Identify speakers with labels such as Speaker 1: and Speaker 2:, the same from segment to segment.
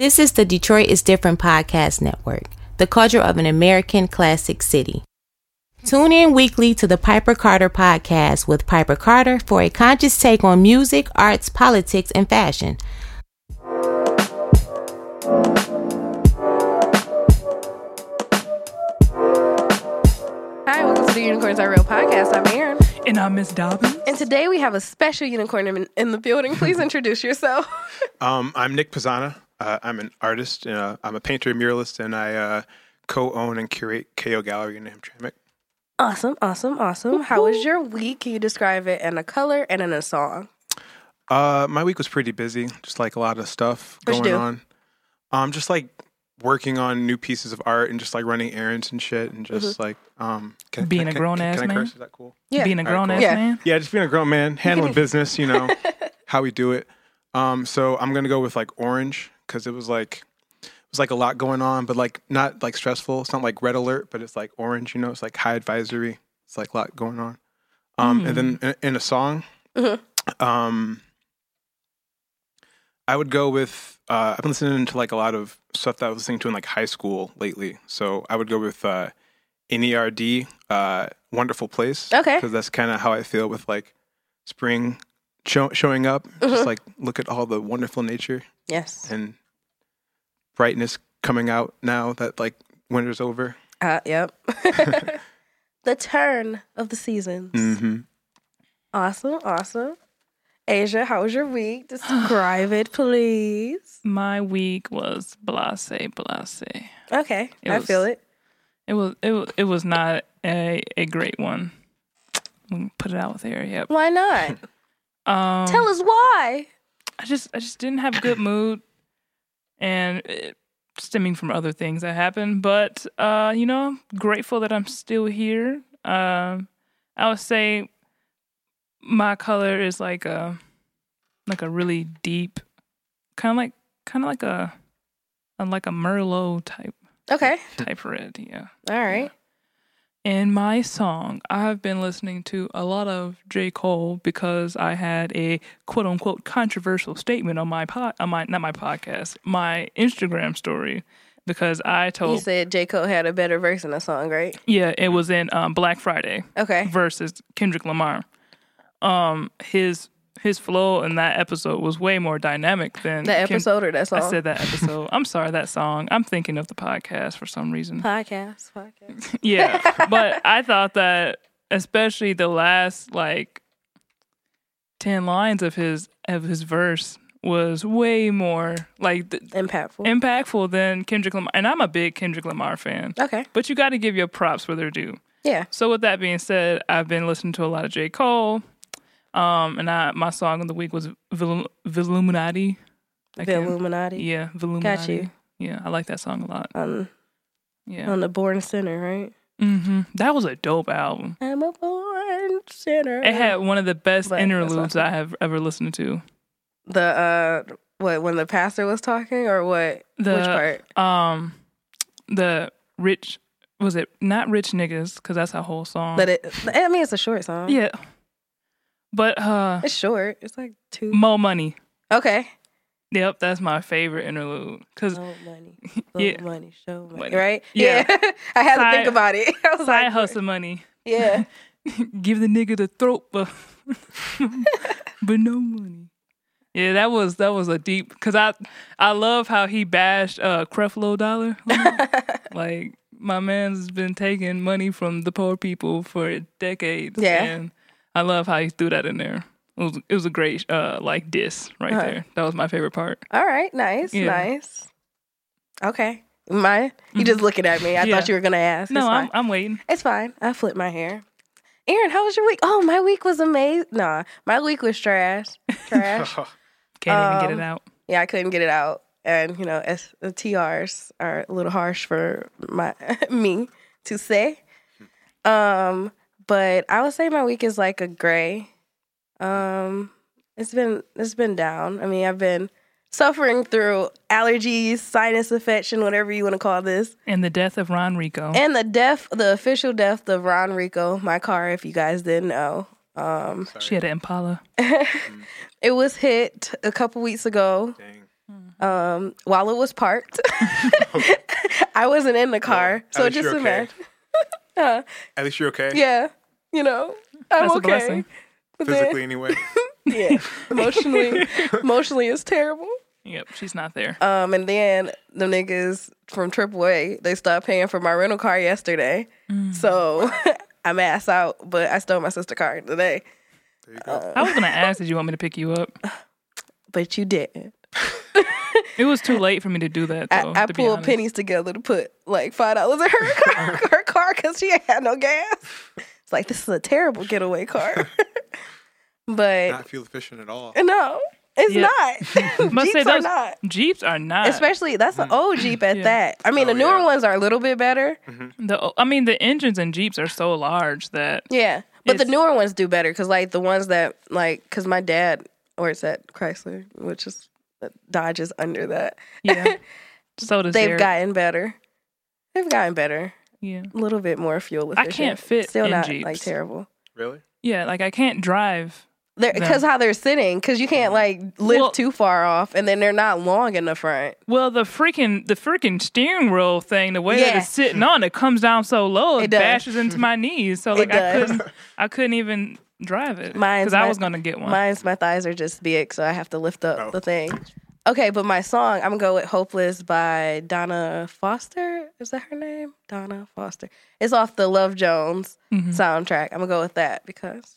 Speaker 1: This is the Detroit is Different podcast network, the culture of an American classic city. Tune in weekly to the Piper Carter podcast with Piper Carter for a conscious take on music, arts, politics, and fashion.
Speaker 2: Hi, welcome to the Unicorns Are Real podcast. I'm Erin,
Speaker 3: And I'm Miss Dobbins.
Speaker 2: and today we have a special unicorn in, in the building. Please introduce yourself.
Speaker 4: Um, I'm Nick Pisana. Uh, I'm an artist. And, uh, I'm a painter, muralist, and I uh, co-own and curate KO Gallery in Hamtramck.
Speaker 2: Awesome, awesome, awesome. How was your week? Can you describe it in a color and in a song?
Speaker 4: Uh, my week was pretty busy, just like a lot of stuff
Speaker 2: What'd you
Speaker 4: going
Speaker 2: do?
Speaker 4: on. Um, just like working on new pieces of art and just like running errands and shit, and just like um, can,
Speaker 3: Mm-hmm. Being a
Speaker 4: can-
Speaker 3: grown
Speaker 4: can,
Speaker 3: ass
Speaker 4: can I
Speaker 3: man?
Speaker 4: curse? Is that cool?
Speaker 2: Yeah.
Speaker 3: Being a
Speaker 4: All right,
Speaker 3: grown ass
Speaker 4: cool.
Speaker 2: Yeah.
Speaker 3: man.
Speaker 4: Yeah, just being a grown man, handling business, you know, how we do it. Um, so I'm gonna go with like orange because it was like it was like a lot going on, but like not like stressful. It's not like red alert, but it's like orange. You know, it's like high advisory. It's like a lot going on. Um, And then in, in a song,
Speaker 2: Mhm.
Speaker 4: um, I would go with uh, I've been listening to like a lot of stuff that I was listening to in like high school lately. So I would go with uh, NERD, uh, Wonderful Place.
Speaker 2: Okay.
Speaker 4: Because that's kind of how I feel with like spring show- showing up. Just like look at all the wonderful nature
Speaker 2: Yes.
Speaker 4: and brightness coming out now that like winter's over.
Speaker 2: Uh, yep. the turn of the seasons.
Speaker 3: Mm.
Speaker 4: Mm-hmm.
Speaker 2: Awesome, awesome. Asia, how was your week? Describe it, please.
Speaker 3: My week was blase, blase.
Speaker 2: Okay,
Speaker 3: It
Speaker 2: I
Speaker 3: was-
Speaker 2: feel it.
Speaker 3: It was it was, it was not a, a great one. We can put it out there. Yep.
Speaker 2: Why not?
Speaker 3: Um,
Speaker 2: Tell us why.
Speaker 3: I just I just didn't have a good mood, and it, stemming from other things that happened. But uh, you know, grateful that I'm still here. Um, I would say my color is like a like a really deep, kind of like kind of like a uh, like a merlot type
Speaker 2: Okay,
Speaker 3: type red. Yeah.
Speaker 2: all right.
Speaker 3: In my song, I've been listening to a lot of J. Cole because I had a quote unquote controversial statement on my pod, on my not my podcast, my Instagram story because I
Speaker 2: You
Speaker 3: told
Speaker 2: said J. Cole had a better verse in a song, right?
Speaker 3: yeah it was in um, Black Friday
Speaker 2: Okay.
Speaker 3: versus Kendrick Lamar. Um, his his flow in that episode was way more dynamic than
Speaker 2: That
Speaker 3: Ken-
Speaker 2: episode or that song?
Speaker 3: I said that episode. I'm sorry, that song. I'm thinking of the podcast for some reason.
Speaker 2: Podcast, podcast.
Speaker 3: Yeah. but I thought that especially the last like 10 lines of his of his verse was way more like th-
Speaker 2: Impactful.
Speaker 3: impactful than Kendrick Lamar and I'm a big Kendrick Lamar fan.
Speaker 2: okay.
Speaker 3: But you got to give your props where they're due.
Speaker 2: Yeah.
Speaker 3: So with that being said, I've been listening to a lot of J. Cole. Um and I my song of the week was Vil- Villuminati. I
Speaker 2: The
Speaker 3: can't-
Speaker 2: Illuminati.
Speaker 3: Yeah, Villuminati.
Speaker 2: Got you.
Speaker 3: Yeah, I like that song a lot.
Speaker 2: On,
Speaker 3: Yeah.
Speaker 2: on the Born Center, right?
Speaker 3: Mhm. That was a dope album.
Speaker 2: I'm a born sinner.
Speaker 3: It had one of the best
Speaker 2: But that's
Speaker 3: interludes
Speaker 2: awesome.
Speaker 3: I have ever listened to.
Speaker 2: the uh what when the pastor was talking or what
Speaker 3: The
Speaker 2: which part?
Speaker 3: Um, the rich was it not rich niggas because that's a whole song.
Speaker 2: But it I mean it's a short song.
Speaker 3: um, yeah, but uh,
Speaker 2: It's short. It's like two
Speaker 3: mo money.
Speaker 2: Okay.
Speaker 3: Yep, that's my favorite interlude because
Speaker 2: No money.
Speaker 3: Yeah.
Speaker 2: Blow money. Show money.
Speaker 3: Money.
Speaker 2: Right?
Speaker 3: Yeah.
Speaker 2: I had to
Speaker 3: Side-
Speaker 2: think about it. I was
Speaker 3: side
Speaker 2: like
Speaker 3: hustle money.
Speaker 2: Yeah.
Speaker 3: Give the nigga the throat, but but no money. Yeah, that was that was a deep because I I love how he bashed uh Creflo Dollar. like my man's been taking money from the poor people for decades.
Speaker 2: Yeah.
Speaker 3: and I love how he threw that in there. It was it was a great uh like diss right
Speaker 2: Uh-huh.
Speaker 3: there. That was my favorite part.
Speaker 2: All right, nice,
Speaker 3: Yeah.
Speaker 2: nice. Okay. My you just looking at me. I
Speaker 3: Mm-hmm. Yeah.
Speaker 2: thought you were gonna ask.
Speaker 3: no,
Speaker 2: It's fine.
Speaker 3: I'm I'm waiting.
Speaker 2: It's fine. I flipped my hair. Aaron, how was your week? Oh, my week was amazing. Nah, my week was trash. Trash.
Speaker 3: Can't even get
Speaker 2: Um,
Speaker 3: it out.
Speaker 2: yeah, I couldn't get it out. And, you know, as the TRs are a little harsh for my me to say. Um, but I would say my week is like a gray. Um, it's been it's been down. I mean, I've been suffering through allergies, sinus infection, whatever you want to call this.
Speaker 3: And the death of Ron Rico.
Speaker 2: And the death, the official death of Ron Rico, my car, if you guys didn't know. Um,
Speaker 3: she had an Impala.
Speaker 2: it was hit a couple weeks ago.
Speaker 4: Dang.
Speaker 2: Um, while it was parked, I wasn't in the car,
Speaker 4: at
Speaker 2: so
Speaker 4: least
Speaker 2: just
Speaker 4: you're okay.
Speaker 2: imagine. Uh,
Speaker 4: At least you're okay.
Speaker 2: yeah, you know, I'm
Speaker 3: That's a
Speaker 2: okay.
Speaker 3: blessing.
Speaker 2: But then-
Speaker 4: Physically, anyway.
Speaker 2: yeah, emotionally, emotionally it's terrible.
Speaker 3: Yep, she's not there.
Speaker 2: Um, and then the niggas from AAA, they stopped paying for my rental car yesterday.
Speaker 3: Mm.
Speaker 2: So I'm ass out, but I stole my sister car today.
Speaker 4: There you go.
Speaker 3: I was gonna ask, did you want me to pick you up?
Speaker 2: But you didn't.
Speaker 3: It was too late for me to do that. Though,
Speaker 2: I, I
Speaker 3: to be
Speaker 2: pulled
Speaker 3: honest.
Speaker 2: pennies together to put like five dollars in her car, her car, because she ain't had no gas. It's like this is a terrible getaway car, but
Speaker 4: Not feel efficient at all.
Speaker 2: no, it's
Speaker 3: Yeah.
Speaker 2: not. Jeeps
Speaker 3: Must say
Speaker 2: are
Speaker 3: those
Speaker 2: not,
Speaker 3: Jeeps are not. Mm.
Speaker 2: especially that's an old Jeep at
Speaker 3: Yeah. Mm-hmm.
Speaker 2: that. I mean,
Speaker 4: Oh,
Speaker 2: the newer
Speaker 4: yeah.
Speaker 2: ones are a little bit better.
Speaker 3: the I mean, the engines and Jeeps are so large that
Speaker 2: Yeah, but the
Speaker 3: It's-
Speaker 2: newer ones do better because like the ones that like because my dad works at Chrysler, which is uh, Dodge is under that.
Speaker 3: yeah. so does
Speaker 2: They've
Speaker 3: their-
Speaker 2: gotten better. They've gotten better.
Speaker 3: yeah
Speaker 2: A little bit more fuel
Speaker 3: I
Speaker 2: efficient.
Speaker 3: can't fit
Speaker 2: Still
Speaker 3: in
Speaker 2: not like
Speaker 3: Jeeps.
Speaker 2: terrible.
Speaker 4: Really?
Speaker 3: yeah. Like I can't drive. No.
Speaker 2: Because how they're sitting, because you can't like lift
Speaker 3: Mm-hmm. Well-
Speaker 2: too far off, and then they're not long in the front.
Speaker 3: Well, the freaking the freaking steering wheel thing, the way that
Speaker 2: Yeah.
Speaker 3: it's sitting on, it comes down so low, it,
Speaker 2: It does.
Speaker 3: bashes into my knees. So
Speaker 2: It
Speaker 3: like I
Speaker 2: does.
Speaker 3: couldn't I couldn't even drive it
Speaker 2: Mine's
Speaker 3: because I
Speaker 2: my-
Speaker 3: was gonna get one.
Speaker 2: Mine's my thighs are just big, so I have to lift up
Speaker 4: Oh.
Speaker 2: the thing. Okay, but my song, I'm gonna go with Hopeless by Donna Foster. Is that her name? Donna Foster. It's off the Love Jones
Speaker 3: Mhm.
Speaker 2: soundtrack. I'm gonna go with that because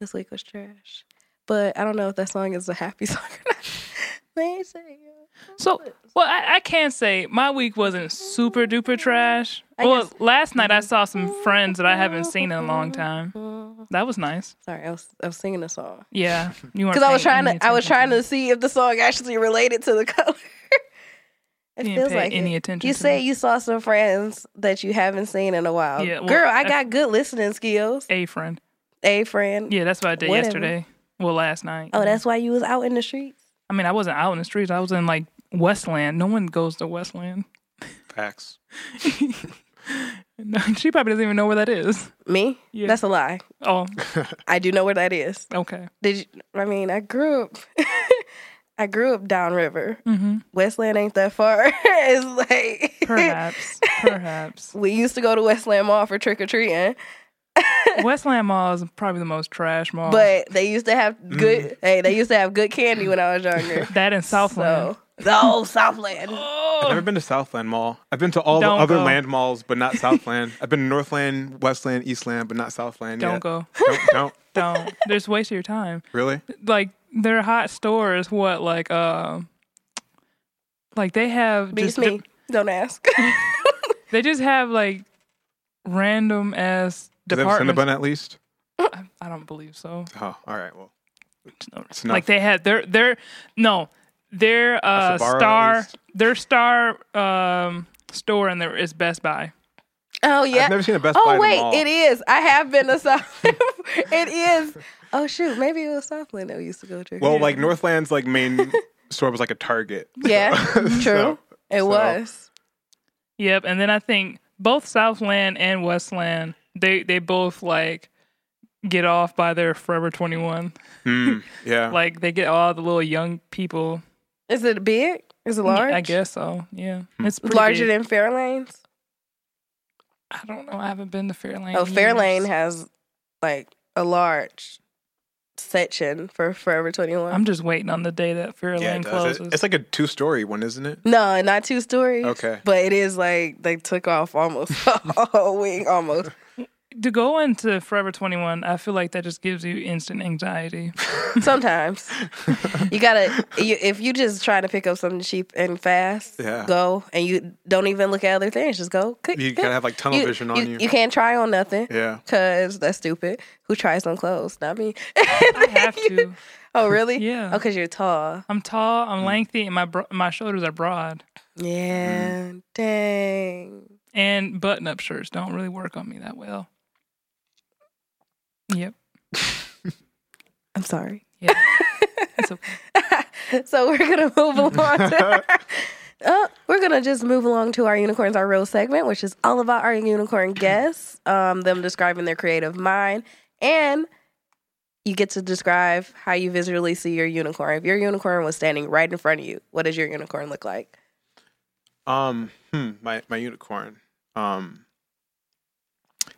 Speaker 2: this week was trash. But I don't know if that song is a happy song or not. They say,
Speaker 3: So, well, I, I can say my week wasn't super duper trash.
Speaker 2: I
Speaker 3: well,
Speaker 2: guess- Mm-hmm.
Speaker 3: last night I saw some friends that I haven't seen in a long time. That was nice.
Speaker 2: Sorry, I was I was singing a song
Speaker 3: Yeah, you
Speaker 2: because I was trying to I was trying to see if the song actually related to the color. it
Speaker 3: didn't
Speaker 2: feels
Speaker 3: pay
Speaker 2: like it.
Speaker 3: any attention.
Speaker 2: You
Speaker 3: to
Speaker 2: say
Speaker 3: me.
Speaker 2: you saw some friends that you haven't seen in a while.
Speaker 3: Yeah, well,
Speaker 2: Girl, I
Speaker 3: I-
Speaker 2: got good listening skills.
Speaker 3: a friend.
Speaker 2: A friend.
Speaker 3: Yeah, that's what I did
Speaker 2: Whatever.
Speaker 3: yesterday. Well, last night.
Speaker 2: Oh, that's why you was out in the streets.
Speaker 3: I mean, I wasn't out in the streets. I was in like Westland. No one goes to Westland.
Speaker 4: Facts.
Speaker 3: No, she probably doesn't even know where that is.
Speaker 2: Me?
Speaker 3: Yeah.
Speaker 2: That's a lie.
Speaker 3: Oh,
Speaker 2: I do know where that is.
Speaker 3: okay.
Speaker 2: Did you, I mean I grew up I grew up downriver.
Speaker 3: hmm
Speaker 2: Westland ain't that far. it's like
Speaker 3: Perhaps, perhaps.
Speaker 2: we used to go to Westland Mall for trick or treating,
Speaker 3: Westland Mall is probably the most trash
Speaker 4: Oh.
Speaker 3: mall.
Speaker 2: but they used to have good.
Speaker 4: Mm-hmm.
Speaker 2: Hey, they used to have good candy when I was younger.
Speaker 3: that in Southland.
Speaker 2: So the old Southland.
Speaker 4: I've never been to Southland Mall. I've been to all
Speaker 3: Don't
Speaker 4: the other
Speaker 3: go.
Speaker 4: land malls, but not Southland. I've been to Northland, Westland, Eastland, but not Southland.
Speaker 3: Don't
Speaker 4: yet.
Speaker 3: go.
Speaker 4: Don't, don't.
Speaker 3: Don't. There's waste of your time.
Speaker 4: Really?
Speaker 3: Like their hot stores, what like uh like they have
Speaker 2: Beats
Speaker 3: just
Speaker 2: me. Don't ask.
Speaker 3: they just have like random ass
Speaker 4: Is that
Speaker 3: departments.
Speaker 4: Cinnabon at least?
Speaker 3: I, I don't believe so.
Speaker 4: Oh, all right. Well, enough.
Speaker 3: like they had their their no their uh
Speaker 4: Sbarro at
Speaker 3: star
Speaker 4: least.
Speaker 3: their star um store in there is Best Buy.
Speaker 2: Oh yeah.
Speaker 4: never seen a Best
Speaker 2: oh,
Speaker 4: Buy in a
Speaker 2: wait,
Speaker 4: mall.
Speaker 2: it is. I have been to Southland. it is. Oh shoot, maybe it was Southland that we used to go to.
Speaker 4: well, like Northland's like main store was like a Target.
Speaker 2: yeah, true.
Speaker 4: So-
Speaker 2: it
Speaker 4: so-
Speaker 2: was.
Speaker 3: Yep, and then I think both Southland and Westland they they both like get off by their Forever 21.
Speaker 4: Mm, yeah.
Speaker 3: Like they get all the little young people.
Speaker 2: Is it big? Is it large?
Speaker 3: I guess so. Yeah,
Speaker 4: Hmm.
Speaker 3: it's pretty
Speaker 2: larger than
Speaker 3: big.
Speaker 2: Fairlane's.
Speaker 3: I don't know. I haven't been to Fairlane.
Speaker 2: Oh,
Speaker 3: in
Speaker 2: Fairlane
Speaker 3: years.
Speaker 2: has like a large section for Forever Twenty One.
Speaker 3: I'm just waiting on the day that Fairlane
Speaker 4: yeah, it does.
Speaker 3: closes.
Speaker 4: It- it's like a two-story one, isn't it?
Speaker 2: no, not two stories.
Speaker 4: Okay.
Speaker 2: but it is like they took off almost a whole wing almost.
Speaker 3: to go into Forever 21. I feel like that just gives you instant anxiety.
Speaker 2: Sometimes you gotta you, if you just trying to pick up something cheap and fast,
Speaker 4: Yeah.
Speaker 2: go and you don't even look at other things. Just go. Click,
Speaker 4: You
Speaker 2: click.
Speaker 4: gotta have like tunnel vision on you.
Speaker 2: You can't try on nothing.
Speaker 4: yeah.
Speaker 2: Cause that's stupid. Who tries on clothes? Not me.
Speaker 3: I have to.
Speaker 2: oh really?
Speaker 3: Yeah.
Speaker 2: Oh, cause you're tall.
Speaker 3: I'm tall.
Speaker 4: Hmm.
Speaker 3: I'm lengthy, and my bro- my shoulders are broad.
Speaker 2: Yeah. Dang.
Speaker 3: And button up shirts don't really work on me that well. Yep.
Speaker 2: I'm sorry.
Speaker 3: Yeah. it's okay.
Speaker 2: so we're gonna move along. To, uh, we're gonna just move along to our unicorns are real segment, which is all about our unicorn guests, um, them describing their creative mind, and you get to describe how you visually see your unicorn. If your unicorn was standing right in front of you, what does your unicorn look like?
Speaker 4: Um, hmm, my my unicorn. Um,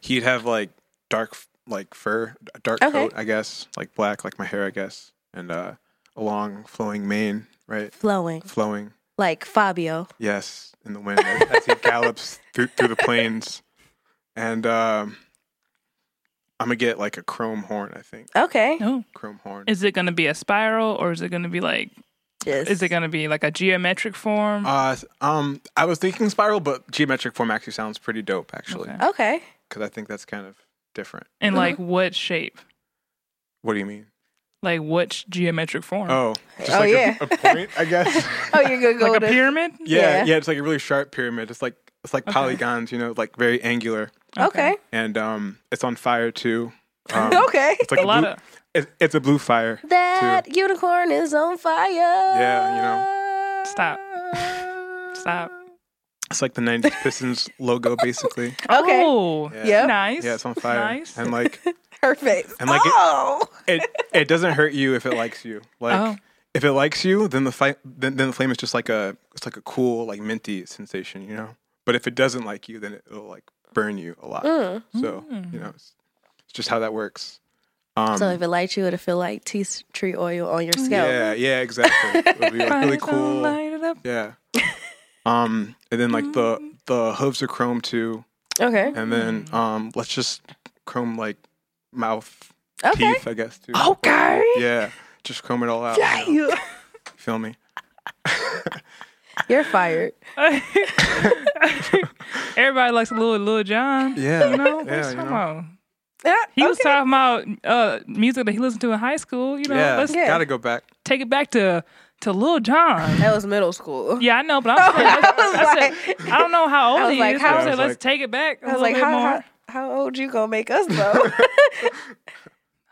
Speaker 4: he'd have like dark f- like fur, a dark
Speaker 2: Okay.
Speaker 4: coat, I guess, like black, like my hair, I guess, and uh, a long flowing mane, right,
Speaker 2: Flowing,
Speaker 4: flowing.
Speaker 2: like Fabio.
Speaker 4: Yes, in the wind as, as he gallops through through the plains, and um, I'm gonna get like a chrome horn. I think
Speaker 2: Okay.
Speaker 3: No.
Speaker 4: chrome horn.
Speaker 3: Is it going to be a spiral or is it going to be like,
Speaker 2: Just-
Speaker 3: is it going to be like a geometric form?
Speaker 4: Uh, th-
Speaker 3: Mm-hmm.
Speaker 4: um, I was thinking spiral, but geometric form actually sounds pretty dope, actually,
Speaker 3: Okay.
Speaker 2: okay.
Speaker 4: because I think that's kind of different.
Speaker 3: And like what shape?
Speaker 4: What do you mean?
Speaker 3: Like what sh- geometric form?
Speaker 4: Oh, just
Speaker 2: Oh,
Speaker 4: like
Speaker 2: yeah.
Speaker 4: a, a point, I guess.
Speaker 2: Oh, you're gonna go
Speaker 3: like a
Speaker 2: to
Speaker 3: pyramid?
Speaker 4: yeah,
Speaker 2: Yeah.
Speaker 4: yeah, It's like a really sharp pyramid. It's like it's like
Speaker 3: Okay.
Speaker 4: polygons, you know, like very angular,
Speaker 2: okay.
Speaker 4: and um, it's on fire too. Um,
Speaker 2: Okay.
Speaker 4: It's like
Speaker 3: A lot
Speaker 4: blue,
Speaker 3: of
Speaker 4: it, it's a blue fire.
Speaker 2: that unicorn is on fire.
Speaker 4: you
Speaker 2: Yeah,
Speaker 4: know.
Speaker 3: Stop. stop.
Speaker 4: It's like the '90s Pistons logo, basically.
Speaker 2: Okay.
Speaker 3: Oh,
Speaker 4: Yeah.
Speaker 2: Yep.
Speaker 3: nice.
Speaker 4: Yeah, it's on fire,
Speaker 3: Nice.
Speaker 4: and like
Speaker 2: Her face.
Speaker 4: And like it-
Speaker 2: oh.
Speaker 4: it, it doesn't hurt you if it likes you. Like
Speaker 3: Oh.
Speaker 4: if it likes you, then the fi- then, then the flame is just like a it's like a cool like minty sensation, you know. But if it doesn't like you, then it'll like burn you a lot.
Speaker 2: Mm.
Speaker 4: So you know, it's, it's just how that works. Um,
Speaker 2: so if it lights you, it'll feel like tea s- tree oil on your scalp.
Speaker 4: yeah, yeah, exactly. It'll be like really
Speaker 3: Fire, don't
Speaker 4: cool.
Speaker 3: light it up.
Speaker 4: Yeah. Um, and then like the the hooves are chrome too,
Speaker 2: Okay.
Speaker 4: and then um, let's just chrome like mouth
Speaker 2: Okay.
Speaker 4: teeth, I guess too.
Speaker 2: Okay.
Speaker 4: Yeah, just chrome it all out. you know?
Speaker 2: You.
Speaker 4: Feel me?
Speaker 2: You're fired.
Speaker 3: Everybody likes Lil Lil John.
Speaker 4: Yeah,
Speaker 3: You know,
Speaker 4: yeah,
Speaker 3: what's
Speaker 4: you
Speaker 3: talking
Speaker 4: know.
Speaker 3: about?
Speaker 2: Yeah,
Speaker 3: He was
Speaker 2: okay.
Speaker 3: talking about uh, music that he listened to in high school. You know,
Speaker 4: yeah,
Speaker 3: let's
Speaker 2: Yeah.
Speaker 4: gotta go back.
Speaker 3: take it back to to Lil John.
Speaker 2: That was middle school.
Speaker 3: Yeah, I know, but I'm saying, I,
Speaker 2: was
Speaker 3: said, I don't know how old
Speaker 2: was
Speaker 3: he
Speaker 2: like,
Speaker 3: is.
Speaker 2: how-
Speaker 3: but
Speaker 4: Yeah,
Speaker 3: I said,
Speaker 4: I was
Speaker 3: let's
Speaker 4: like-
Speaker 3: take it back a
Speaker 2: I was like,
Speaker 3: little bit
Speaker 2: how,
Speaker 3: more.
Speaker 2: how how old you gonna make us though?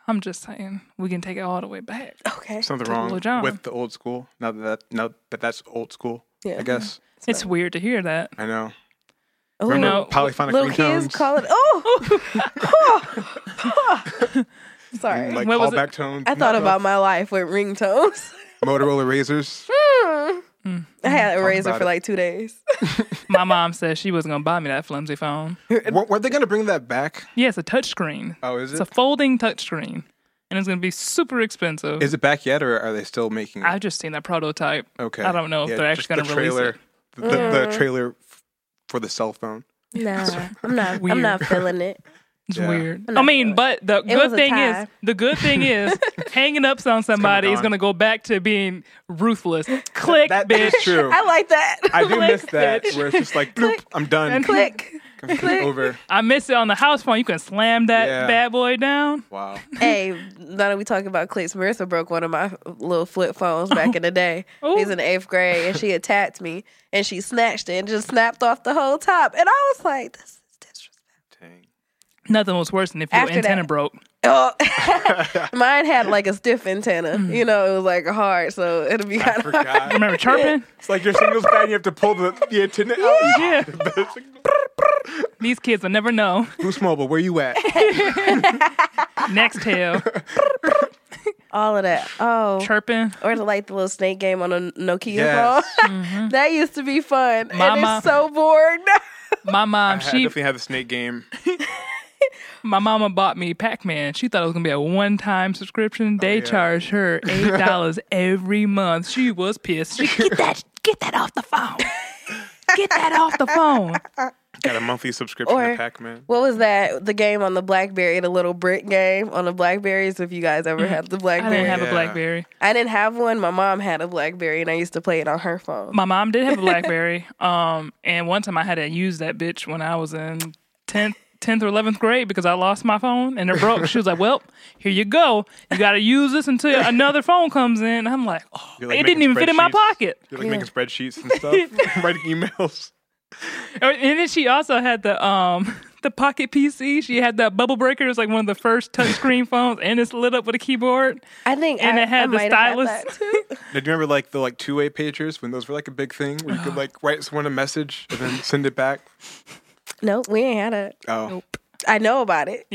Speaker 3: I'm just saying, we can take it all the way back.
Speaker 2: okay.
Speaker 4: Something
Speaker 3: Take a little
Speaker 4: wrong
Speaker 3: jog.
Speaker 4: with the old school. Now that now that that's old school,
Speaker 2: Yeah.
Speaker 4: I guess
Speaker 3: It's weird to hear that.
Speaker 4: I know.
Speaker 2: Ooh.
Speaker 4: Remember
Speaker 3: No.
Speaker 4: polyphonic
Speaker 2: Little
Speaker 4: ringtones,
Speaker 2: kids call it. Oh. Sorry.
Speaker 4: like
Speaker 3: What was it?
Speaker 4: callback tones.
Speaker 2: I thought
Speaker 4: No,
Speaker 2: about my life with ringtones.
Speaker 4: Motorola razors.
Speaker 2: Hmm. I had a razor
Speaker 4: about
Speaker 2: for
Speaker 4: it.
Speaker 2: like two days.
Speaker 3: My mom said she wasn't gonna buy me that flimsy phone.
Speaker 4: weren't, weren't they gonna bring that back?
Speaker 3: Yeah, it's a touchscreen.
Speaker 4: Oh, is
Speaker 3: It's
Speaker 4: it?
Speaker 3: a folding touchscreen, and it's gonna be super expensive.
Speaker 4: Is it back yet, or are they still making it?
Speaker 3: I've just seen that prototype.
Speaker 4: okay,
Speaker 3: I don't know if
Speaker 4: Yeah,
Speaker 3: they're
Speaker 4: just
Speaker 3: actually
Speaker 4: the
Speaker 3: gonna release
Speaker 4: trailer,
Speaker 3: it.
Speaker 4: The, the,
Speaker 2: Mm.
Speaker 4: the trailer f- for the cell phone.
Speaker 2: Nah, I'm not.
Speaker 3: Weird.
Speaker 2: I'm not feeling it.
Speaker 3: It's
Speaker 4: Yeah.
Speaker 3: weird.
Speaker 2: I'm
Speaker 3: I
Speaker 2: not
Speaker 3: mean,
Speaker 2: feeling
Speaker 3: but the
Speaker 2: was
Speaker 3: good
Speaker 2: a
Speaker 3: thing
Speaker 2: tie.
Speaker 3: is, the good thing is, hanging up on somebody is
Speaker 4: on.
Speaker 3: gonna go back to being ruthless. Click,
Speaker 4: That
Speaker 3: bitch.
Speaker 4: is true.
Speaker 2: I like that.
Speaker 4: I do miss that
Speaker 3: bitch.
Speaker 4: where it's just like bloop, I'm done.
Speaker 3: And
Speaker 2: Click.
Speaker 4: It's
Speaker 2: click.
Speaker 4: over.
Speaker 3: I miss it on the house phone. You can slam that
Speaker 4: Yeah.
Speaker 3: bad boy down.
Speaker 4: Wow.
Speaker 2: hey, now that we talking about clicks, Marissa broke one of my little flip phones back in the day.
Speaker 3: Oh.
Speaker 2: He's in eighth grade, and she attacked me, and she snatched it and just snapped off the whole top. And I was like, this is disrespectful.
Speaker 4: Dang.
Speaker 3: Nothing was worse than if your
Speaker 2: After
Speaker 3: antenna
Speaker 2: that-
Speaker 3: broke.
Speaker 2: Oh. Mine had like a stiff antenna. You know, it was like hard, so it'll be
Speaker 4: I
Speaker 2: kind of hard.
Speaker 4: forgot.
Speaker 3: Remember chirping?
Speaker 4: It's like your signal's bad. You have to pull the, the antenna out.
Speaker 3: Yeah. These kids will never know.
Speaker 4: Boost Mobile, where you at?
Speaker 3: Next tail,
Speaker 2: All of that. Oh.
Speaker 3: chirping.
Speaker 2: or to like the little snake game on a Nokia
Speaker 4: Yes.
Speaker 2: phone. that used to be fun. And
Speaker 3: Mama.
Speaker 2: it's so bored now.
Speaker 3: My mom,
Speaker 4: I had-
Speaker 3: she,
Speaker 4: definitely have a snake game.
Speaker 3: my mama bought me Pac Man. She thought it was gonna be a one time subscription. They
Speaker 4: Oh, yeah.
Speaker 3: charged her eight dollars every month. She was pissed. She get that, get that off the phone. Get that off the phone.
Speaker 4: Got a monthly subscription
Speaker 2: Or-
Speaker 4: to Pac-Man.
Speaker 2: What was that? The game on the Blackberry, the little brick game on the Blackberries, if you guys ever had the
Speaker 3: I
Speaker 2: Blackberry.
Speaker 3: didn't have a
Speaker 4: Yeah.
Speaker 3: BlackBerry.
Speaker 2: one. My mom had a Blackberry and I used to play it on her phone.
Speaker 3: My mom did have a BlackBerry. Um, and one time I had to use that bitch when I was in tenth. 10th or 11th grade because I lost my phone and it broke. She was like, Well, here you go. You got to use this until another phone comes in. I'm like, Oh,
Speaker 4: You're, like,
Speaker 3: it
Speaker 4: making
Speaker 3: didn't even fit in my
Speaker 4: spreadsheets.
Speaker 3: pocket.
Speaker 4: You're like making spreadsheets and stuff, writing emails.
Speaker 3: Or- Oh, And then she also had the um the pocket PC. She had that bubble breaker. It was like one of the first touchscreen phones, and it's lit up with a keyboard.
Speaker 2: I think
Speaker 3: And
Speaker 2: I,
Speaker 3: it had
Speaker 2: I
Speaker 3: the
Speaker 2: might have
Speaker 3: stylus.
Speaker 2: that too.
Speaker 4: Now, do you remember like the like two-way pagers when those were like a big thing where you could like write someone a message and then send it back?
Speaker 2: nope, we ain't had it.
Speaker 4: Oh,
Speaker 2: I know about it.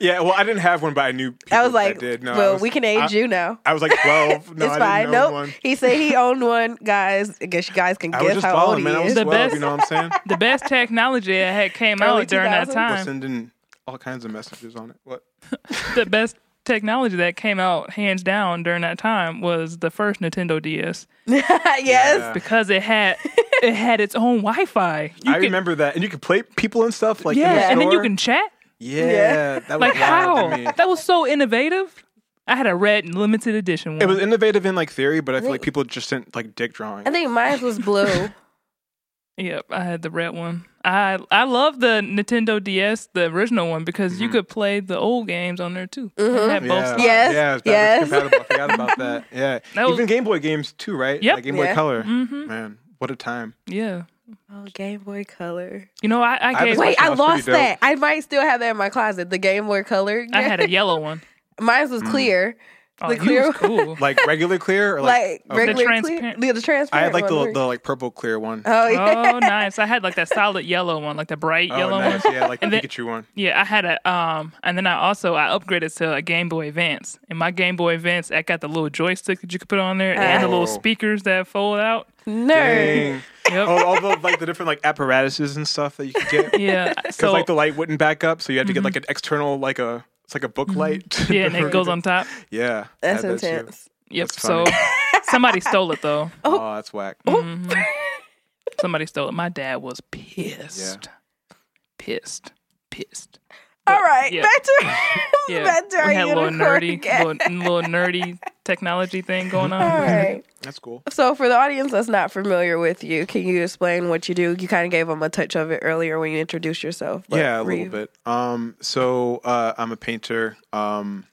Speaker 4: Yeah, well, I didn't have one, but I knew. People
Speaker 2: I was like,
Speaker 4: that did. No, I
Speaker 2: well,
Speaker 4: was-
Speaker 2: we can age
Speaker 4: I-
Speaker 2: you now.
Speaker 4: I was like twelve. No,
Speaker 2: it's
Speaker 4: I
Speaker 2: fine.
Speaker 4: didn't know
Speaker 2: Nope.
Speaker 4: one.
Speaker 2: He said he owned one, guys. I guess you guys can
Speaker 4: I was
Speaker 2: guess
Speaker 4: just
Speaker 2: how old
Speaker 4: balling,
Speaker 2: he
Speaker 4: man. I was
Speaker 2: is.
Speaker 3: The
Speaker 4: twelve. You
Speaker 3: best-
Speaker 4: know what I'm saying?
Speaker 3: The best technology that had came
Speaker 2: Early
Speaker 3: out during that
Speaker 2: 2000s?
Speaker 4: We're
Speaker 3: time.
Speaker 4: sending all kinds of messages on it. What?
Speaker 3: The best technology that came out hands down during that time was the first Nintendo DS
Speaker 2: yes.
Speaker 4: Yeah.
Speaker 3: because it had it had its own Wi-Fi. You
Speaker 4: I
Speaker 3: could-
Speaker 4: remember that, and you could play people and stuff like in the
Speaker 3: yeah, and then you
Speaker 4: store.
Speaker 3: can chat.
Speaker 4: Yeah,
Speaker 2: Yeah.
Speaker 4: that was
Speaker 3: Like
Speaker 4: wild to
Speaker 3: how?
Speaker 4: me.
Speaker 3: That was so innovative. I had a red limited edition one.
Speaker 4: It was innovative in like theory, but I feel like
Speaker 2: Wait.
Speaker 4: people just sent like dick drawing.
Speaker 2: I think mine was blue.
Speaker 3: Yep, I had the red one. I I love the Nintendo DS, the original one, because you could play the old games on there too. It
Speaker 2: Mhm.
Speaker 3: had both
Speaker 4: Mm-hmm. Yeah.
Speaker 3: sides.
Speaker 2: Yes,
Speaker 4: Yeah,
Speaker 2: yes.
Speaker 4: it's backwards compatible. I forgot about that. Yeah.
Speaker 3: That was-
Speaker 4: Even Game Boy games too, right?
Speaker 3: Yep.
Speaker 4: Like Game Boy
Speaker 2: Yeah.
Speaker 4: Color.
Speaker 3: Mhm.
Speaker 4: Man, what a time.
Speaker 3: Yeah.
Speaker 2: oh, Game Boy Color.
Speaker 3: You know, I,
Speaker 4: I
Speaker 3: I gave.
Speaker 4: was-
Speaker 2: Wait, I
Speaker 4: That pretty
Speaker 2: lost
Speaker 4: dope.
Speaker 2: that. I might still have that in my closet. The Game Boy Color.
Speaker 3: I had a yellow one.
Speaker 2: Mine
Speaker 4: Hmm.
Speaker 2: was clear.
Speaker 3: Oh,
Speaker 2: The
Speaker 3: you
Speaker 2: clear
Speaker 3: was cool.
Speaker 4: Like regular clear or like,
Speaker 2: Like,
Speaker 4: oh,
Speaker 2: regular
Speaker 3: transparent-
Speaker 2: clear. Yeah, the transparent.
Speaker 4: I had like the,
Speaker 2: one.
Speaker 4: the like purple clear one.
Speaker 2: Oh yeah.
Speaker 3: oh, nice. I had like that solid yellow one, like the bright
Speaker 4: Oh,
Speaker 3: yellow
Speaker 4: nice.
Speaker 3: one.
Speaker 4: Yeah, like the
Speaker 3: And then-
Speaker 4: Pikachu one.
Speaker 3: Yeah, I had a um, and then I also I upgraded to a Game Boy Advance. And my Game Boy Advance, I got the little joystick that you could put on there, and the
Speaker 4: Oh.
Speaker 3: little speakers that fold out.
Speaker 2: Nerd.
Speaker 4: Dang.
Speaker 3: Yep.
Speaker 4: Oh, all the like the different like apparatuses and stuff that you could get.
Speaker 3: Yeah.
Speaker 4: Because
Speaker 3: So Mm-hmm.
Speaker 4: like the light wouldn't back up, so you had to get like an external like a it's like a book light.
Speaker 3: yeah, and it goes on top.
Speaker 4: Yeah. I
Speaker 2: That's
Speaker 4: had that too.
Speaker 2: intense.
Speaker 3: Yep.
Speaker 4: That's
Speaker 3: So
Speaker 4: funny.
Speaker 3: somebody stole it though.
Speaker 4: Oh, that's whack.
Speaker 3: Mm-hmm. Somebody stole it. My dad was pissed. Pissed. Pissed.
Speaker 2: All right,
Speaker 3: yeah.
Speaker 2: back to
Speaker 3: Yeah.
Speaker 2: back to our
Speaker 3: we had a little
Speaker 2: unicorn
Speaker 3: nerdy
Speaker 2: gang.
Speaker 3: little, little nerdy technology thing going on.
Speaker 2: All right.
Speaker 4: That's cool.
Speaker 2: So, for the audience that's not familiar with you, can you explain what you do? You kind of gave them a touch of it earlier when you introduced yourself. but
Speaker 4: yeah, a
Speaker 2: were
Speaker 4: little
Speaker 2: you-
Speaker 4: bit. Um, so uh, I'm a painter. Um,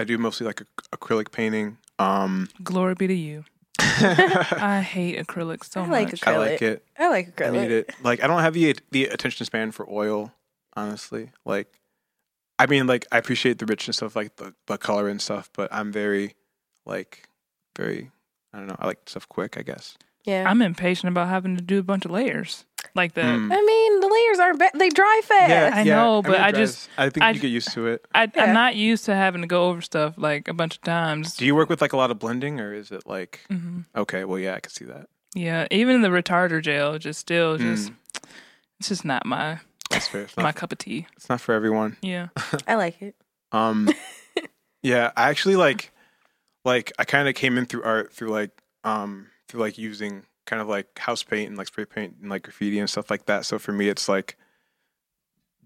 Speaker 4: I do mostly like ac- acrylic painting. Um,
Speaker 3: Glory be to you. I hate acrylic so
Speaker 2: I like
Speaker 3: much.
Speaker 4: I like it.
Speaker 2: I like
Speaker 4: I
Speaker 2: acrylic.
Speaker 4: need it. Like I don't have the the attention span for oil, honestly. Like, I mean, like I appreciate the richness of like the, the color and stuff, but I'm very, like, very. I don't know. I like stuff quick. I guess.
Speaker 2: Yeah.
Speaker 3: I'm impatient about having to do a bunch of layers like that.
Speaker 4: Mm.
Speaker 2: I mean, the layers aren't bad. They dry fast.
Speaker 3: I know, but
Speaker 4: it
Speaker 3: I
Speaker 4: drives-
Speaker 3: just-
Speaker 4: I think
Speaker 3: I
Speaker 4: you get used to it.
Speaker 3: I,
Speaker 2: Yeah.
Speaker 3: I'm not used to having to go over stuff like a bunch of times.
Speaker 4: Do you work with like a lot of blending, or is it like
Speaker 3: Mhm.
Speaker 4: okay? Well, yeah, I can see that.
Speaker 3: Yeah, even the retarder gel just
Speaker 4: Mm.
Speaker 3: still just it's just not my
Speaker 4: That's fair. It's
Speaker 3: my
Speaker 4: not,
Speaker 3: cup of tea.
Speaker 4: it's not for everyone.
Speaker 3: Yeah.
Speaker 2: I like it.
Speaker 4: Um, yeah, I actually like, like I kind of came in through art through like, um, through like using kind of like house paint and like spray paint and like graffiti and stuff like that. So for me, it's like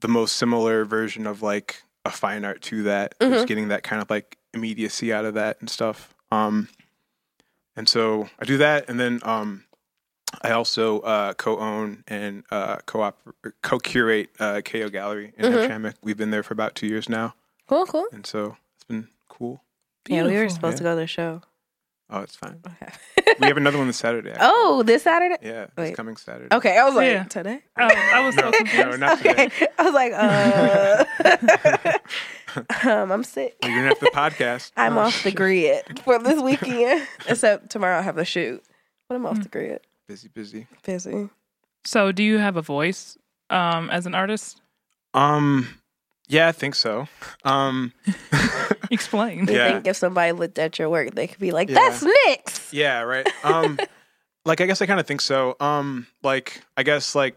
Speaker 4: the most similar version of like a fine art to that. Just getting that kind of like immediacy out of that and stuff. Um, and so I do that, and then um, I also uh, co-own and uh, co-op co-curate uh, KO Gallery in Hamtramck. We've been there for about two years now
Speaker 2: Cool, cool.
Speaker 4: and so it's been cool.
Speaker 2: Yeah, we were
Speaker 3: Beautiful.
Speaker 2: supposed to go to the show.
Speaker 4: Oh, it's fine.
Speaker 2: Okay.
Speaker 4: We have another one this Saturday. actually.
Speaker 2: oh, this Saturday?
Speaker 4: yeah,
Speaker 2: wait.
Speaker 4: it's coming Saturday.
Speaker 2: Okay. I was like,
Speaker 3: Yeah.
Speaker 2: today?
Speaker 3: Oh, I was
Speaker 4: No,
Speaker 3: so confused.
Speaker 4: no, not today.
Speaker 2: Okay. I was like, uh, um, I'm sick.
Speaker 4: You're gonna have the podcast.
Speaker 2: I'm
Speaker 4: Oh,
Speaker 2: off the grid for this weekend. Except tomorrow I have a shoot. But I'm off the grid.
Speaker 4: busy, busy.
Speaker 2: Hmm. Busy.
Speaker 3: So, do you have a voice um, as an artist?
Speaker 4: Um, yeah, I think so. Um,
Speaker 3: Explain.
Speaker 2: You
Speaker 4: Yeah.
Speaker 2: think if somebody looked at your work, they could be like,
Speaker 4: Yeah.
Speaker 2: "That's Nick's."
Speaker 4: yeah, right. Um, like I guess I kind of think so. Um, like I guess like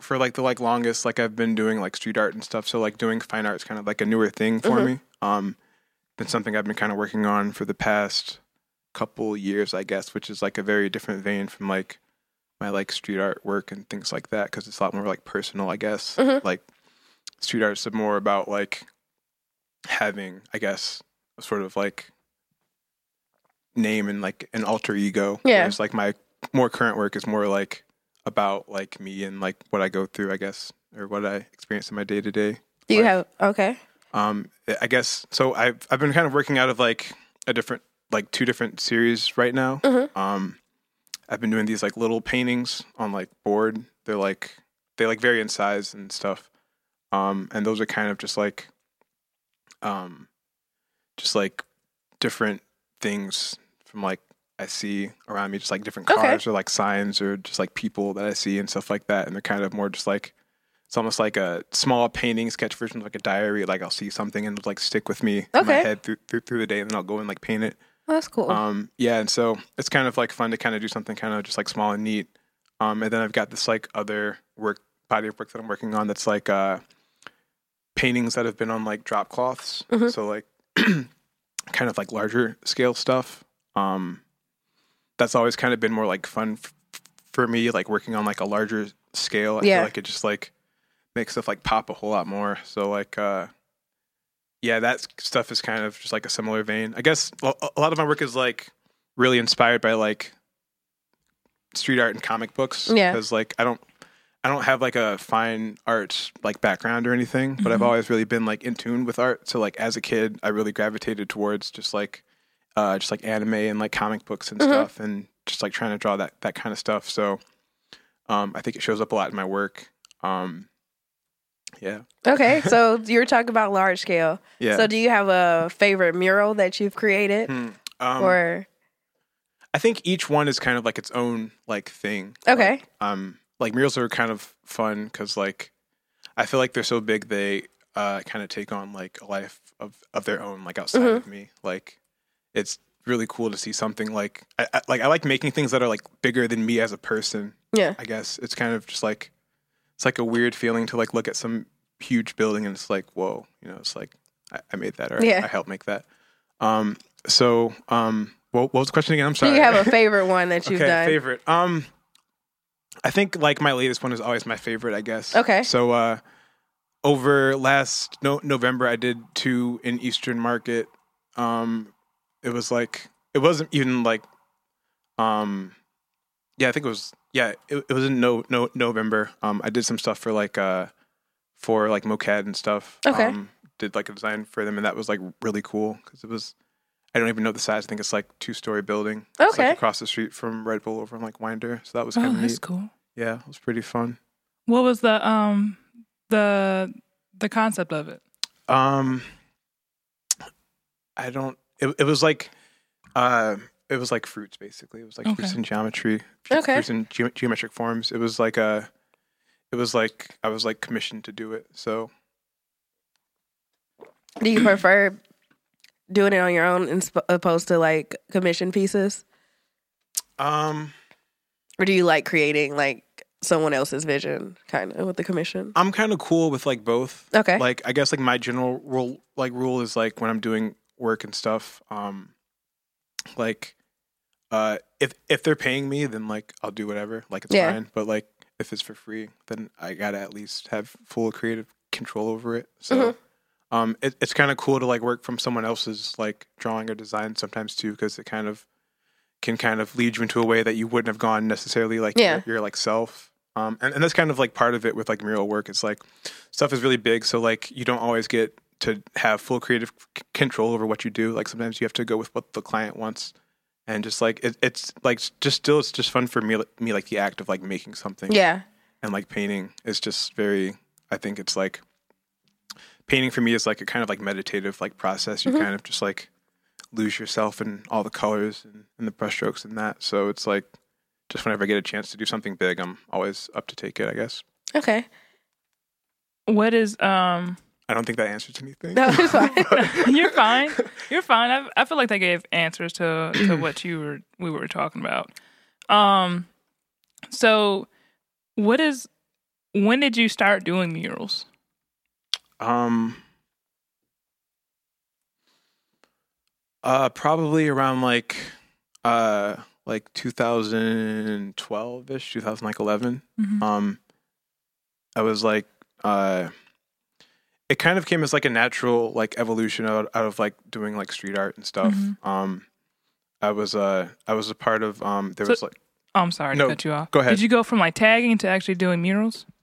Speaker 4: for like the like longest like I've been doing like street art and stuff. So like doing fine art is kind of like a newer thing for
Speaker 2: Mm-hmm.
Speaker 4: me. Um, been something I've been kind of working on for the past couple years, I guess, which is like a very different vein from like my like street art work and things like that because it's a lot more like personal, I guess.
Speaker 2: Mhm.
Speaker 4: Like street art's more about like having, I guess, a sort of like name and like an alter ego.
Speaker 2: Yeah.
Speaker 4: Whereas like my more current work is more like about like me and like what I go through, I guess, or what I experience in my day to day
Speaker 2: Do you
Speaker 4: Right.
Speaker 2: have okay?
Speaker 4: um i guess so i've i've been kind of working out of like a different like two different series right now
Speaker 2: Mhm.
Speaker 4: um i've been doing these like little paintings on like board they're like they like vary in size and stuff um and those are kind of just like um just like different things from like I see around me, just like different
Speaker 2: Okay.
Speaker 4: cars or like signs or just like people that I see and stuff like that. And they're kind of more just like It's almost like a small painting sketch version of like a diary. Like I'll see something and it'll like stick with me in my
Speaker 2: Okay.
Speaker 4: head through, through through the day, and then I'll go and like paint it.
Speaker 2: Oh, that's cool.
Speaker 4: Um, yeah, and so it's kind of like fun to kind of do something kind of just like small and neat. Um, and then I've got this like other work body of work that I'm working on that's like uh, paintings that have been on like drop cloths,
Speaker 2: Mhm.
Speaker 4: so like kind of like larger scale stuff. Um, that's always kind of been more like fun f- for me, like working on like a larger scale. I
Speaker 2: Yeah.
Speaker 4: feel like it just like makes stuff like pop a whole lot more. So like. uh yeah, that stuff is kind of just like a similar vein. I guess a a lot of my work is like really inspired by like street art and comic books.
Speaker 2: Yeah.
Speaker 4: because like I don't, I don't have like a fine arts like background or anything, but
Speaker 2: Mm-hmm.
Speaker 4: I've
Speaker 3: Mhm.
Speaker 4: always really been like in tune with art. So like as a kid, I really gravitated towards just like, uh, just like anime and like comic books and
Speaker 2: Mhm.
Speaker 4: stuff, and just like trying to draw that that kind of stuff. So, um, I think it shows up a lot in my work. Um, yeah,
Speaker 2: okay, so you were talking about large scale.
Speaker 4: yeah.
Speaker 2: So do you have a favorite mural that you've created,
Speaker 4: Hmm. Um,
Speaker 2: or
Speaker 4: I think each one is kind of like its own like thing.
Speaker 2: Okay.
Speaker 4: Like, um, like murals are kind of fun because like I feel like they're so big they uh kind of take on like a life of of their own like outside
Speaker 2: Mhm.
Speaker 4: of me. Like it's really cool to see something like I, I like I like making things that are like bigger than me as a person.
Speaker 2: yeah,
Speaker 4: I guess it's kind of just like it's like a weird feeling to like look at some huge building and it's like whoa, you know, it's like I, I made that or
Speaker 2: Yeah.
Speaker 4: I helped make that. Um, so um, what, what was the question again? I'm
Speaker 2: do
Speaker 4: sorry.
Speaker 2: you have a favorite one that you've
Speaker 4: okay,
Speaker 2: done?
Speaker 4: favorite. Um, I think like my latest one is always my favorite. I guess.
Speaker 2: Okay.
Speaker 4: So uh, over last no- November, I did two in Eastern Market. Um, it was like it wasn't even like, um, yeah, I think it was yeah, it, it was in no no November. Um, I did some stuff for like uh for like MoCAD and stuff.
Speaker 2: Okay.
Speaker 4: Um, did like a design for them, and that was like really cool because it was. I don't even know the size. I think it's like two story building. It's
Speaker 2: Okay.
Speaker 4: like across the street from Red Bull over in like Winder. So that was kind
Speaker 3: Oh,
Speaker 4: of neat.
Speaker 3: that's cool.
Speaker 4: Yeah, it was pretty fun.
Speaker 3: What was the um the the concept of it?
Speaker 4: Um, I don't. It, it was like, uh, it was like fruits basically. It was like fruits
Speaker 3: Okay.
Speaker 4: in geometry, f-
Speaker 2: Okay.
Speaker 4: fruits in geo geometric forms. It was like a, it was like I was like commissioned to do it. So
Speaker 2: Do you prefer doing it on your own as opposed to like commission pieces,
Speaker 4: um,
Speaker 2: or do you like creating like someone else's vision, kind of with the commission?
Speaker 4: I'm kind of cool with like both.
Speaker 2: Okay,
Speaker 4: like i guess like my general rule like rule is like when i'm doing work and stuff um like uh if if they're paying me then like i'll do whatever like it's
Speaker 2: Yeah.
Speaker 4: fine but like if it's for free then i gotta at least have full creative control over it so
Speaker 2: Mm-hmm.
Speaker 4: um it, it's kind of cool to like work from someone else's like drawing or design sometimes too because it kind of can kind of lead you into a way that you wouldn't have gone necessarily like
Speaker 2: Yeah.
Speaker 4: your, your like self um and, and that's kind of like part of it with like mural work it's like stuff is really big so like you don't always get to have full creative c- control over what you do like sometimes you have to go with what the client wants and just like it, it's like just still it's just fun for me me like the act of like making something
Speaker 2: yeah,
Speaker 4: and like painting is just very i think it's like painting for me is like a kind of like meditative like process you kind of just like lose yourself in all the colors and, and the brush strokes and that so it's like just whenever i get a chance to do something big i'm always up to take it i guess
Speaker 2: okay.
Speaker 3: What is um
Speaker 4: i don't think that answers anything
Speaker 2: No, it's fine.
Speaker 3: You're fine. You're fine. I, I feel like they gave answers to, to what you were we were talking about. Um, so what is when did you start doing murals?
Speaker 4: um uh probably around like uh like 2012ish 2011 um i was like uh it kind of came as like a natural like evolution out, out of like doing like street art and stuff
Speaker 3: Mhm.
Speaker 4: um i was uh i was a part of um there
Speaker 3: So-
Speaker 4: was like
Speaker 3: Oh, I'm sorry
Speaker 4: No,
Speaker 3: to cut you off.
Speaker 4: go ahead.
Speaker 3: Did you go from like tagging to actually doing murals?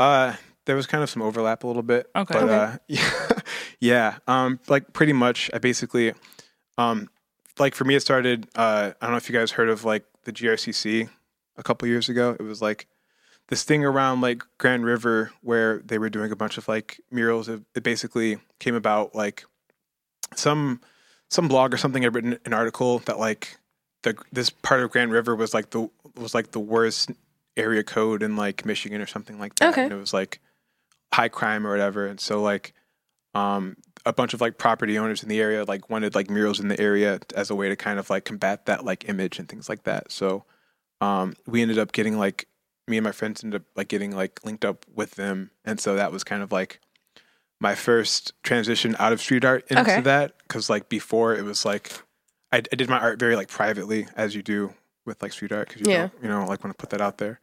Speaker 4: Uh, there was kind of some overlap a little bit.
Speaker 3: Okay.
Speaker 4: But
Speaker 2: Okay.
Speaker 4: uh, yeah, yeah. Um, like pretty much, I basically, um, like for me, it started. Uh, I don't know if you guys heard of like the GRCC a couple years ago. It was like this thing around like Grand River where they were doing a bunch of like murals. It, it basically came about like some some blog or something had written an article that like the this part of Grand River was like the was like the worst area code in like Michigan or something like that.
Speaker 2: Okay.
Speaker 4: And it was like high crime or whatever. And so like um a bunch of like property owners in the area like wanted like murals in the area as a way to kind of like combat that like image and things like that. So um we ended up getting like me and my friends ended up like getting like linked up with them. And so that was kind of like my first transition out of street art into
Speaker 2: Okay.
Speaker 4: that because like before it was like I, I did my art very like privately as you do with like street art because you
Speaker 2: Yeah.
Speaker 4: don't you know like want to put that out there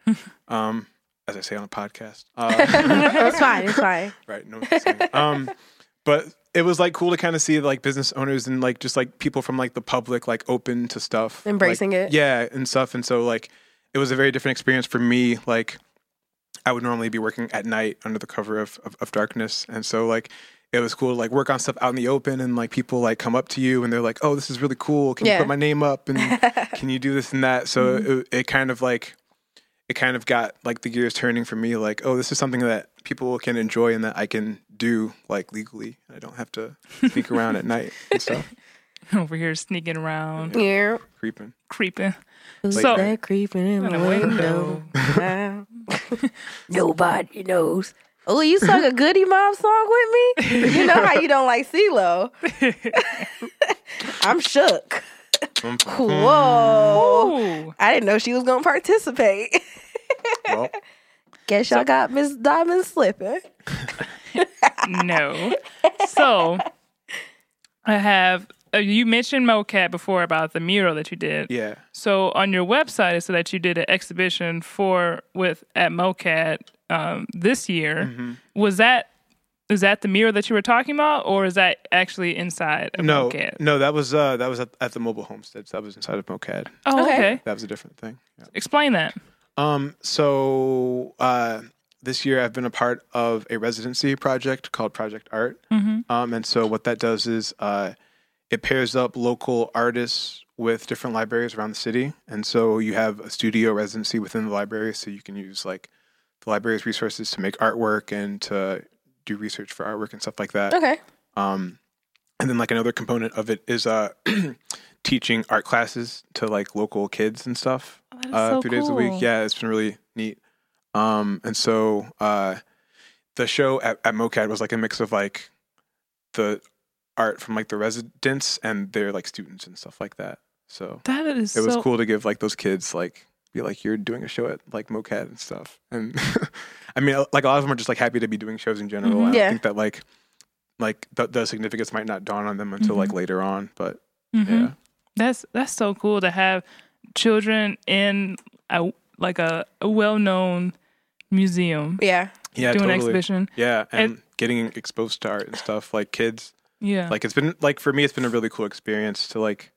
Speaker 4: um as I say on a podcast uh,
Speaker 2: it's fine. It's fine.
Speaker 4: right no one's listening. um but it was like cool to kind of see like business owners and like just like people from like the public like open to stuff like-
Speaker 2: Embracing it.
Speaker 4: yeah and stuff and so like it was a very different experience for me like i would normally be working at night under the cover of, of, of darkness and so like it was cool to like work on stuff out in the open and like people like come up to you and they're like oh this is really cool can you
Speaker 2: Yeah.
Speaker 4: put my name up and can you do this and that so it, it kind of like it kind of got like the gears turning for me like oh this is something that people can enjoy and that i can do like legally i don't have to sneak around at night and stuff
Speaker 3: over here sneaking around,
Speaker 2: Yeah.
Speaker 4: creeping
Speaker 3: creeping.
Speaker 2: Who's
Speaker 3: So-
Speaker 2: that creeping in
Speaker 3: In
Speaker 2: the
Speaker 3: the window.
Speaker 2: Oh. window? Wow. Nobody knows. Oh, you sung a Goody Mom song with me? You know how you don't like CeeLo. I'm shook. Whoa.
Speaker 3: Ooh.
Speaker 2: I didn't know she was going to participate.
Speaker 4: well
Speaker 2: Guess y'all got Miss Diamond slipping.
Speaker 3: no. So I have. Uh, you mentioned mocap before about the mural that you did.
Speaker 4: yeah
Speaker 3: So on your website, it said that you did an exhibition for with at MoCat um, this year.
Speaker 4: Mm-hmm.
Speaker 3: Was that is that the mural that you were talking about, or is that actually inside of
Speaker 4: no
Speaker 3: MoCat?
Speaker 4: no that was uh that was at, at the mobile homesteads that was inside of mocad
Speaker 3: Oh, okay.
Speaker 2: Okay.
Speaker 4: that was a different thing yeah.
Speaker 3: Explain that.
Speaker 4: Um, so uh, this year I've been a part of a residency project called Project Art. Um, and so what that does is uh, it pairs up local artists with different libraries around the city. And so you have a studio residency within the library, so you can use like the library's resources to make artwork and to do research for artwork and stuff like that.
Speaker 2: Okay.
Speaker 4: Um, and then like another component of it is uh, teaching art classes to like local kids and stuff
Speaker 3: Oh, that is
Speaker 4: uh,
Speaker 3: so
Speaker 4: three days a week.
Speaker 3: cool.
Speaker 4: Yeah, it's been really neat. Um, and so uh, the show at, at MoCAD was like a mix of like the art from like the residents and their like students and stuff like that. So
Speaker 3: That is
Speaker 4: it was
Speaker 3: so-
Speaker 4: cool to give like those kids like be like you're doing a show at like MoCAD and stuff. And I mean, uh, like a lot of them are just like happy to be doing shows in general.
Speaker 3: Mhm.
Speaker 4: I don't
Speaker 2: Yeah.
Speaker 4: think that like like the, the significance might not dawn on them until like
Speaker 3: Mm-hmm.
Speaker 4: later on. But
Speaker 3: Mhm.
Speaker 4: yeah,
Speaker 3: That's that's so cool to have children in a, like a, a well-known museum
Speaker 2: Yeah.
Speaker 4: yeah,
Speaker 3: doing an
Speaker 4: totally.
Speaker 3: exhibition.
Speaker 4: Yeah, and,
Speaker 3: And-
Speaker 4: getting exposed to art and stuff like kids.
Speaker 2: Uh-huh.
Speaker 3: Yeah.
Speaker 4: Like it's been like for me, it's been a really cool experience to like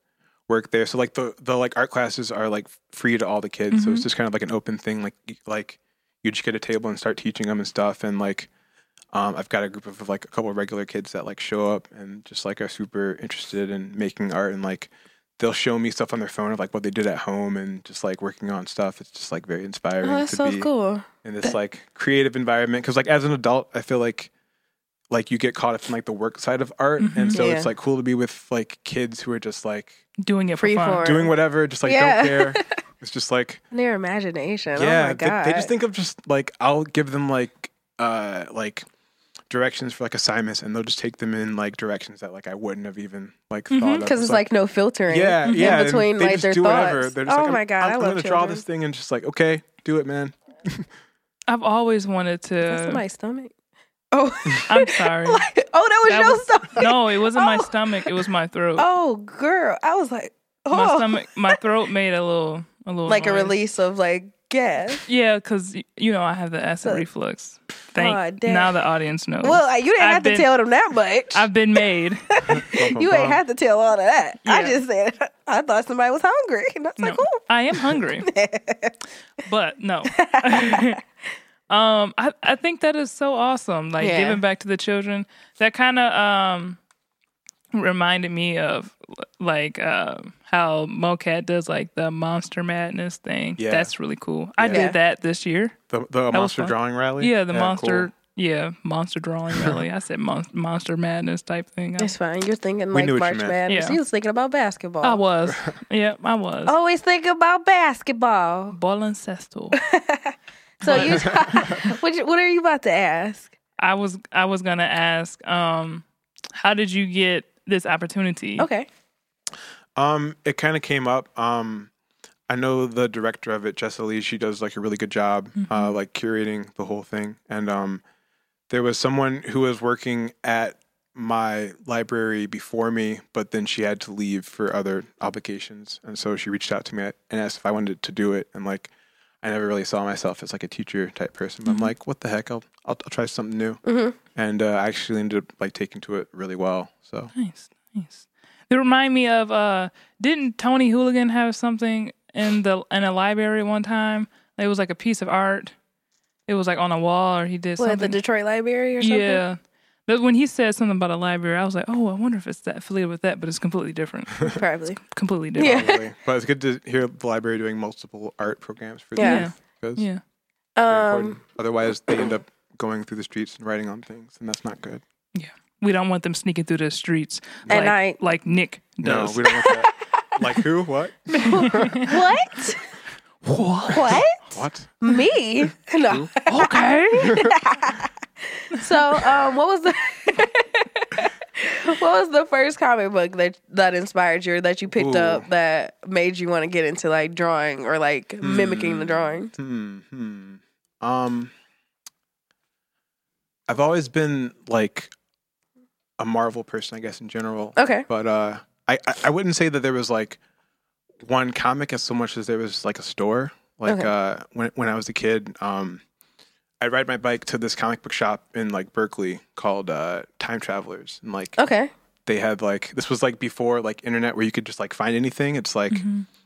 Speaker 4: work there. So like the the like art classes are like free to all the kids, so
Speaker 2: Mm-hmm.
Speaker 4: it's just kind of like an open thing. Like y- like you just get a table and start teaching them and stuff. And like um, I've got a group of like a couple of regular kids that like show up and just like are super interested in making art and like they'll show me stuff on their phone of like what they did at home and just like working on stuff. It's just like very inspiring.
Speaker 2: Oh, that's
Speaker 4: to
Speaker 2: so
Speaker 4: be
Speaker 2: cool.
Speaker 4: in this like creative environment because like as an adult i feel like like you get caught up in like the work side of art and so it's
Speaker 2: Mm-hmm. Yeah.
Speaker 4: like cool to be with like kids who are just like
Speaker 3: doing it for
Speaker 2: Free
Speaker 3: fun.
Speaker 2: for-
Speaker 4: doing whatever just like
Speaker 2: Yeah.
Speaker 4: don't care it's just like
Speaker 2: And Their imagination. oh
Speaker 4: yeah
Speaker 2: my
Speaker 4: they,
Speaker 2: god.
Speaker 4: they just think of just like i'll give them like uh like directions for like assignments and they'll just take them in like directions that like i wouldn't have even like thought of
Speaker 2: because Mm-hmm. it's like no filtering.
Speaker 4: yeah
Speaker 2: in
Speaker 4: yeah and
Speaker 2: between
Speaker 4: they
Speaker 2: like
Speaker 4: just
Speaker 2: their
Speaker 4: do
Speaker 2: thoughts.
Speaker 4: whatever They're just
Speaker 2: oh
Speaker 4: like,
Speaker 2: my god,
Speaker 4: i'm,
Speaker 2: i
Speaker 4: I'm
Speaker 2: love
Speaker 4: gonna
Speaker 2: children.
Speaker 4: draw this thing and just like okay do it man
Speaker 3: I've always wanted
Speaker 2: That's
Speaker 3: to.
Speaker 2: my stomach. Uh, Oh,
Speaker 3: I'm sorry.
Speaker 2: oh, that was
Speaker 3: That
Speaker 2: your
Speaker 3: was-
Speaker 2: stomach.
Speaker 3: No, it wasn't my
Speaker 2: Oh.
Speaker 3: stomach. It was my throat.
Speaker 2: Oh, girl, I was like, oh,
Speaker 3: My stomach, my throat made a little, a little
Speaker 2: like a
Speaker 3: noise.
Speaker 2: release of like gas.
Speaker 3: Yeah, because you know I have the acid
Speaker 2: So-
Speaker 3: reflux. Thank
Speaker 2: Aw, damn.
Speaker 3: now the audience knows.
Speaker 2: Well, like, you didn't
Speaker 3: I've
Speaker 2: have
Speaker 3: been-
Speaker 2: to tell them that much.
Speaker 3: I've been made.
Speaker 2: you ain't have to tell all of that. I
Speaker 3: Yeah.
Speaker 2: just said I thought somebody was hungry, and that's
Speaker 3: No,
Speaker 2: like, oh,
Speaker 3: I am hungry, but no. um, I I think that is so awesome. Like
Speaker 2: Yeah.
Speaker 3: giving back to the children. That kind of um reminded me of like um how MoCat does like the monster madness thing.
Speaker 4: Yeah.
Speaker 3: That's really cool. I
Speaker 4: Yeah.
Speaker 3: did that this year.
Speaker 4: the, the
Speaker 3: was
Speaker 4: monster
Speaker 3: fun.
Speaker 4: drawing rally
Speaker 3: Yeah, the
Speaker 4: cool.
Speaker 3: monster yeah, monster drawing rally. I said mon- monster madness type thing. I,
Speaker 2: It's fine. You're thinking
Speaker 4: We
Speaker 2: like
Speaker 4: knew what you
Speaker 2: March
Speaker 4: meant.
Speaker 2: Madness.
Speaker 3: Yeah.
Speaker 2: You was thinking about basketball.
Speaker 3: I was. yeah, I was. Oh.
Speaker 2: Always think about basketball.
Speaker 3: Baloncestal.
Speaker 2: So you, what, you- what are you about to ask?
Speaker 3: I was I was gonna ask, um, how did you get this opportunity?
Speaker 2: Okay.
Speaker 4: Um, it kind of came up. Um, I know the director of it, Jessa Lee. She does like a really good job,
Speaker 3: Mm-hmm.
Speaker 4: uh, like curating the whole thing. And um, there was someone who was working at my library before me, but then she had to leave for other obligations, and so she reached out to me and asked if I wanted to do it. And like, I never really saw myself as like a teacher type person.
Speaker 3: Mm-hmm.
Speaker 4: But I'm like, what the heck? I'll I'll, I'll try something new. And uh, I actually ended up like taking to it really well. So
Speaker 3: Nice, nice. They remind me of uh didn't Tony Hooligan have something in the in a library one time? It was like a piece of art. It was like on a wall or he did
Speaker 2: What, the
Speaker 3: something.
Speaker 2: Detroit Library or something?
Speaker 3: Yeah. But when he said something about a library, I was like, Oh, I wonder if it's that affiliated with that, but it's completely different.
Speaker 2: Probably.
Speaker 3: completely different.
Speaker 2: Yeah.
Speaker 4: Really. but it's good to hear the library doing multiple art programs for
Speaker 2: Yeah.
Speaker 4: the youth. 'cause
Speaker 3: Yeah.
Speaker 4: they're
Speaker 2: Um,
Speaker 4: important. Otherwise, they end up going through the streets and writing on things, and that's not good.
Speaker 3: We don't want them sneaking through the streets
Speaker 2: At
Speaker 3: like,
Speaker 2: night.
Speaker 3: like Nick
Speaker 4: No,
Speaker 3: does.
Speaker 4: we don't want that. like who? What?
Speaker 2: what?
Speaker 3: What?
Speaker 2: What?
Speaker 4: What?
Speaker 2: Me? No.
Speaker 3: Okay.
Speaker 2: So, um, what was the what was the first comic book that that inspired you, or that you picked
Speaker 4: Ooh.
Speaker 2: up, that made you want to get into like drawing or like mimicking the drawings?
Speaker 4: Hmm. Hmm. Um. I've always been like a Marvel person, I guess, in general.
Speaker 2: Okay.
Speaker 4: But uh, I I- I wouldn't say that there was like one comic as so much as there was like a store. Like
Speaker 2: Okay.
Speaker 4: uh, when when I was a kid, um, I'd ride my bike to this comic book shop in like Berkeley called uh, Time Travelers, and like
Speaker 2: Okay.
Speaker 4: they had like this was like before like internet where you could just like find anything. It's like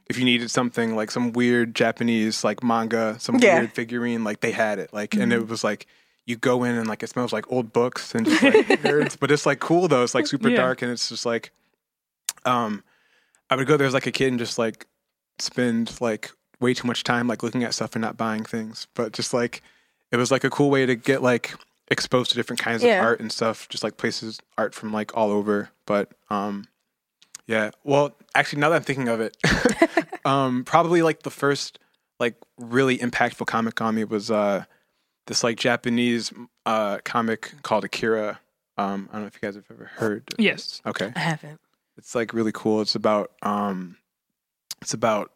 Speaker 4: if you needed something like some weird Japanese like manga, some
Speaker 2: Yeah.
Speaker 4: weird figurine, like they had it. Like and it was like you go in and like it smells like old books and just like nerds, but it's like cool though. It's like super
Speaker 3: Yeah.
Speaker 4: dark and it's just like um I would go there as like a kid and just like spend like way too much time like looking at stuff and not buying things. But just like it was like a cool way to get like exposed to different kinds
Speaker 2: Yeah.
Speaker 4: of art and stuff, just like places art from like all over. But um yeah. Well actually now that I'm thinking of it um probably like the first like really impactful comic on me was uh this like Japanese uh comic called Akira. Um I don't know if you guys have ever heard.
Speaker 3: yes.
Speaker 4: Okay
Speaker 2: I haven't.
Speaker 4: it's like really cool. It's about um, it's about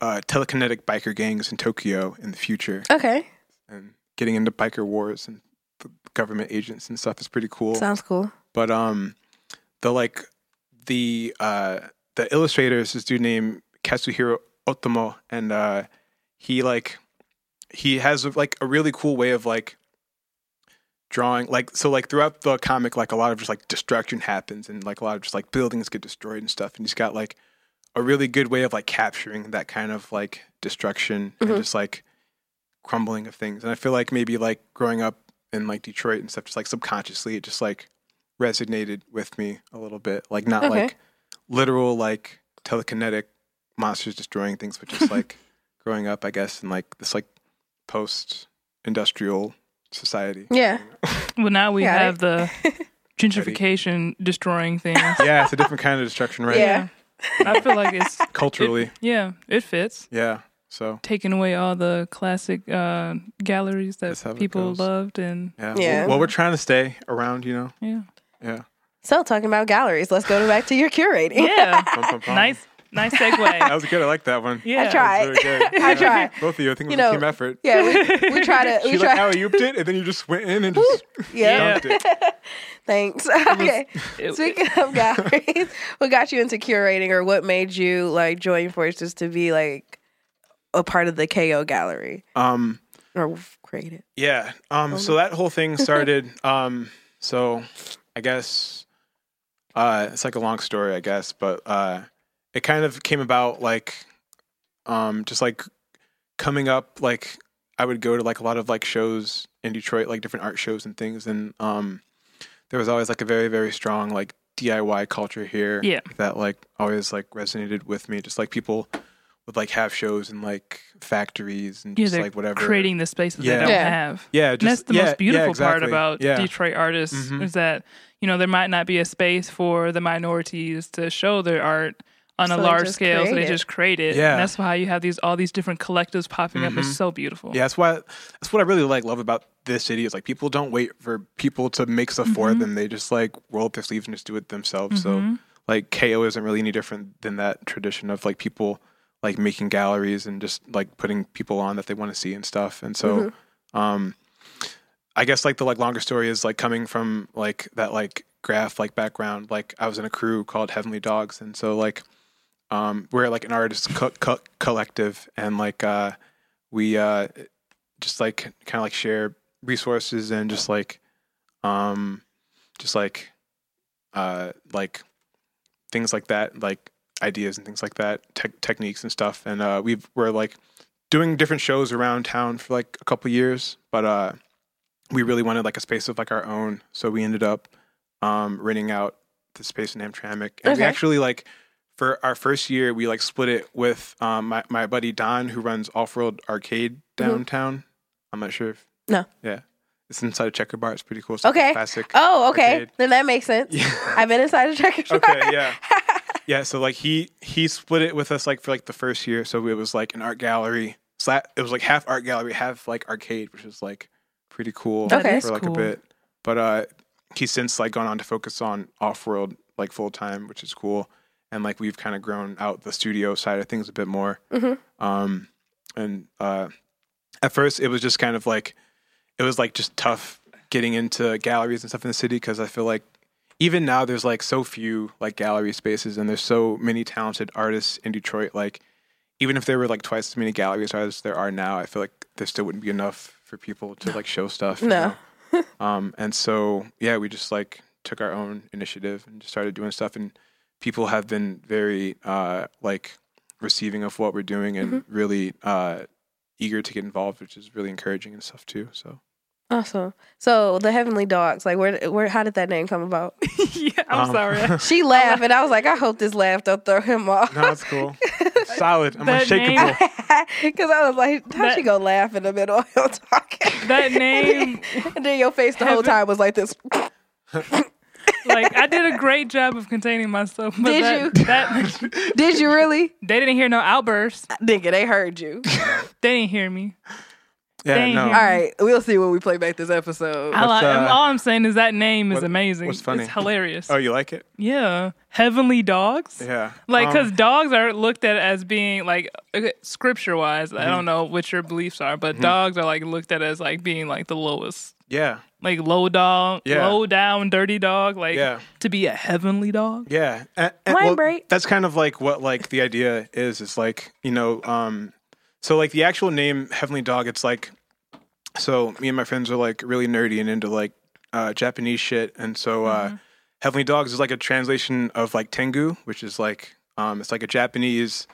Speaker 4: uh, telekinetic biker gangs in Tokyo in the future
Speaker 2: Okay.
Speaker 4: and getting into biker wars and the government agents and stuff is pretty cool.
Speaker 2: Sounds cool.
Speaker 4: but um, the like the uh, the illustrator is this dude named Katsuhiro Otomo, and uh, he like he has like a really cool way of like drawing like so like throughout the comic like a lot of just like destruction happens and like a lot of just like buildings get destroyed and stuff and he's got like a really good way of like capturing that kind of like destruction
Speaker 2: Mhm.
Speaker 4: and just like crumbling of things and i feel like maybe like growing up in like detroit and stuff just like subconsciously it just like resonated with me a little bit like not
Speaker 2: Okay.
Speaker 4: like literal like telekinetic monsters destroying things but just like growing up i guess in like this like post industrial society
Speaker 2: Yeah.
Speaker 3: Well now we
Speaker 2: Got
Speaker 3: have the gentrification destroying things.
Speaker 4: yeah, it's a different kind of destruction, right?
Speaker 2: Yeah.
Speaker 3: I feel like it's
Speaker 4: Culturally,
Speaker 3: It, yeah, it fits.
Speaker 4: yeah. So
Speaker 3: Taking away all the classic uh, galleries
Speaker 4: That's how
Speaker 3: that
Speaker 4: it
Speaker 3: people
Speaker 4: goes.
Speaker 3: loved, and
Speaker 4: yeah.
Speaker 2: Yeah.
Speaker 4: Well, well, we're trying to stay around, you know.
Speaker 3: yeah,
Speaker 4: Yeah.
Speaker 2: So talking about galleries, let's go back to your curating.
Speaker 3: yeah,
Speaker 4: Bum, bum, bum.
Speaker 3: nice, nice
Speaker 4: That
Speaker 3: segue.
Speaker 4: was good. I like that one.
Speaker 3: Yeah,
Speaker 2: I tried.
Speaker 4: That was very good.
Speaker 2: I
Speaker 4: Yeah.
Speaker 2: tried.
Speaker 4: Both of you, I think it was
Speaker 2: You
Speaker 4: a
Speaker 2: know,
Speaker 4: team effort.
Speaker 2: Yeah, we, we try to.
Speaker 4: She
Speaker 2: We
Speaker 4: like how
Speaker 2: try.
Speaker 4: you did, and then you just went in and just
Speaker 2: Yeah.
Speaker 4: dunked it.
Speaker 2: Thanks. Okay.
Speaker 3: It-
Speaker 2: Speaking of galleries, what got you into curating, or what made you like join forces to be like a part of the KO gallery
Speaker 4: Um.
Speaker 2: or create it?
Speaker 4: Yeah. Um. So that whole
Speaker 3: Oh
Speaker 4: thing started. um. So, I guess, uh, it's like a long story, I guess, but uh, it kind of came about like, um, just like coming up, like I would go to like a lot of like shows in Detroit, like different art shows and things, and um, there was always like a very very strong like DIY culture here.
Speaker 3: Yeah.
Speaker 4: That like always like resonated with me, just like people would like have shows in like factories and
Speaker 3: Yeah,
Speaker 4: just
Speaker 3: they're
Speaker 4: like whatever
Speaker 3: creating the space that
Speaker 4: Yeah.
Speaker 3: they don't
Speaker 2: Yeah.
Speaker 3: have.
Speaker 4: Yeah,
Speaker 3: And that's
Speaker 4: just-
Speaker 3: the
Speaker 4: yeah, yeah,
Speaker 3: most beautiful part
Speaker 4: exactly.
Speaker 3: about
Speaker 4: Yeah.
Speaker 3: Detroit artists
Speaker 4: Mhm.
Speaker 3: is that you know there might not be a space for the minorities to show their art on
Speaker 2: So
Speaker 3: a
Speaker 2: they
Speaker 3: large
Speaker 2: just
Speaker 3: scale, so
Speaker 2: create
Speaker 3: they
Speaker 2: it.
Speaker 3: just create it.
Speaker 4: Yeah.
Speaker 3: And that's why you have these all these different collectives popping up.
Speaker 4: Mhm.
Speaker 3: It's so beautiful.
Speaker 4: Yeah, that's why that's what I really like love about this city is like people don't wait for people to make stuff for
Speaker 3: Mm-hmm.
Speaker 4: them. They just like roll up their sleeves and just do it themselves. So like KO isn't really any different than that tradition of like people like making galleries and just like putting people on that they want to see and stuff. And so um I guess like the like longer story is like coming from like that like graph like background, like I was in a crew called Heavenly Dogs and so like um we're like an artist co- co- collective and like uh we uh just like kind of like share resources and just like um just like uh like things like that like ideas and things like that te- techniques and stuff and uh we've we're like doing different shows around town for like a couple years but uh we really wanted like a space of like our own so we ended up um renting out the space in Hamtramck and we
Speaker 2: Okay.
Speaker 4: actually like for our first year we like split it with um my, my buddy Don who runs Off-World Arcade downtown I'm not sure if
Speaker 2: Mm-hmm. No.
Speaker 4: yeah it's inside a checker bar it's pretty cool it's like a
Speaker 2: Okay.
Speaker 4: classic
Speaker 2: Oh, okay.
Speaker 4: Arcade.
Speaker 2: Then that makes sense.
Speaker 4: yeah
Speaker 2: I've been inside a Tracker Bar.
Speaker 4: okay yeah yeah so like he he split it with us like for like the first year so it was like an art gallery sla- it was like half art gallery half like arcade which was like pretty cool
Speaker 2: That Okay. is
Speaker 4: for like
Speaker 3: cool.
Speaker 4: a bit but uh he's since like gone on to focus on off-world like full-time which is cool and like we've kind of grown out the studio side of things a bit more
Speaker 2: Mhm.
Speaker 4: um and uh at first it was just kind of like it was like just tough getting into galleries and stuff in the city because i feel like even now there's like so few like gallery spaces and there's so many talented artists in detroit like even if there were like twice as many galleries as there are now i feel like there still wouldn't be enough for people to like show stuff you
Speaker 2: No.
Speaker 4: know? um and so yeah we just like took our own initiative and just started doing stuff and people have been very uh like receiving of what we're doing and really uh eager to get involved, which is really encouraging and stuff too. So
Speaker 2: Awesome. So the Heavenly Dogs, like where where how did that name come about?
Speaker 3: Yeah, I'm
Speaker 4: Um,
Speaker 3: sorry.
Speaker 2: She laughed and I was like, I hope this laugh don't throw him off.
Speaker 4: no, that's cool. Solid. I'm
Speaker 3: That name-
Speaker 4: unshakable.
Speaker 2: Cause I was like, how
Speaker 3: That-
Speaker 2: she gonna laugh in the middle of him talking?
Speaker 3: That name,
Speaker 2: and then your face the whole
Speaker 3: Heaven-
Speaker 2: time was like this.
Speaker 3: like I did a great job of containing myself. But
Speaker 2: Did
Speaker 3: that,
Speaker 2: you?
Speaker 3: That,
Speaker 2: Did you really?
Speaker 3: they didn't hear no outbursts.
Speaker 2: Nigga, they heard you.
Speaker 3: They didn't hear me.
Speaker 4: Yeah,
Speaker 3: Dang.
Speaker 4: no.
Speaker 2: All right, we'll see when we play back this episode.
Speaker 3: All,
Speaker 4: What's,
Speaker 3: I,
Speaker 4: uh,
Speaker 3: all I'm saying is that name is
Speaker 4: what-
Speaker 3: amazing.
Speaker 4: what's funny?
Speaker 3: It's hilarious.
Speaker 4: Oh, you like it?
Speaker 3: Yeah, heavenly dogs.
Speaker 4: Yeah.
Speaker 3: Like,
Speaker 4: Um,
Speaker 3: because dogs are looked at as being like scripture wise. I
Speaker 4: Mm-hmm.
Speaker 3: don't know what your beliefs are, but dogs are like looked at as like being like the lowest,
Speaker 4: yeah,
Speaker 3: like low dog,
Speaker 4: Yeah.
Speaker 3: low down, dirty dog. Like
Speaker 4: Yeah.
Speaker 3: to be a heavenly dog.
Speaker 4: yeah. And, and,
Speaker 2: Mind break.
Speaker 4: That's kind of like what like the idea is. Is like you know, um, so like the actual name Heavenly Dog. It's like so me and my friends are like really nerdy and into like uh, Japanese shit, and so uh, Heavenly Dogs is like a translation of like Tengu, which is like um, it's like a Japanese,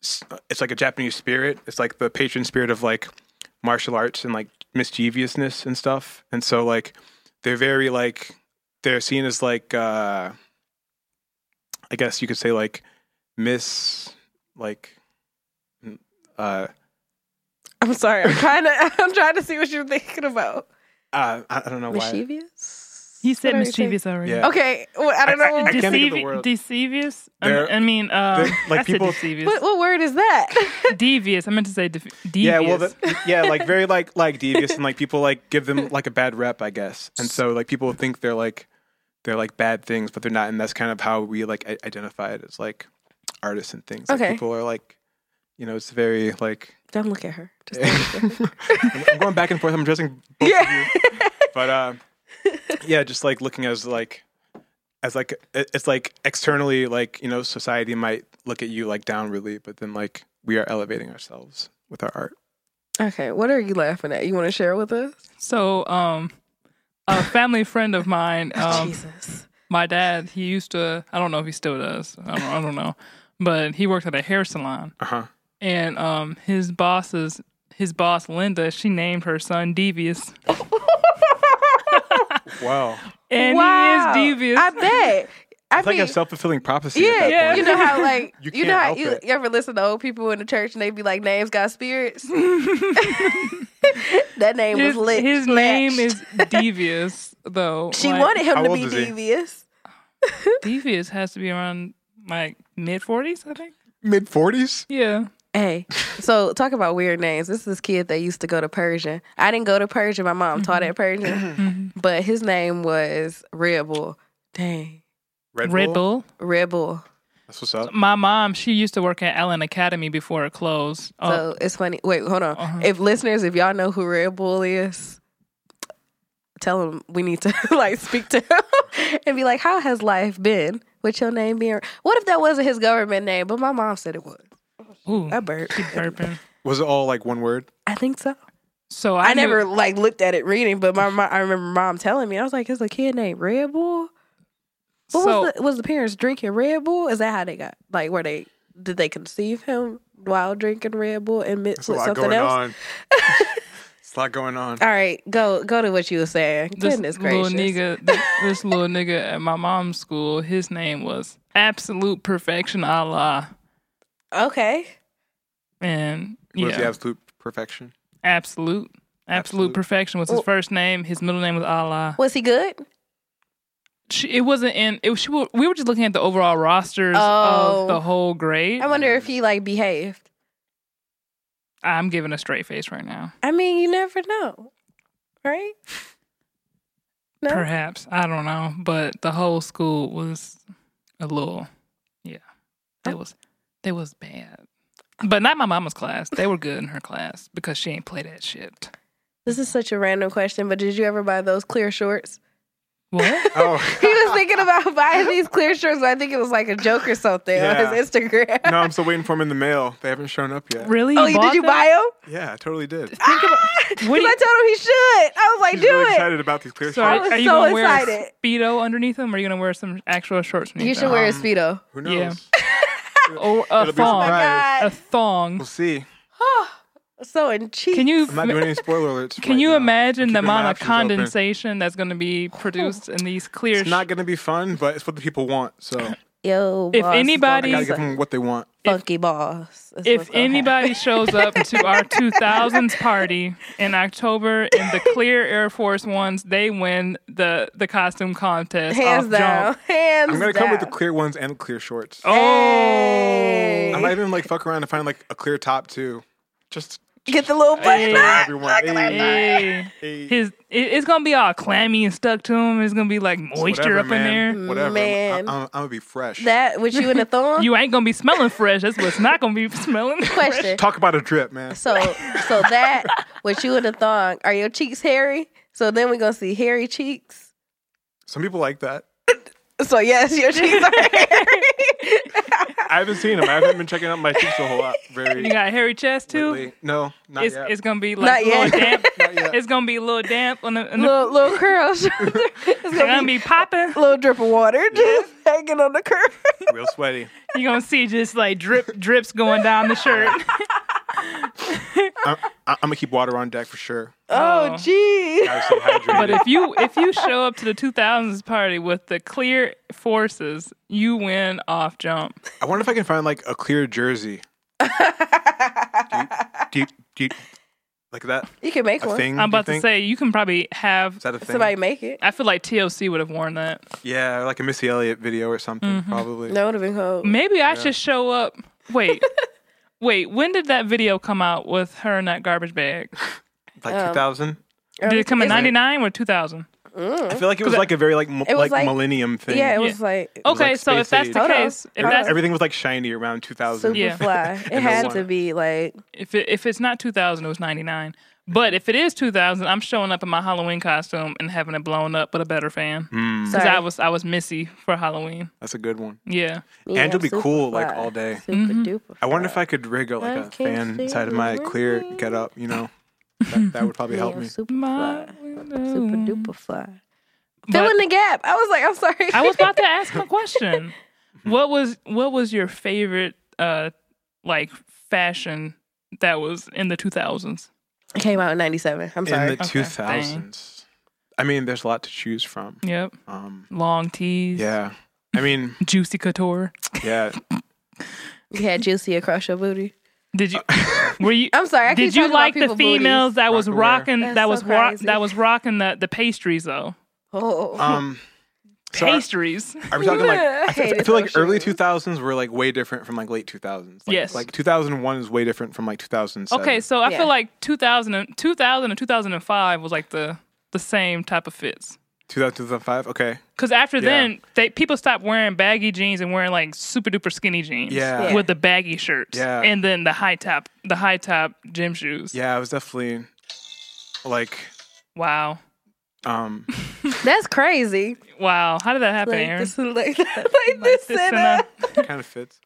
Speaker 4: it's like a Japanese spirit. It's like the patron spirit of like martial arts and like mischievousness and stuff. And so like they're very like they're seen as like uh, I guess you could say like miss like mm, uh,
Speaker 2: I'm sorry. I'm trying to. I'm trying to see what you're thinking about.
Speaker 4: uh I, I don't know why.
Speaker 2: Mischievous.
Speaker 3: He said
Speaker 2: What are you
Speaker 3: mischievous already.
Speaker 4: Yeah.
Speaker 2: Okay. Well, I don't
Speaker 4: I-
Speaker 2: know.
Speaker 4: I can't think of the
Speaker 3: Deceivi-
Speaker 4: word.
Speaker 3: deceivious. I
Speaker 4: They're-
Speaker 3: mean- I mean, um,
Speaker 4: they're- like
Speaker 3: I said
Speaker 4: people-
Speaker 3: deceivious.
Speaker 2: what, what word is that?
Speaker 3: devious. I meant to say def- devious.
Speaker 4: Yeah, well, the, yeah, like very like like devious, and like people like give them like a bad rep, I guess, and so like people think they're like they're like bad things, but they're not, and that's kind of how we like i- identify it as like artists and things. Like,
Speaker 2: Okay.
Speaker 4: people are like, you know, it's very like
Speaker 2: don't look at her. Just don't look at her.
Speaker 4: I'm I'm going back and forth. I'm addressing both
Speaker 2: Yeah.
Speaker 4: of you, but uh, yeah, just like looking as like as like it- it's like externally, like you know, society might look at you like downwardly, but then like we are elevating ourselves with our art.
Speaker 2: Okay. What are you laughing at? You want to share with us?
Speaker 3: So, um, a family friend of mine, um,
Speaker 2: Jesus.
Speaker 3: my dad, he used to, I don't know if he still does, I don't, I don't know, but he worked at a hair salon.
Speaker 4: Uh huh.
Speaker 3: And um, his boss's, his boss, Linda, she named her son Devious.
Speaker 4: Wow.
Speaker 3: And
Speaker 2: wow.
Speaker 3: he is devious.
Speaker 2: I bet. I
Speaker 4: It's like
Speaker 2: mean,
Speaker 4: a self fulfilling prophecy. at
Speaker 2: yeah,
Speaker 4: that
Speaker 3: yeah.
Speaker 4: point.
Speaker 2: you know how like
Speaker 4: You
Speaker 2: you,
Speaker 4: can't
Speaker 2: know how
Speaker 4: help
Speaker 2: you,
Speaker 4: it.
Speaker 2: you ever listen to old people in the church and they be like, "Names got spirits." that name
Speaker 3: His,
Speaker 2: was lit.
Speaker 3: his
Speaker 2: slashed.
Speaker 3: name is Devious, though.
Speaker 2: She
Speaker 3: Like,
Speaker 2: wanted him
Speaker 4: How
Speaker 2: to
Speaker 4: old
Speaker 2: be
Speaker 4: is he?
Speaker 2: devious.
Speaker 3: Devious has to be around like mid 40s, I think.
Speaker 4: Mid 40s?
Speaker 3: Yeah.
Speaker 2: Hey, so talk about weird names. This is this kid that used to go to Persian. I didn't go to Persian. My mom taught at Persian,
Speaker 3: Mhm.
Speaker 2: but his name was Red Bull. Dang,
Speaker 4: Red, Oh.
Speaker 3: Red Bull.
Speaker 2: Red Bull.
Speaker 4: That's what's up.
Speaker 3: My mom, she used to work at Allen Academy before it closed. Oh,
Speaker 2: So it's funny. Wait, hold on.
Speaker 3: Uh-huh.
Speaker 2: If listeners, if y'all know who Red Bull is, tell him we need to like speak to him and be like, "How has life been with your name being? What if that wasn't his government name? But my mom said it was.
Speaker 3: Oh, ooh,
Speaker 2: I burped.
Speaker 3: she burping.
Speaker 4: Was it all like one word?
Speaker 2: I think so.
Speaker 3: So I,
Speaker 2: I,
Speaker 3: knew-
Speaker 2: never like looked at it reading, but my, mom I remember mom telling me. I was like, "It's a kid named Red Bull." What
Speaker 3: so
Speaker 2: was the, was the parents drinking Red Bull? Is that how they got? Like, were they? Did they conceive him while drinking Red Bull and mixed
Speaker 4: That's a
Speaker 2: with
Speaker 4: lot
Speaker 2: something
Speaker 4: going
Speaker 2: else? Uh,
Speaker 4: on. It's a lot going on.
Speaker 2: All right, go go to what you were saying.
Speaker 3: this
Speaker 2: Goodness
Speaker 3: little
Speaker 2: gracious.
Speaker 3: nigga, th- this little nigga at my mom's school, his name was Absolute Perfection Allah,
Speaker 2: Okay.
Speaker 3: and
Speaker 4: Was the
Speaker 3: yeah,
Speaker 4: absolute perfection?
Speaker 3: absolute, absolute,
Speaker 4: Absolute.
Speaker 3: perfection was his
Speaker 2: Well-
Speaker 3: first name. His middle name was Allah.
Speaker 2: Was he good?
Speaker 3: She, it wasn't in. It, was- she, wa- we were just looking at the overall rosters
Speaker 2: Oh.
Speaker 3: of the whole grade.
Speaker 2: I wonder if he like behaved.
Speaker 3: I'm giving a straight face right now.
Speaker 2: I mean, you never know. Right? No.
Speaker 3: Perhaps I don't know, but the whole school was a little, yeah. They was they was bad, but not my mama's class. They were good in her class because she ain't play that shit.
Speaker 2: This is such a random question, but did you ever buy those clear shorts?
Speaker 3: What?
Speaker 4: Oh,
Speaker 2: He was thinking about buying these clear shorts, but I think it was like a joke or something
Speaker 4: Yeah.
Speaker 2: on his Instagram.
Speaker 4: no, I'm still waiting for them in the mail. They haven't shown up yet.
Speaker 3: really?
Speaker 2: oh, you, did
Speaker 3: bought
Speaker 2: you
Speaker 3: that?
Speaker 2: buy them?
Speaker 4: Yeah, I totally did.
Speaker 3: Think about what do
Speaker 2: Because Ah! I
Speaker 3: you,
Speaker 2: told him he should. I was like,
Speaker 4: She's
Speaker 2: do
Speaker 4: really
Speaker 2: it.
Speaker 4: excited about these clear
Speaker 3: so
Speaker 2: I
Speaker 4: shorts.
Speaker 2: was
Speaker 3: are you
Speaker 2: so
Speaker 3: gonna wear a
Speaker 2: excited.
Speaker 3: speedo underneath them? Or are you gonna wear some actual shorts?
Speaker 2: You
Speaker 3: underneath
Speaker 2: should wear a
Speaker 4: Um,
Speaker 2: Speedo.
Speaker 4: Who knows?
Speaker 3: yeah. them? or a
Speaker 4: It'll be a
Speaker 2: Oh my
Speaker 3: thong.
Speaker 4: surprise. Right.
Speaker 2: God.
Speaker 3: A thong.
Speaker 4: We'll see.
Speaker 2: so in cheek.
Speaker 3: Can you
Speaker 4: I'm not doing any spoiler alerts.
Speaker 3: can
Speaker 4: right
Speaker 3: you
Speaker 4: now.
Speaker 3: imagine
Speaker 4: I'm
Speaker 3: the
Speaker 4: keeping my
Speaker 3: amount of
Speaker 4: options open.
Speaker 3: condensation that's going to be produced in these clear?
Speaker 4: It's not going to be fun, but it's what the people want. So I
Speaker 2: Yo,
Speaker 3: If
Speaker 2: boss,
Speaker 3: anybody-
Speaker 4: got to
Speaker 2: doggy,
Speaker 4: give them what they want.
Speaker 2: funky boss. is
Speaker 3: if
Speaker 2: what's gonna happen.
Speaker 3: anybody shows up to our 2000s party in October in the clear Air Force Ones, they win the the costume contest.
Speaker 2: Hands
Speaker 3: off
Speaker 2: down.
Speaker 3: Jump.
Speaker 2: Hands
Speaker 4: I'm going to
Speaker 2: down.
Speaker 4: come with the clear ones and clear shorts.
Speaker 3: Oh,
Speaker 2: Hey.
Speaker 4: I might even like fuck around and find like a clear top too. Just
Speaker 2: Get the little
Speaker 4: just
Speaker 2: button
Speaker 4: for
Speaker 2: up.
Speaker 4: everyone. Hey,
Speaker 3: hey.
Speaker 4: hey.
Speaker 3: his it- it's gonna be all clammy and stuck to him. It's gonna be like moisture
Speaker 4: Whatever,
Speaker 3: up
Speaker 4: man.
Speaker 3: in
Speaker 4: Whatever.
Speaker 2: Man.
Speaker 4: I'm, I'm, I'm gonna be fresh.
Speaker 2: That with you in the
Speaker 3: there.
Speaker 2: thong.
Speaker 3: You ain't gonna be smelling fresh. That's what's not gonna be smelling. fresh.
Speaker 2: Question.
Speaker 4: Talk about a drip, man.
Speaker 2: So so that with you in the thong. Are your cheeks hairy? So then we're gonna see hairy cheeks.
Speaker 4: Some people like that.
Speaker 2: So yes, your cheeks are hairy.
Speaker 4: I haven't seen them. I haven't been checking out my cheeks a whole lot. Very
Speaker 3: You got a hairy chest too.
Speaker 4: lately. No, not
Speaker 3: It's
Speaker 4: yet.
Speaker 3: it's gonna be
Speaker 2: Not
Speaker 3: like a little
Speaker 2: yet.
Speaker 3: damp.
Speaker 4: Not yet.
Speaker 3: It's gonna be a little damp on the, on the
Speaker 2: little little curls. it's
Speaker 3: it's
Speaker 2: gonna
Speaker 3: gonna
Speaker 2: be
Speaker 3: be popping.
Speaker 2: a little drip of water just hanging on the curve.
Speaker 4: real sweaty.
Speaker 3: You're gonna see just like drip drips going down the shirt.
Speaker 4: I'm, I'm gonna keep water on deck for sure.
Speaker 2: Oh
Speaker 3: Oh.
Speaker 2: gee.
Speaker 4: Gotta stay hydrated.
Speaker 3: But if you if you show up to the 2000s party with the clear forces, you win off jump.
Speaker 4: I wonder if I can find like a clear jersey. Do you, do you, like that
Speaker 2: You can make
Speaker 4: a
Speaker 2: one.
Speaker 4: thing?
Speaker 3: I'm
Speaker 4: do you
Speaker 3: about to
Speaker 4: think?
Speaker 3: say you can probably have.
Speaker 4: Is that a thing?
Speaker 2: Somebody make it.
Speaker 3: I feel like TLC would have worn that.
Speaker 4: Yeah, like a Missy Elliott video or something,
Speaker 3: Mm-hmm.
Speaker 4: probably.
Speaker 2: That would have been cold.
Speaker 3: Maybe I should show up. Wait, wait. When did that video come out with her in that garbage bag?
Speaker 4: Like
Speaker 2: Um,
Speaker 4: 2000.
Speaker 3: Did it come in
Speaker 2: Is it-
Speaker 3: '99 or 2000?
Speaker 4: I feel like it was like a very like mo-
Speaker 2: hmm. It was
Speaker 4: like,
Speaker 2: like-
Speaker 4: millennium thing.
Speaker 2: Yeah, it
Speaker 3: Yeah. Oh,
Speaker 2: was like
Speaker 4: was
Speaker 3: Okay,
Speaker 4: like
Speaker 3: so if
Speaker 4: space
Speaker 3: that's the
Speaker 2: age. Hold on.
Speaker 3: case, if
Speaker 2: Hold
Speaker 3: that's
Speaker 4: Everything was like shiny around 2000.
Speaker 2: super
Speaker 3: Yeah.
Speaker 2: fly. It
Speaker 4: the
Speaker 2: had
Speaker 4: water. Mm.
Speaker 2: to be like
Speaker 3: If it, if it's not 2000, it was 99. But if it is 2000, I'm showing up in my Halloween costume and having it blown up, but a better fan.
Speaker 4: Mm,
Speaker 3: Because
Speaker 2: Sorry.
Speaker 3: I was I was Missy for Halloween.
Speaker 4: that's a good one.
Speaker 3: Yeah.
Speaker 2: yeah,
Speaker 4: Andrew be
Speaker 2: super
Speaker 4: cool, like,
Speaker 2: fly.
Speaker 4: all day.
Speaker 2: Super
Speaker 3: Mm-hmm.
Speaker 2: duper.
Speaker 4: I wonder if I could rig a, like
Speaker 2: I
Speaker 4: a
Speaker 2: can't
Speaker 4: fan inside of
Speaker 2: see
Speaker 4: my
Speaker 2: the
Speaker 4: clear
Speaker 2: rain.
Speaker 4: get up, you know? That, that would probably
Speaker 2: fly.
Speaker 4: help
Speaker 2: Yeah,
Speaker 4: me.
Speaker 2: Super
Speaker 3: My
Speaker 2: fly.
Speaker 3: window.
Speaker 2: Super duper fly.
Speaker 3: But
Speaker 2: Filling the gap. I was like, I'm sorry.
Speaker 3: I was about to ask my question. What was what was your favorite uh like fashion that was in the 2000s?
Speaker 2: It came out in '97. I'm
Speaker 4: In
Speaker 2: sorry.
Speaker 4: the
Speaker 3: Okay,
Speaker 4: 2000s. I mean, there's a lot to choose from.
Speaker 3: Yep.
Speaker 4: Um,
Speaker 3: Long tees.
Speaker 4: yeah. I mean,
Speaker 3: Juicy Couture.
Speaker 4: yeah.
Speaker 2: You had Juicy across your booty.
Speaker 3: Did you? Were you?
Speaker 2: I'm sorry. I keep
Speaker 3: Did you
Speaker 2: talking about
Speaker 3: like the
Speaker 2: people's booties.
Speaker 3: females that was
Speaker 4: Rock aware.
Speaker 3: rocking
Speaker 2: That's
Speaker 3: that
Speaker 2: so
Speaker 3: was rock,
Speaker 2: crazy.
Speaker 3: that was rocking the the pastries though?
Speaker 2: Oh,
Speaker 4: Um, so are,
Speaker 3: Pastries.
Speaker 4: are we talking like? I, f-
Speaker 2: Hated
Speaker 4: I feel like
Speaker 2: those
Speaker 4: early
Speaker 2: shoes.
Speaker 4: two thousands were like way different from like late two thousands. Like,
Speaker 3: Yes.
Speaker 4: Like two thousand one is way different from like two thousand.
Speaker 3: Okay, so I
Speaker 2: Yeah.
Speaker 3: feel like 2000 and, 2000 and 2005 was like the the same type of fits.
Speaker 4: 2005. Okay.
Speaker 3: Because after then, they people stopped wearing baggy jeans and wearing like super duper skinny jeans
Speaker 4: Yeah.
Speaker 3: with the baggy shirts
Speaker 4: Yeah.
Speaker 3: and then the high top the high top gym shoes.
Speaker 4: Yeah, it was definitely like
Speaker 3: Wow.
Speaker 4: um
Speaker 2: that's crazy.
Speaker 3: Wow. How did that happen,
Speaker 2: Like
Speaker 3: Aaron?
Speaker 2: this, like, like this,
Speaker 3: This
Speaker 2: and
Speaker 3: and
Speaker 2: that.
Speaker 3: I-
Speaker 4: kind of fits.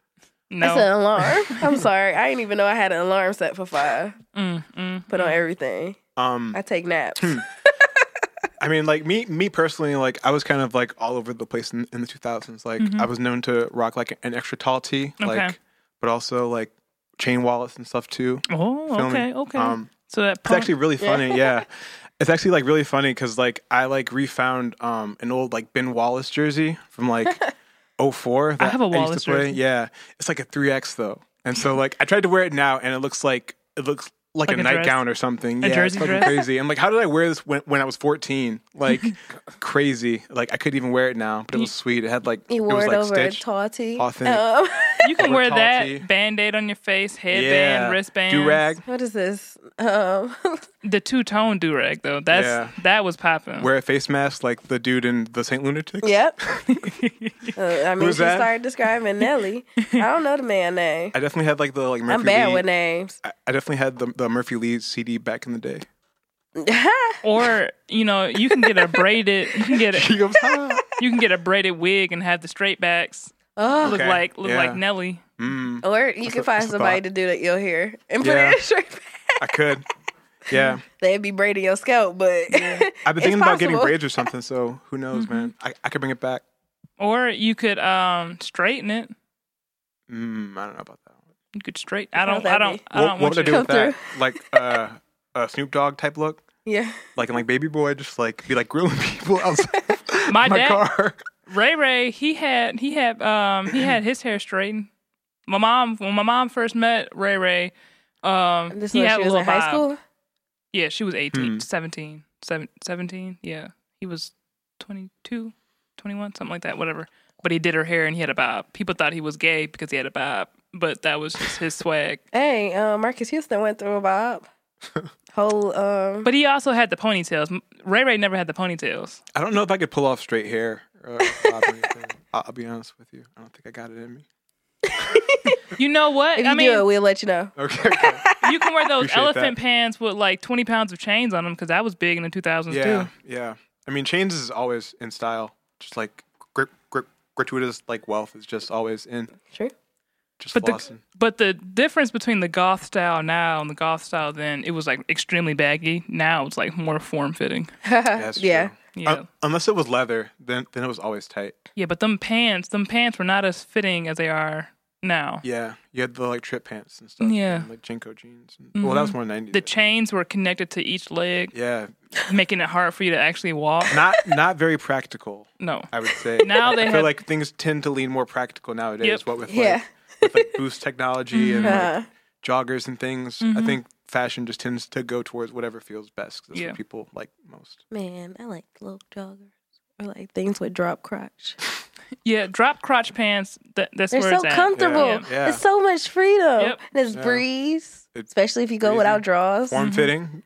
Speaker 3: no.
Speaker 2: That's an alarm. I'm sorry. I didn't even know I had an alarm set for five.
Speaker 3: Mm, mm.
Speaker 2: Put on everything.
Speaker 4: Um
Speaker 2: I take naps.
Speaker 4: I mean, like me, me personally, like I was kind of like all over the place in, in the 2000s. Like I was known to rock like an extra tall tee, like,
Speaker 3: Mm-hmm. Okay.
Speaker 4: but also like chain wallets and stuff too.
Speaker 3: Oh,
Speaker 4: Feel me?
Speaker 3: okay, okay.
Speaker 4: Um,
Speaker 3: so that
Speaker 4: It's
Speaker 3: punk-
Speaker 4: actually really funny. Yeah. It's actually like really funny because like I like refound um an old like Ben Wallace jersey from like 04 that
Speaker 3: have a
Speaker 4: used to
Speaker 3: Wallace
Speaker 4: play.
Speaker 3: jersey.
Speaker 4: Yeah. It's like a 3X though. And so like I tried to wear it now and it looks like it looks like,
Speaker 3: Like
Speaker 4: a,
Speaker 3: a dress?
Speaker 4: nightgown or something.
Speaker 3: A
Speaker 4: yeah,
Speaker 3: jersey
Speaker 4: it's fucking
Speaker 3: dress?
Speaker 4: crazy. I'm like, how did I wear this when, when I was 14? Like crazy. Like I couldn't even wear it now, but it was sweet. It had like
Speaker 2: He
Speaker 4: it
Speaker 2: wore
Speaker 4: was
Speaker 2: it,
Speaker 4: like
Speaker 2: over
Speaker 4: stitched.
Speaker 2: a tall tee.
Speaker 4: authentic.
Speaker 2: Um,
Speaker 3: you can
Speaker 4: over
Speaker 3: wear
Speaker 4: tall
Speaker 3: that
Speaker 4: tee.
Speaker 3: band-aid on your face, headband,
Speaker 4: yeah.
Speaker 3: wristband,
Speaker 4: Do rag.
Speaker 2: what is this? Um,
Speaker 3: The two-tone do rag though. That's
Speaker 4: Yeah.
Speaker 3: that was popping.
Speaker 4: Wear a face mask like the dude in the Saint Lunatics.
Speaker 2: yep. Uh, I mean,
Speaker 4: Who's
Speaker 2: she
Speaker 4: that?
Speaker 2: started describing Nelly. I don't know the man name.
Speaker 4: I definitely had like the like Mercury
Speaker 2: I'm bad with names.
Speaker 4: I, I definitely had the, the Murphy Lee CD back in the day.
Speaker 3: or you know, you can get a braided, you can get a,
Speaker 4: He goes, "Ah."
Speaker 3: you can get a braided wig and have the straight backs
Speaker 2: oh,
Speaker 3: look
Speaker 4: Okay,
Speaker 3: like look
Speaker 4: yeah.
Speaker 3: like Nelly.
Speaker 4: Mm,
Speaker 2: or you can
Speaker 4: a-
Speaker 2: find
Speaker 4: that's a
Speaker 2: somebody
Speaker 4: thought.
Speaker 2: to do that your hair and put
Speaker 4: Yeah.
Speaker 2: it in straight back.
Speaker 4: I could. Yeah.
Speaker 2: They'd be braiding your scalp, but
Speaker 4: I've been
Speaker 2: It's
Speaker 4: thinking about getting
Speaker 2: possible.
Speaker 4: braids or something, so who knows,
Speaker 3: Mm-hmm.
Speaker 4: man? I, I could bring it back.
Speaker 3: Or you could um straighten it.
Speaker 4: Mm, I don't know about that.
Speaker 3: You could straight. I
Speaker 2: How'd
Speaker 3: don't. I
Speaker 2: that
Speaker 3: don't.
Speaker 2: be?
Speaker 3: I don't want
Speaker 4: what what would I
Speaker 3: you
Speaker 4: do
Speaker 3: to.
Speaker 4: with that? Like uh, a Snoop Dogg type look?
Speaker 2: yeah.
Speaker 4: Like, and like baby boy, just like be like grilling people outside
Speaker 3: My,
Speaker 4: my
Speaker 3: dad,
Speaker 4: car.
Speaker 3: Ray Ray, he had he had um he had his hair straightened. My mom, when my mom first met Ray Ray, um,
Speaker 2: This
Speaker 3: he
Speaker 2: when
Speaker 3: had
Speaker 2: she
Speaker 3: a
Speaker 2: was
Speaker 3: little
Speaker 2: in high
Speaker 3: bob.
Speaker 2: school.
Speaker 3: Yeah, she was 18,
Speaker 4: Hmm.
Speaker 3: 17, seven- 17. Yeah. He was 22, 21, something like that, whatever. But he did her hair and he had a bob. People thought he was gay because he had a bob, but that was just his swag.
Speaker 2: Hey, uh, Marcus Houston went through a bob. Whole um,
Speaker 3: But he also had the ponytails. M- Ray Ray never had the ponytails.
Speaker 4: I don't know if I could pull off straight hair. Or bob or anything. I'll, I'll be honest with you. I don't think I got it in me.
Speaker 3: You know what?
Speaker 2: if you
Speaker 3: I mean,
Speaker 2: do it, we'll let you know.
Speaker 4: Okay. okay.
Speaker 3: you can wear those
Speaker 4: Appreciate
Speaker 3: elephant
Speaker 4: that.
Speaker 3: pants with like 20 pounds of chains on them because that was big in the 2000s
Speaker 4: Yeah,
Speaker 3: too.
Speaker 4: yeah. I mean, chains is always in style. Just like gr- gr- gratuitous, like wealth is just always in.
Speaker 2: True.
Speaker 4: Just
Speaker 3: But
Speaker 4: flossing.
Speaker 3: the, but the difference between the goth style now and the goth style then, it was like extremely baggy. Now it's like more form fitting.
Speaker 4: That's
Speaker 2: yeah.
Speaker 3: Uh,
Speaker 4: true.
Speaker 3: Yeah.
Speaker 4: Un- unless it was leather, then then it was always tight.
Speaker 3: Yeah, but them pants, them pants were not as fitting as they are now.
Speaker 4: Yeah, you had the like trip pants and stuff.
Speaker 3: Yeah. Mm-hmm.
Speaker 4: and, like jinko jeans. And, Well, that was more ninety.
Speaker 3: The chains were connected to each leg,
Speaker 4: Yeah,
Speaker 3: making it hard for you to actually walk.
Speaker 4: not not very practical.
Speaker 3: No.
Speaker 4: I would say
Speaker 3: Now they
Speaker 4: I feel
Speaker 3: have-
Speaker 4: like things tend to lean more practical nowadays.
Speaker 3: Yep. Mm-hmm.
Speaker 4: What with like,
Speaker 2: Yeah. Uh-huh.
Speaker 4: with, like boost technology and like, joggers and things. I think fashion just tends to go towards whatever feels best. 'cause That's
Speaker 3: Yeah.
Speaker 4: what people like most.
Speaker 2: Man, I like little joggers or like things with drop crotch.
Speaker 3: Yeah, drop crotch pants. That, that's
Speaker 2: They're
Speaker 3: where
Speaker 2: so
Speaker 3: it's at.
Speaker 2: comfortable.
Speaker 3: Yeah.
Speaker 4: Yeah.
Speaker 2: It's so much freedom.
Speaker 3: Yep.
Speaker 2: And it's breeze,
Speaker 4: It's
Speaker 2: especially if you go
Speaker 4: breezy.
Speaker 2: without draws.
Speaker 3: Mm-hmm.
Speaker 4: Form fitting.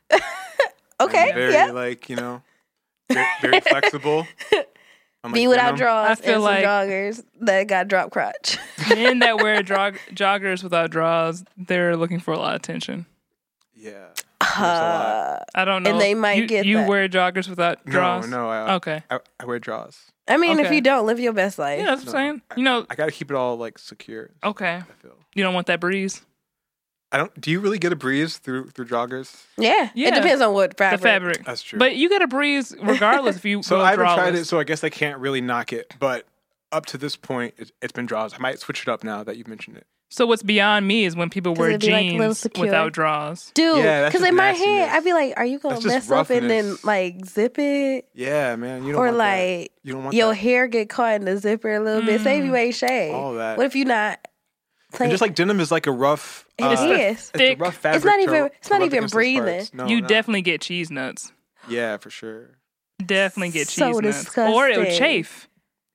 Speaker 2: Okay,
Speaker 4: Very
Speaker 2: yeah.
Speaker 4: like you know, very, very flexible. Unlike
Speaker 2: Be without
Speaker 4: denim.
Speaker 2: draws
Speaker 3: I feel
Speaker 2: and
Speaker 3: like-
Speaker 2: some joggers that got drop crotch.
Speaker 3: Men that wear jog- joggers without draws, they're looking for a lot of attention.
Speaker 4: Yeah. There's a lot.
Speaker 2: Uh,
Speaker 3: I don't know.
Speaker 2: And they might
Speaker 3: you,
Speaker 2: get
Speaker 3: You
Speaker 2: that.
Speaker 3: wear joggers without
Speaker 4: No,
Speaker 3: draws?
Speaker 4: no. I,
Speaker 3: Okay.
Speaker 4: I, I wear draws.
Speaker 2: I mean, if
Speaker 3: Okay.
Speaker 2: you don't live your best life,
Speaker 3: Yeah, that's what I'm saying. You know,
Speaker 4: I gotta keep it all like secure.
Speaker 3: okay.
Speaker 4: I feel.
Speaker 3: You don't want that breeze.
Speaker 4: I don't. Do you really get a breeze through through joggers?
Speaker 2: yeah,
Speaker 3: Yeah.
Speaker 2: it depends on what fabric.
Speaker 3: The fabric.
Speaker 4: That's true.
Speaker 3: But you get a breeze regardless if you
Speaker 4: so
Speaker 3: go
Speaker 4: I haven't tried
Speaker 3: drawless.
Speaker 4: it, so I guess I can't really knock it. But up to this point, it, it's been draws. I might switch it up now that you mentioned it.
Speaker 3: So what's beyond me is when people wear
Speaker 2: it'd be, like, a little
Speaker 3: jeans
Speaker 2: secure.
Speaker 3: without draws.
Speaker 2: Dude,
Speaker 4: Yeah, that's
Speaker 2: because
Speaker 4: just
Speaker 2: in my
Speaker 4: nastiness.
Speaker 2: head, I'd be like, are you going
Speaker 4: That's
Speaker 2: to
Speaker 4: just
Speaker 2: mess up and then
Speaker 4: roughness.
Speaker 2: like zip it?
Speaker 4: Yeah, man. You don't
Speaker 2: Or
Speaker 4: want that.
Speaker 2: like
Speaker 4: you don't want
Speaker 2: your
Speaker 4: that.
Speaker 2: hair get caught in the zipper a little bit? Say
Speaker 3: Mm.
Speaker 2: you ain't shaved.
Speaker 4: All that.
Speaker 2: What if you not
Speaker 4: And
Speaker 2: playing?
Speaker 4: just like denim is like a rough.
Speaker 2: It
Speaker 4: uh,
Speaker 2: is.
Speaker 4: It's a
Speaker 3: Thick.
Speaker 4: rough fabric.
Speaker 2: It's not
Speaker 4: to-
Speaker 2: even-
Speaker 4: to
Speaker 2: it's not
Speaker 4: rub
Speaker 2: even
Speaker 4: against those
Speaker 2: breathing.
Speaker 4: parts. No,
Speaker 3: you
Speaker 4: no.
Speaker 3: definitely get cheese nuts.
Speaker 4: Yeah, for sure.
Speaker 3: Definitely get cheese
Speaker 2: So
Speaker 3: nuts. Or it would
Speaker 2: disgusting.
Speaker 3: chafe.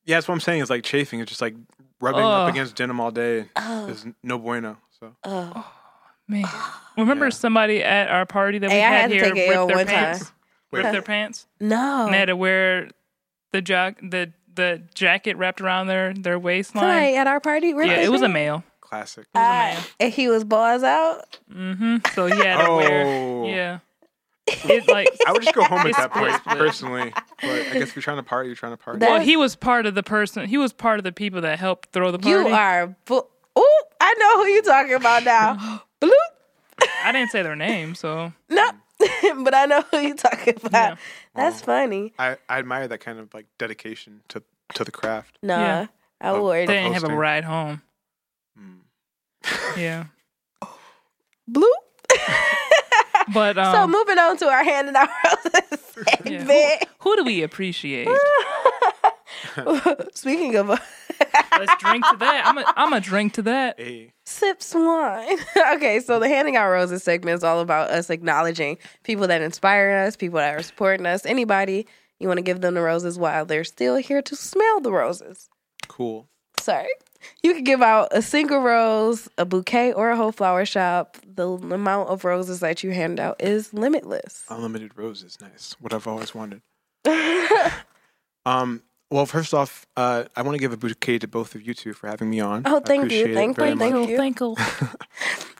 Speaker 4: Yeah, that's what I'm saying. It's like chafing. It's just like rubbing up
Speaker 3: Ugh.
Speaker 4: against denim all day
Speaker 2: oh,
Speaker 4: is no bueno. So
Speaker 2: oh.
Speaker 3: Man. Remember
Speaker 4: Yeah.
Speaker 3: somebody at our party that we
Speaker 2: Hey, I
Speaker 3: had,
Speaker 2: had to
Speaker 3: here
Speaker 2: take a
Speaker 3: ripped
Speaker 2: L
Speaker 3: their
Speaker 2: one
Speaker 3: pants?
Speaker 2: time. Oh.
Speaker 3: Ripped their pants.
Speaker 2: No.
Speaker 3: And they had to wear the jock the the jacket wrapped around their, their waistline.
Speaker 2: Somebody at our party? ripped
Speaker 3: Yeah,
Speaker 2: their
Speaker 3: it was a
Speaker 2: pants?
Speaker 3: male.
Speaker 4: classic.
Speaker 2: Ah, and he was balls out.
Speaker 3: Mm-hmm. So he had to wear
Speaker 4: oh,
Speaker 3: Yeah. It like
Speaker 4: I would just go home at
Speaker 3: It's
Speaker 4: that point
Speaker 3: split.
Speaker 4: personally. But I guess if you're trying to party, you're trying to party.
Speaker 2: That-
Speaker 3: Well, he was part of the person. He was part of the people that helped throw the party.
Speaker 2: You are. Bu- Ooh, I know who you're talking about now. Bloop.
Speaker 3: I didn't say their name, so
Speaker 2: No, but I know who you're talking about.
Speaker 3: Yeah.
Speaker 2: That's funny.
Speaker 4: I, I admire that kind of like dedication to to the craft.
Speaker 2: Nah,
Speaker 3: Yeah.
Speaker 2: I
Speaker 4: Oh.
Speaker 3: they
Speaker 2: would.
Speaker 3: didn't have a
Speaker 4: Hosting.
Speaker 3: ride home.
Speaker 4: Mm.
Speaker 3: Yeah,
Speaker 2: Bloop.
Speaker 3: but um,
Speaker 2: so moving on to our handing out roses
Speaker 3: yeah.
Speaker 2: segment.
Speaker 3: who do we appreciate?
Speaker 2: Speaking of a
Speaker 3: Let's drink to that. I'm a, I'm a drink to that.
Speaker 4: Hey,
Speaker 2: sips wine. okay, so the handing out roses segment is all about us acknowledging people that inspire us, people that are supporting us, anybody. You want to give them the roses while they're still here to smell the roses.
Speaker 4: cool.
Speaker 2: sorry. You can give out a single rose, a bouquet, or a whole flower shop. The amount of roses that you hand out is limitless.
Speaker 4: Unlimited roses, nice. What I've always wanted. Um, well, first off, uh, I want to give a bouquet to both of you two for having me on.
Speaker 2: Oh,
Speaker 4: I
Speaker 2: thank you,
Speaker 4: appreciate it
Speaker 2: thank
Speaker 4: very
Speaker 2: you,
Speaker 4: much.
Speaker 2: thank you.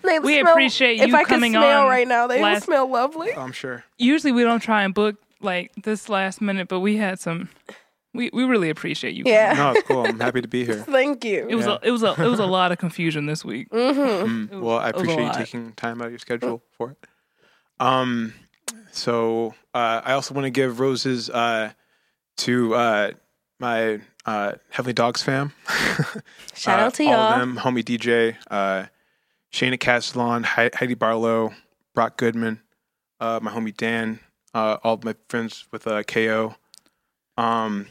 Speaker 2: They
Speaker 3: We appreciate
Speaker 2: if
Speaker 3: you
Speaker 2: I could
Speaker 3: coming
Speaker 2: smell
Speaker 3: on
Speaker 2: right now, they would
Speaker 3: last-
Speaker 2: smell lovely.
Speaker 4: Oh, I'm sure.
Speaker 3: Usually we don't try and book like this last minute, but we had some. We we really appreciate you.
Speaker 2: Yeah.
Speaker 4: No, it's cool. I'm happy to be here.
Speaker 2: Thank
Speaker 3: it
Speaker 2: you.
Speaker 3: was a, it was a it was a lot of confusion this week.
Speaker 2: Mm-hmm.
Speaker 4: Mm, well, I
Speaker 3: it was a
Speaker 4: appreciate you
Speaker 3: lot.
Speaker 4: taking time out of your schedule for it. Um, so uh, I also want to give roses uh, to uh, my uh, Heavenly Dogs fam.
Speaker 2: Shout
Speaker 4: Uh,
Speaker 2: out to
Speaker 4: all of
Speaker 2: y'all.
Speaker 4: them, homie DJ, uh, Shayna Castellon, Hei- Heidi Barlow, Brock Goodman, uh, my homie Dan, uh, all of my friends with uh, KO. Um,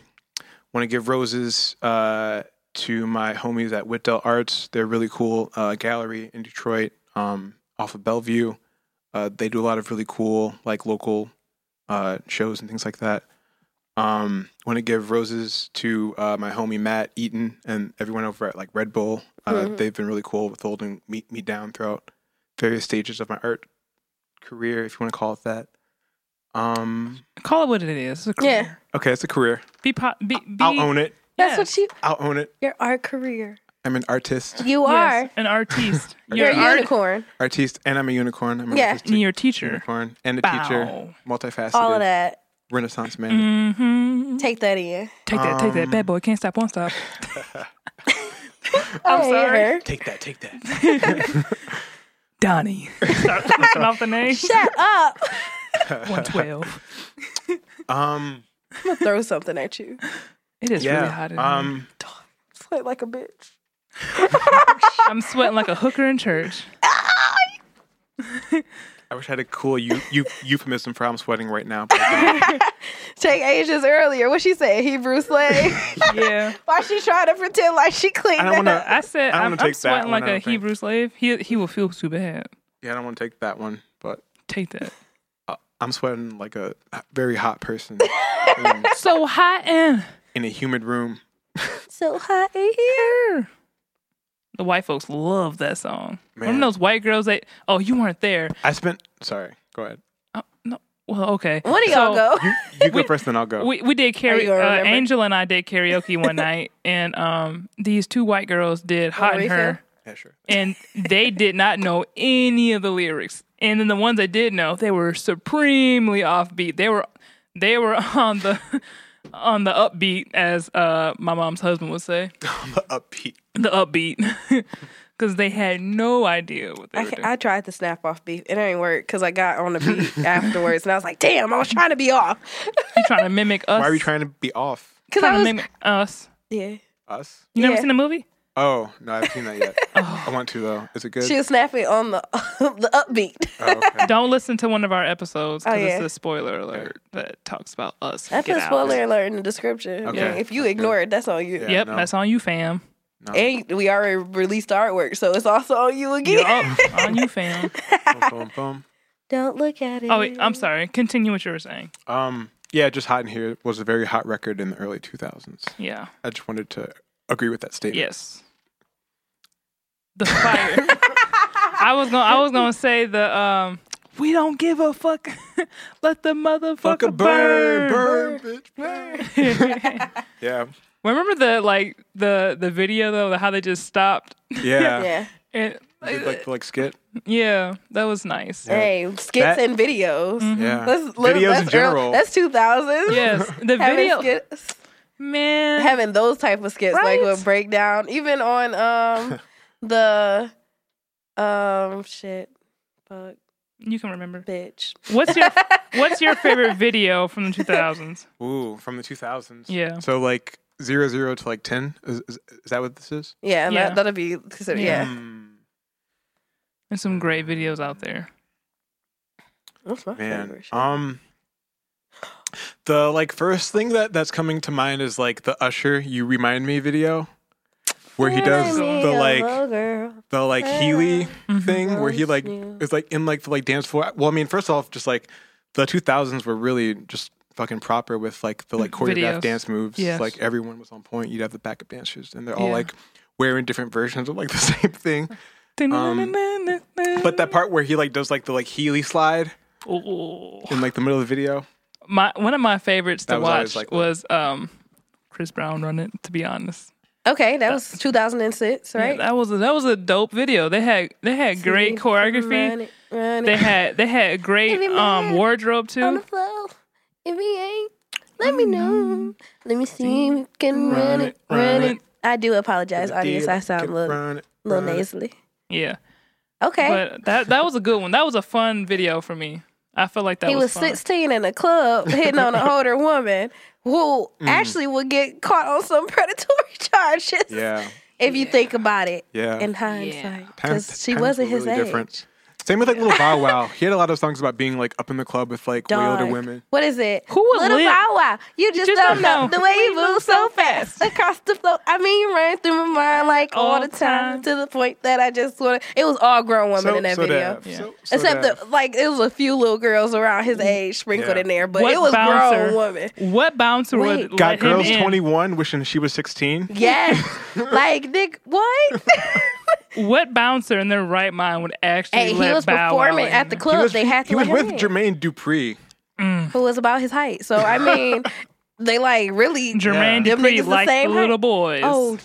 Speaker 4: Want to give roses uh, to my homies at Whitdell Arts. They're a really cool uh, gallery in Detroit, um, off of Bellevue. Uh, they do a lot of really cool, like local uh, shows and things like that. Um, want to give roses to uh, my homie Matt Eaton and everyone over at like Red Bull. Uh,
Speaker 2: Mhm.
Speaker 4: They've been really cool with holding me, me down throughout various stages of my art career, if you want to call it that. Um,
Speaker 3: Call it what it is. It's a career.
Speaker 2: Yeah.
Speaker 4: okay, it's a career.
Speaker 3: Be po- be, be
Speaker 4: I'll own it.
Speaker 2: That's
Speaker 3: yeah.
Speaker 2: what you.
Speaker 4: I'll own it.
Speaker 2: Your art career.
Speaker 4: I'm an artist,
Speaker 2: You
Speaker 3: Yes,
Speaker 2: are.
Speaker 3: an artiste.
Speaker 2: You're
Speaker 3: You're
Speaker 2: a
Speaker 3: an art-
Speaker 2: unicorn.
Speaker 4: artiste, and I'm a unicorn. I'm an
Speaker 2: Yeah.
Speaker 4: artistic
Speaker 3: and you're a teacher.
Speaker 4: unicorn and a
Speaker 3: Bow.
Speaker 4: teacher, multifaceted,
Speaker 2: All of that.
Speaker 4: Renaissance man.
Speaker 3: Mm-hmm.
Speaker 2: Take that in.
Speaker 3: Take that, take
Speaker 4: Um.
Speaker 3: that, bad boy. Can't stop, won't stop.
Speaker 2: I'm
Speaker 3: sorry.
Speaker 4: Take that, take that.
Speaker 3: Donnie. Start ripping off the name.
Speaker 2: Shut up.
Speaker 3: 112.
Speaker 4: Um,
Speaker 2: I'm gonna throw something at you.
Speaker 3: It is
Speaker 4: yeah.
Speaker 3: really hot in here.
Speaker 4: um,
Speaker 2: Sweat like a bitch.
Speaker 3: I'm sweating like a hooker in church.
Speaker 4: I wish I had a cool eu- eu- euphemism for how I'm sweating right now. but I don't.
Speaker 2: Take Asia's earlier. What she said? Hebrew slave.
Speaker 3: Yeah.
Speaker 2: Why she trying to pretend like she cleaned
Speaker 4: I don't want to.
Speaker 3: I said
Speaker 4: I don't
Speaker 3: I'm,
Speaker 4: wanna
Speaker 3: I'm
Speaker 4: take that
Speaker 3: sweating
Speaker 4: one,
Speaker 3: like
Speaker 4: I
Speaker 3: a
Speaker 4: don't think.
Speaker 3: Hebrew slave. He he will feel too bad.
Speaker 4: Yeah, I don't want to take that one, but
Speaker 3: Take that.
Speaker 4: uh, I'm sweating like a very hot person in,
Speaker 3: So hot and
Speaker 4: in a humid room.
Speaker 2: So hot in here.
Speaker 3: the white folks love that song.
Speaker 4: Man.
Speaker 3: Remember those white girls that oh you weren't there.
Speaker 4: I spent. Sorry, go ahead.
Speaker 3: Oh, no. Well, okay.
Speaker 2: One of
Speaker 3: So,
Speaker 2: y'all go.
Speaker 4: You, you go
Speaker 3: We-
Speaker 4: first, then I'll go.
Speaker 3: we we did
Speaker 2: Are
Speaker 3: karaoke.
Speaker 2: you gonna
Speaker 3: Uh,
Speaker 2: remember?
Speaker 3: Angela and I did karaoke one night, and um, these two white girls did "Hot and
Speaker 2: refill?
Speaker 3: Her,"
Speaker 4: yeah, sure.
Speaker 3: and they did not know any of the lyrics. And then the ones they did know, they were supremely offbeat. They were they were on the on the upbeat, as uh, my mom's husband would say,
Speaker 4: I'm upbeat.
Speaker 3: the upbeat, because they had no idea what they
Speaker 2: I,
Speaker 3: were
Speaker 2: ca-
Speaker 3: doing.
Speaker 2: I tried to snap off beef. It ain't work because I got on the beat afterwards, and I was like, "Damn, I was trying to be off."
Speaker 3: you trying to mimic us?
Speaker 4: Why are we trying to be off?
Speaker 2: Because
Speaker 3: trying
Speaker 2: I
Speaker 3: to
Speaker 2: was,
Speaker 3: mimic us?
Speaker 2: yeah.
Speaker 4: Us?
Speaker 3: You never
Speaker 2: Yeah.
Speaker 3: seen the movie?
Speaker 4: Oh no, I haven't seen that yet.
Speaker 3: Oh.
Speaker 4: I want to though. Is it good?
Speaker 2: She was snapping on the the upbeat.
Speaker 4: oh, okay.
Speaker 3: Don't listen to one of our episodes because
Speaker 2: Oh,
Speaker 3: it's
Speaker 2: yeah.
Speaker 3: a spoiler alert that talks about us.
Speaker 2: I put
Speaker 3: Get out.
Speaker 2: spoiler alert in the description.
Speaker 4: Okay.
Speaker 2: Yeah, If you
Speaker 4: That's
Speaker 2: ignore it, that's on you.
Speaker 4: Yeah,
Speaker 3: Yep,
Speaker 4: no.
Speaker 3: that's on you, fam.
Speaker 4: No,
Speaker 2: And we already released artwork, so it's also on you again.
Speaker 3: Yup, on you, fam.
Speaker 4: boom, boom, boom.
Speaker 2: Don't look at it.
Speaker 3: Oh, wait, I'm sorry. Continue what you were saying.
Speaker 4: Um, yeah, just hot in here was a very hot record in the early 2000s.
Speaker 3: Yeah.
Speaker 4: I just wanted to agree with that statement.
Speaker 3: Yes. The fire. I was gonna. I was gonna say the. Um, we don't give a fuck. Let the
Speaker 4: Fuck a
Speaker 3: motherfucker
Speaker 4: burn,
Speaker 3: burn.
Speaker 4: burn, bitch, burn. Yeah,
Speaker 3: Remember the like the the video though, the- how they just stopped.
Speaker 4: yeah.
Speaker 2: Yeah.
Speaker 3: It,
Speaker 4: You did, like the, like skit.
Speaker 3: yeah, that was nice.
Speaker 2: Hey, skits
Speaker 4: That-
Speaker 2: and videos.
Speaker 4: Yeah,
Speaker 2: Let's, let,
Speaker 4: videos
Speaker 2: that's
Speaker 4: in
Speaker 2: early-
Speaker 4: general.
Speaker 2: that's 2000.
Speaker 3: Yes, the
Speaker 2: Having
Speaker 3: video
Speaker 2: skits.
Speaker 3: man.
Speaker 2: having those type of skits like
Speaker 3: Right?
Speaker 2: with breakdown even on um the um shit fuck
Speaker 3: you can remember.
Speaker 2: bitch
Speaker 3: What's your What's your favorite video from the 2000s?
Speaker 4: Ooh, from the 2000s.
Speaker 3: Yeah.
Speaker 4: So like zero zero to like ten. Is, is, is that what this is?
Speaker 2: yeah,
Speaker 3: Yeah.
Speaker 2: That, that'll be considered yeah,
Speaker 4: Hmm,
Speaker 3: There's some great videos out there.
Speaker 2: That's my
Speaker 4: man.
Speaker 2: favorite shit.
Speaker 4: Um. The like first thing that that's coming to mind is like the Usher "You Remind Me" video, where he does
Speaker 2: Remind me
Speaker 4: the
Speaker 2: of
Speaker 4: like
Speaker 2: a girl.
Speaker 4: the like Healy
Speaker 3: Mhm.
Speaker 4: thing where he like
Speaker 2: Yeah.
Speaker 4: is like in like the like dance floor. Well, I mean, first off, just like the 2000s were really just fucking proper with like the like choreographed
Speaker 3: Mm, Videos.
Speaker 4: dance moves.
Speaker 3: Yes.
Speaker 4: Like everyone was on point. You'd have the backup dancers, and they're all
Speaker 3: Yeah.
Speaker 4: like wearing different versions of like the same thing. um, But that part where he like does like the like Healy slide
Speaker 3: Ooh.
Speaker 4: in like the middle of the video.
Speaker 3: my one of my favorites to
Speaker 4: That was always
Speaker 3: watch
Speaker 4: like that.
Speaker 3: was um Chris Brown run it. To be honest,
Speaker 2: okay that was 2006 right
Speaker 3: Yeah, that was a, that was a dope video. They had they had great
Speaker 2: Run
Speaker 3: choreography.
Speaker 2: it, run
Speaker 3: They
Speaker 2: it
Speaker 3: had they had great
Speaker 2: Every
Speaker 3: um
Speaker 2: man
Speaker 3: wardrobe
Speaker 2: on the
Speaker 3: too.
Speaker 2: floor if he ain't let me know let me see if you can run it run it I do apologize audience I sound a little,
Speaker 4: Run it,
Speaker 2: little
Speaker 4: run it.
Speaker 2: nasally
Speaker 3: Yeah,
Speaker 2: okay
Speaker 3: but that that was a good one. That was a fun video for me. I feel like that
Speaker 2: he was,
Speaker 3: was, fun.
Speaker 2: 16 in a club hitting on an older woman who actually would get caught on some predatory charges
Speaker 4: Yeah,
Speaker 2: if you think about it
Speaker 4: yeah.
Speaker 2: in hindsight because
Speaker 4: Times-
Speaker 2: she
Speaker 4: times
Speaker 2: wasn't
Speaker 4: were
Speaker 2: his
Speaker 4: really
Speaker 2: age
Speaker 4: different. Same with like little Bow Wow. He had a lot of songs about being like up in the club with like way older
Speaker 2: Dog.
Speaker 4: women.
Speaker 2: What is it?
Speaker 3: Who would
Speaker 2: Little
Speaker 3: live-
Speaker 2: Bow Wow. You just,
Speaker 3: just
Speaker 2: don't know, the way you
Speaker 3: We
Speaker 2: move so fast across the floor. I mean, you run through my mind like all,
Speaker 3: All
Speaker 2: the time,
Speaker 3: time.
Speaker 2: to the point that I just want to. It was all grown women in that video.
Speaker 4: Dav,
Speaker 3: Yeah. Mm.
Speaker 4: so- so
Speaker 2: Except
Speaker 4: Dav.
Speaker 2: that, like, it was a few little girls around his age sprinkled
Speaker 4: Yeah.
Speaker 2: in there, but
Speaker 3: What
Speaker 2: it was
Speaker 3: bouncer-
Speaker 2: grown women.
Speaker 3: What bouncer
Speaker 2: Wait.
Speaker 3: would
Speaker 4: Got
Speaker 3: let
Speaker 4: girls
Speaker 3: him in?
Speaker 4: 21 wishing she was 16.
Speaker 2: Yes. like Nick, what?
Speaker 3: What bouncer in their right mind would actually
Speaker 2: hey, he
Speaker 3: let
Speaker 2: was
Speaker 3: Bow Wow
Speaker 2: performing
Speaker 3: in?
Speaker 2: at the club.
Speaker 4: he was,
Speaker 2: they had to
Speaker 4: he was
Speaker 2: let
Speaker 4: with
Speaker 2: him in,
Speaker 4: Jermaine Dupri.
Speaker 2: who was about his height. So I mean, they like really.
Speaker 3: Jermaine
Speaker 2: Yeah. Them niggas
Speaker 3: Dupri
Speaker 2: the
Speaker 3: liked the
Speaker 2: same height.
Speaker 3: little boys.
Speaker 2: oh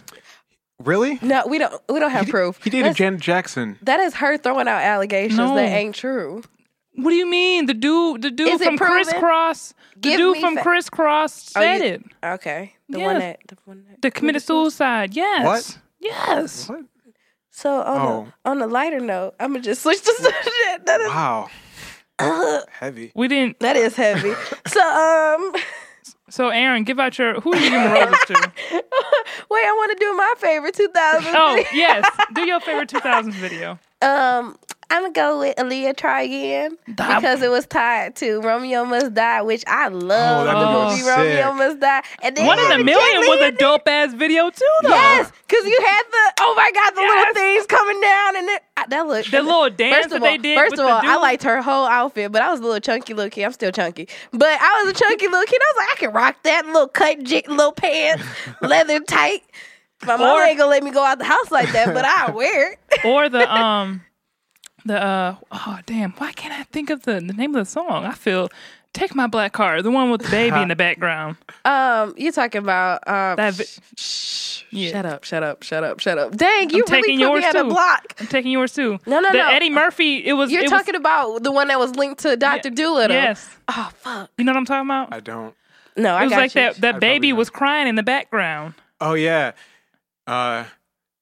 Speaker 4: Really?
Speaker 2: no, we don't. We don't have proof.
Speaker 4: He dated
Speaker 2: That's-
Speaker 4: Janet Jackson.
Speaker 2: that is her throwing out allegations
Speaker 3: No.
Speaker 2: that ain't true.
Speaker 3: What do you mean? The dude, the dude
Speaker 2: Is it
Speaker 3: from
Speaker 2: proven?
Speaker 3: Crisscross, the
Speaker 2: Give
Speaker 3: dude
Speaker 2: me
Speaker 3: from
Speaker 2: fa-
Speaker 3: Crisscross
Speaker 2: Oh,
Speaker 3: said
Speaker 2: you-
Speaker 3: it.
Speaker 2: Okay, the one
Speaker 3: Yes.
Speaker 2: that the one that.
Speaker 3: They committed suicide. Yes.
Speaker 4: What?
Speaker 3: Yes.
Speaker 4: What?
Speaker 2: So on
Speaker 4: Oh.
Speaker 2: a, on a lighter note, I'm gonna just switch to subject. That is
Speaker 4: Wow. Heavy.
Speaker 3: We didn't.
Speaker 2: that is heavy. so um,
Speaker 3: So Aaron, give out your. Who are you giving roses to?
Speaker 2: wait, I want to do my favorite 2000.
Speaker 3: Oh yes, do your favorite 2000s video.
Speaker 2: Um, I'm gonna go with Aaliyah Try Again because it was tied to Romeo Must Die, which I love
Speaker 4: Oh, that
Speaker 2: the
Speaker 3: video
Speaker 2: movie
Speaker 4: was
Speaker 2: Romeo
Speaker 4: sick.
Speaker 2: Must Die. And then
Speaker 3: One in a
Speaker 2: Henry
Speaker 3: million
Speaker 2: Kissinger-
Speaker 3: was a dope ass video too, though.
Speaker 2: Yes, because you had the oh my god, the
Speaker 3: Yes.
Speaker 2: little things coming down and it, I, that looked
Speaker 3: The little dance
Speaker 2: First of
Speaker 3: that
Speaker 2: all,
Speaker 3: they did.
Speaker 2: first
Speaker 3: with
Speaker 2: of
Speaker 3: the
Speaker 2: all, I
Speaker 3: dude.
Speaker 2: liked her whole outfit, but I was a little chunky little kid. I'm still chunky, but I was a chunky little kid. I was like, I can rock that little cut jig, little pants, leather tight. My mom
Speaker 3: Or-
Speaker 2: ain't gonna let me go out the house like that, but I wear it.
Speaker 3: or the um, the uh, oh damn, why can't I think of the the name of the song? I feel. Take my black car, the one with the baby in the background.
Speaker 2: Um, you talking about um,
Speaker 3: That vi-
Speaker 2: shh,
Speaker 3: Yeah.
Speaker 2: Shut up! Shut up! Shut up! Shut up! Dang, you really
Speaker 3: taking
Speaker 2: put
Speaker 3: yours
Speaker 2: me at a
Speaker 3: too.
Speaker 2: block.
Speaker 3: I'm taking yours too.
Speaker 2: No, no,
Speaker 3: the
Speaker 2: no.
Speaker 3: Eddie Murphy. It was.
Speaker 2: You're
Speaker 3: it was-
Speaker 2: talking about the one that was linked to Doctor Doolittle.
Speaker 3: Yes.
Speaker 2: Oh fuck!
Speaker 3: You know what I'm talking about?
Speaker 4: I don't.
Speaker 2: No, I
Speaker 3: it was
Speaker 2: got
Speaker 3: like
Speaker 2: you.
Speaker 3: that. That
Speaker 4: I
Speaker 3: baby
Speaker 4: probably
Speaker 3: was crying in the background.
Speaker 4: Oh, yeah. Uh,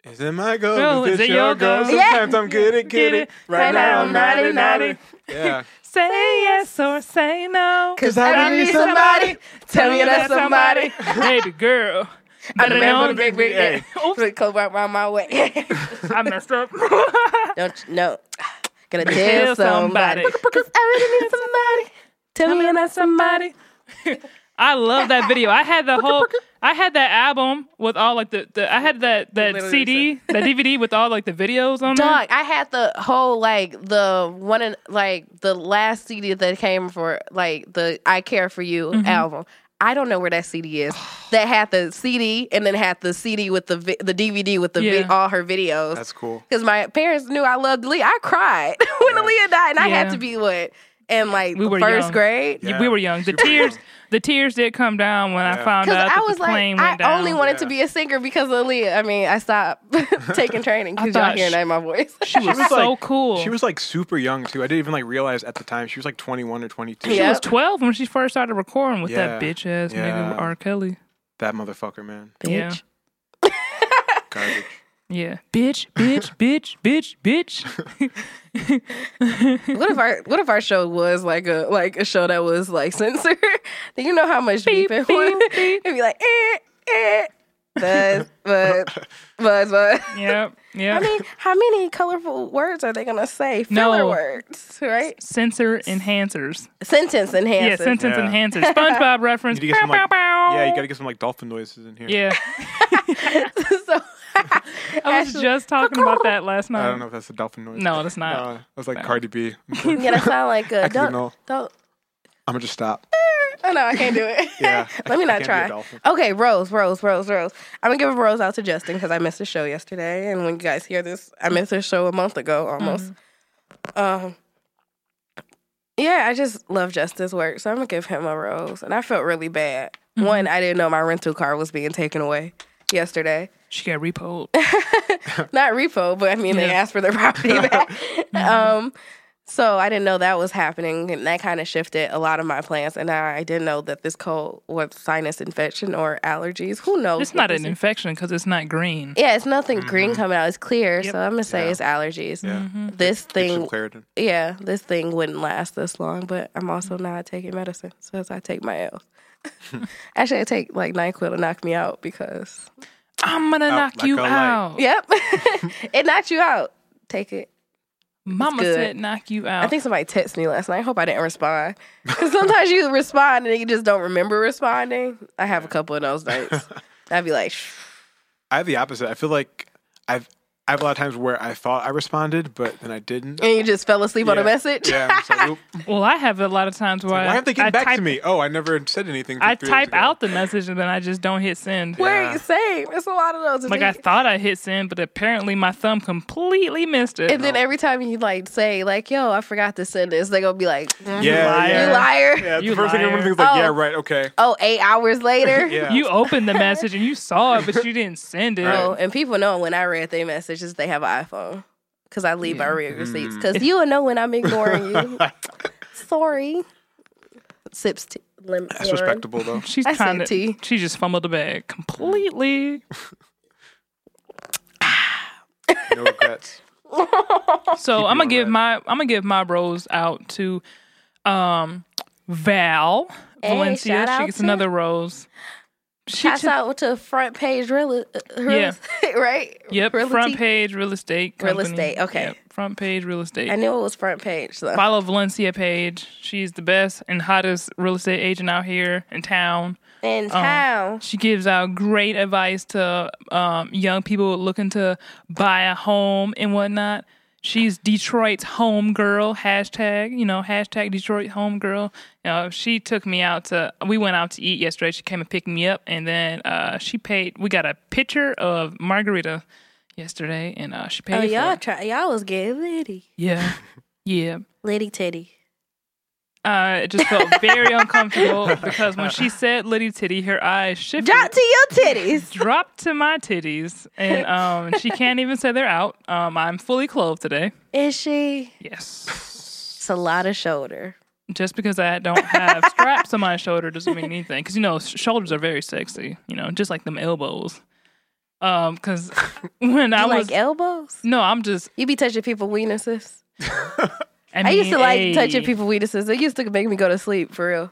Speaker 4: is it my goal?
Speaker 3: No,
Speaker 4: is it your goal?
Speaker 3: Yeah.
Speaker 4: Sometimes I'm good at
Speaker 3: Get
Speaker 4: getting
Speaker 3: it.
Speaker 4: Right
Speaker 2: Right
Speaker 4: now, I'm
Speaker 2: now,
Speaker 4: not in
Speaker 2: naughty,
Speaker 4: naughty. Yeah.
Speaker 3: Say yes or say no.
Speaker 2: Cause
Speaker 4: I
Speaker 2: I
Speaker 4: need
Speaker 2: need somebody. Tell me that somebody.
Speaker 3: baby girl.
Speaker 2: I remember
Speaker 3: on
Speaker 2: the big, big, big, big, cold right round my way.
Speaker 3: I messed up.
Speaker 2: Don't you know? Gonna tell
Speaker 3: Tell
Speaker 2: somebody.
Speaker 3: somebody.
Speaker 2: Because I really need somebody. Tell me you're not somebody.
Speaker 3: I love that video. I had the whole. I had that album with all like the, the I had that that
Speaker 2: Literally
Speaker 3: CD, that DVD with all like the videos on
Speaker 2: Dog, I had the whole like the one and like the last CD that came for like the I Care for You album. I don't know where that CD is. that had the CD and then had the CD with the vi- the DVD with the vi-
Speaker 3: Yeah.
Speaker 2: all her videos.
Speaker 4: That's cool.
Speaker 2: because my parents knew I loved Glee. I cried when Aaliyah died, and I had
Speaker 3: Yeah.
Speaker 2: to be what in like
Speaker 3: We were
Speaker 2: first
Speaker 3: young.
Speaker 2: grade.
Speaker 3: there.
Speaker 4: Yeah.
Speaker 3: We were young. The
Speaker 4: Super
Speaker 3: tears,
Speaker 4: young.
Speaker 3: the tears did come down when I
Speaker 4: Yeah.
Speaker 3: found out
Speaker 2: Because
Speaker 3: that
Speaker 2: I was
Speaker 3: the plane
Speaker 2: like,
Speaker 3: went
Speaker 2: I
Speaker 3: down.
Speaker 2: only wanted to
Speaker 4: Yeah.
Speaker 2: be a singer because of Aaliyah. I mean, I stopped taking training
Speaker 3: I
Speaker 2: because
Speaker 3: thought
Speaker 2: y'all hearing
Speaker 3: she-
Speaker 2: that in my voice.
Speaker 3: she was, so
Speaker 4: like,
Speaker 3: cool.
Speaker 4: She was like super young too. I didn't even like realize at the time she was like 21 or 22.
Speaker 2: Yeah.
Speaker 3: was 12 when she first started recording with that
Speaker 4: Yeah.
Speaker 3: bitch ass
Speaker 4: Yeah.
Speaker 3: nigga R. Kelly.
Speaker 4: That motherfucker, man.
Speaker 3: Yeah.
Speaker 4: Garbage.
Speaker 3: Yeah. Bitch, bitch, bitch, bitch, bitch.
Speaker 2: what if our what if our show was like a like a show that was like censored? Do you know how much beep, it would? It'd be like eh eh. Buzz, buzz, buzz, buzz.
Speaker 3: yep.
Speaker 2: I
Speaker 3: Yep.
Speaker 2: mean, how many colorful words are they gonna say? Filler
Speaker 3: No.
Speaker 2: words, right?
Speaker 3: Sensor enhancers.
Speaker 2: Sentence enhancers.
Speaker 3: Yeah, sentence
Speaker 4: Yeah.
Speaker 3: enhancers. SpongeBob
Speaker 4: You
Speaker 3: reference.
Speaker 4: need to get some,
Speaker 3: Bow,
Speaker 4: like-
Speaker 3: bow, bow.
Speaker 4: yeah, you gotta get some like dolphin noises in here.
Speaker 3: Yeah.
Speaker 2: so
Speaker 3: I was
Speaker 2: Ashley-
Speaker 3: just talking about that last night.
Speaker 4: I don't know if that's a dolphin noise.
Speaker 3: No, that's not.
Speaker 4: Uh, that's like Cardi B. I'm
Speaker 2: yeah, that sound like a
Speaker 4: know.
Speaker 2: don't, don't.
Speaker 4: gonna just stop.
Speaker 2: Oh no, I can't do it.
Speaker 4: Yeah.
Speaker 2: Let me not
Speaker 4: I can't be a
Speaker 2: try.
Speaker 4: dolphin.
Speaker 2: Okay, Rose, Rose, Rose, Rose. I'm gonna give a rose out to Justin because I missed the show yesterday, and when you guys hear this, I missed the show a month ago almost. Um, yeah, I just love Justin's work, so I'm gonna give him a rose. And I felt really bad. One, I didn't know my rental car was being taken away yesterday.
Speaker 3: She got repoed.
Speaker 2: Not repo, but I mean they
Speaker 3: Yeah. Mm-hmm.
Speaker 2: asked for their property back. um, so I didn't know that was happening, and that kind of shifted a lot of my plans. And I didn't know that this cold was sinus infection or allergies. Who knows?
Speaker 3: It's
Speaker 2: what
Speaker 3: not
Speaker 2: this
Speaker 3: an
Speaker 2: is?
Speaker 3: infection because it's not green.
Speaker 2: Yeah, it's nothing green coming out. It's clear.
Speaker 3: Yep. Mm-hmm.
Speaker 2: So I'm gonna say it's allergies.
Speaker 4: Mm-hmm. Yeah.
Speaker 2: This
Speaker 4: Get
Speaker 2: thing,
Speaker 4: some Claritin.
Speaker 2: yeah, this thing wouldn't last this long. But I'm also
Speaker 3: Mm-hmm.
Speaker 2: not taking medicine, so as I take my L's. Actually, I take like Nyquil to knock me out because.
Speaker 3: I'm gonna knock
Speaker 4: Oh, like
Speaker 3: you
Speaker 4: a light.
Speaker 3: out.
Speaker 2: Yep, it knocked you out. Take it.
Speaker 3: Mama
Speaker 2: good.
Speaker 3: said knock you out.
Speaker 2: I think somebody texted me last night. I hope I didn't respond. Because sometimes you respond and you just don't remember responding. I have a couple of those nights. I'd be like, "Shh."
Speaker 4: I have the opposite. I feel like I've I have a lot of times where I thought I responded, but then I didn't.
Speaker 2: and you just fell asleep on a
Speaker 4: Yeah.
Speaker 2: message.
Speaker 4: Yeah. I'm just like, oop.
Speaker 3: well, I have a lot of times where
Speaker 4: Why aren't they getting
Speaker 3: I
Speaker 4: back
Speaker 3: type,
Speaker 4: to me? Oh, I never said anything.
Speaker 3: I
Speaker 4: three days
Speaker 3: type
Speaker 4: ago.
Speaker 3: out the message and then I just don't hit send.
Speaker 4: Yeah.
Speaker 2: Wait, same. It's a lot of those.
Speaker 3: Like I thought I hit send, but apparently my thumb completely missed it.
Speaker 2: and then every time you like say like, "Yo, I forgot to send this," they gonna be like, "Mm,
Speaker 4: Yeah,
Speaker 3: Liar.
Speaker 2: "You
Speaker 4: yeah.
Speaker 2: liar!"
Speaker 4: Yeah, that's
Speaker 3: You
Speaker 4: the first thing I remember
Speaker 3: liar.
Speaker 4: is like, yeah,
Speaker 2: Oh.
Speaker 4: right, okay.
Speaker 2: Oh, eight hours later.
Speaker 4: Yeah.
Speaker 3: you opened the message and you saw it, but you didn't send it.
Speaker 2: Oh, and people know when I read their messages, they have an iPhone because I leave my read receipts
Speaker 4: Mm.
Speaker 2: because you will know when I'm ignoring you. Sorry. Sips tea. Lemon.
Speaker 4: That's respectable though.
Speaker 3: She's
Speaker 2: I said
Speaker 3: kind of.
Speaker 2: tea.
Speaker 3: She just fumbled the bag completely.
Speaker 4: No regrets.
Speaker 3: So I'm gonna
Speaker 4: your
Speaker 3: give my I'm gonna give my rose out to um Val Valencia.
Speaker 2: shout
Speaker 3: She
Speaker 2: out
Speaker 3: gets
Speaker 2: to-
Speaker 3: another rose. She
Speaker 2: Shouts
Speaker 3: took-
Speaker 2: out to front page real, uh, real
Speaker 3: Yeah.
Speaker 2: estate, right?
Speaker 3: Yep,
Speaker 2: Realty?
Speaker 3: front page real estate.
Speaker 2: Real
Speaker 3: company.
Speaker 2: estate, okay.
Speaker 3: Yep, front page real estate.
Speaker 2: I knew it was front page. So.
Speaker 3: Follow Valencia Page. She's the best and hottest real estate agent out here in town. uh,
Speaker 2: And how?
Speaker 3: She gives out great advice to um, young people looking to buy a home and whatnot. She's Detroit's home girl hashtag, you know hashtag Detroit home girl. You know, she took me out to we went out to eat yesterday. She came and picked me up, and then uh, she paid. We got a picture of margarita yesterday, and uh, she paid.
Speaker 2: Oh,
Speaker 3: for
Speaker 2: y'all
Speaker 3: it.
Speaker 2: try. Y'all was getting litty,
Speaker 3: yeah, yeah.
Speaker 2: litty titty.
Speaker 3: Uh, it just felt very uncomfortable because when she said "litty titty," her eyes shifted.
Speaker 2: Drop to your titties.
Speaker 3: drop to my titties, and um, she can't even say they're out. Um, I'm fully clothed today.
Speaker 2: Is she?
Speaker 3: Yes,
Speaker 2: It's a lot of shoulder.
Speaker 3: just because I don't have straps on my shoulder doesn't mean anything. Because you know, sh- shoulders are very sexy. You know, just like them elbows. Um, because when I
Speaker 2: You
Speaker 3: was
Speaker 2: like elbows?
Speaker 3: no, I'm just.
Speaker 2: You be touching people weenuses.
Speaker 3: I,
Speaker 2: I used to
Speaker 3: mean,
Speaker 2: like
Speaker 3: hey,
Speaker 2: touching people weenuses. It used to make me go to sleep for real.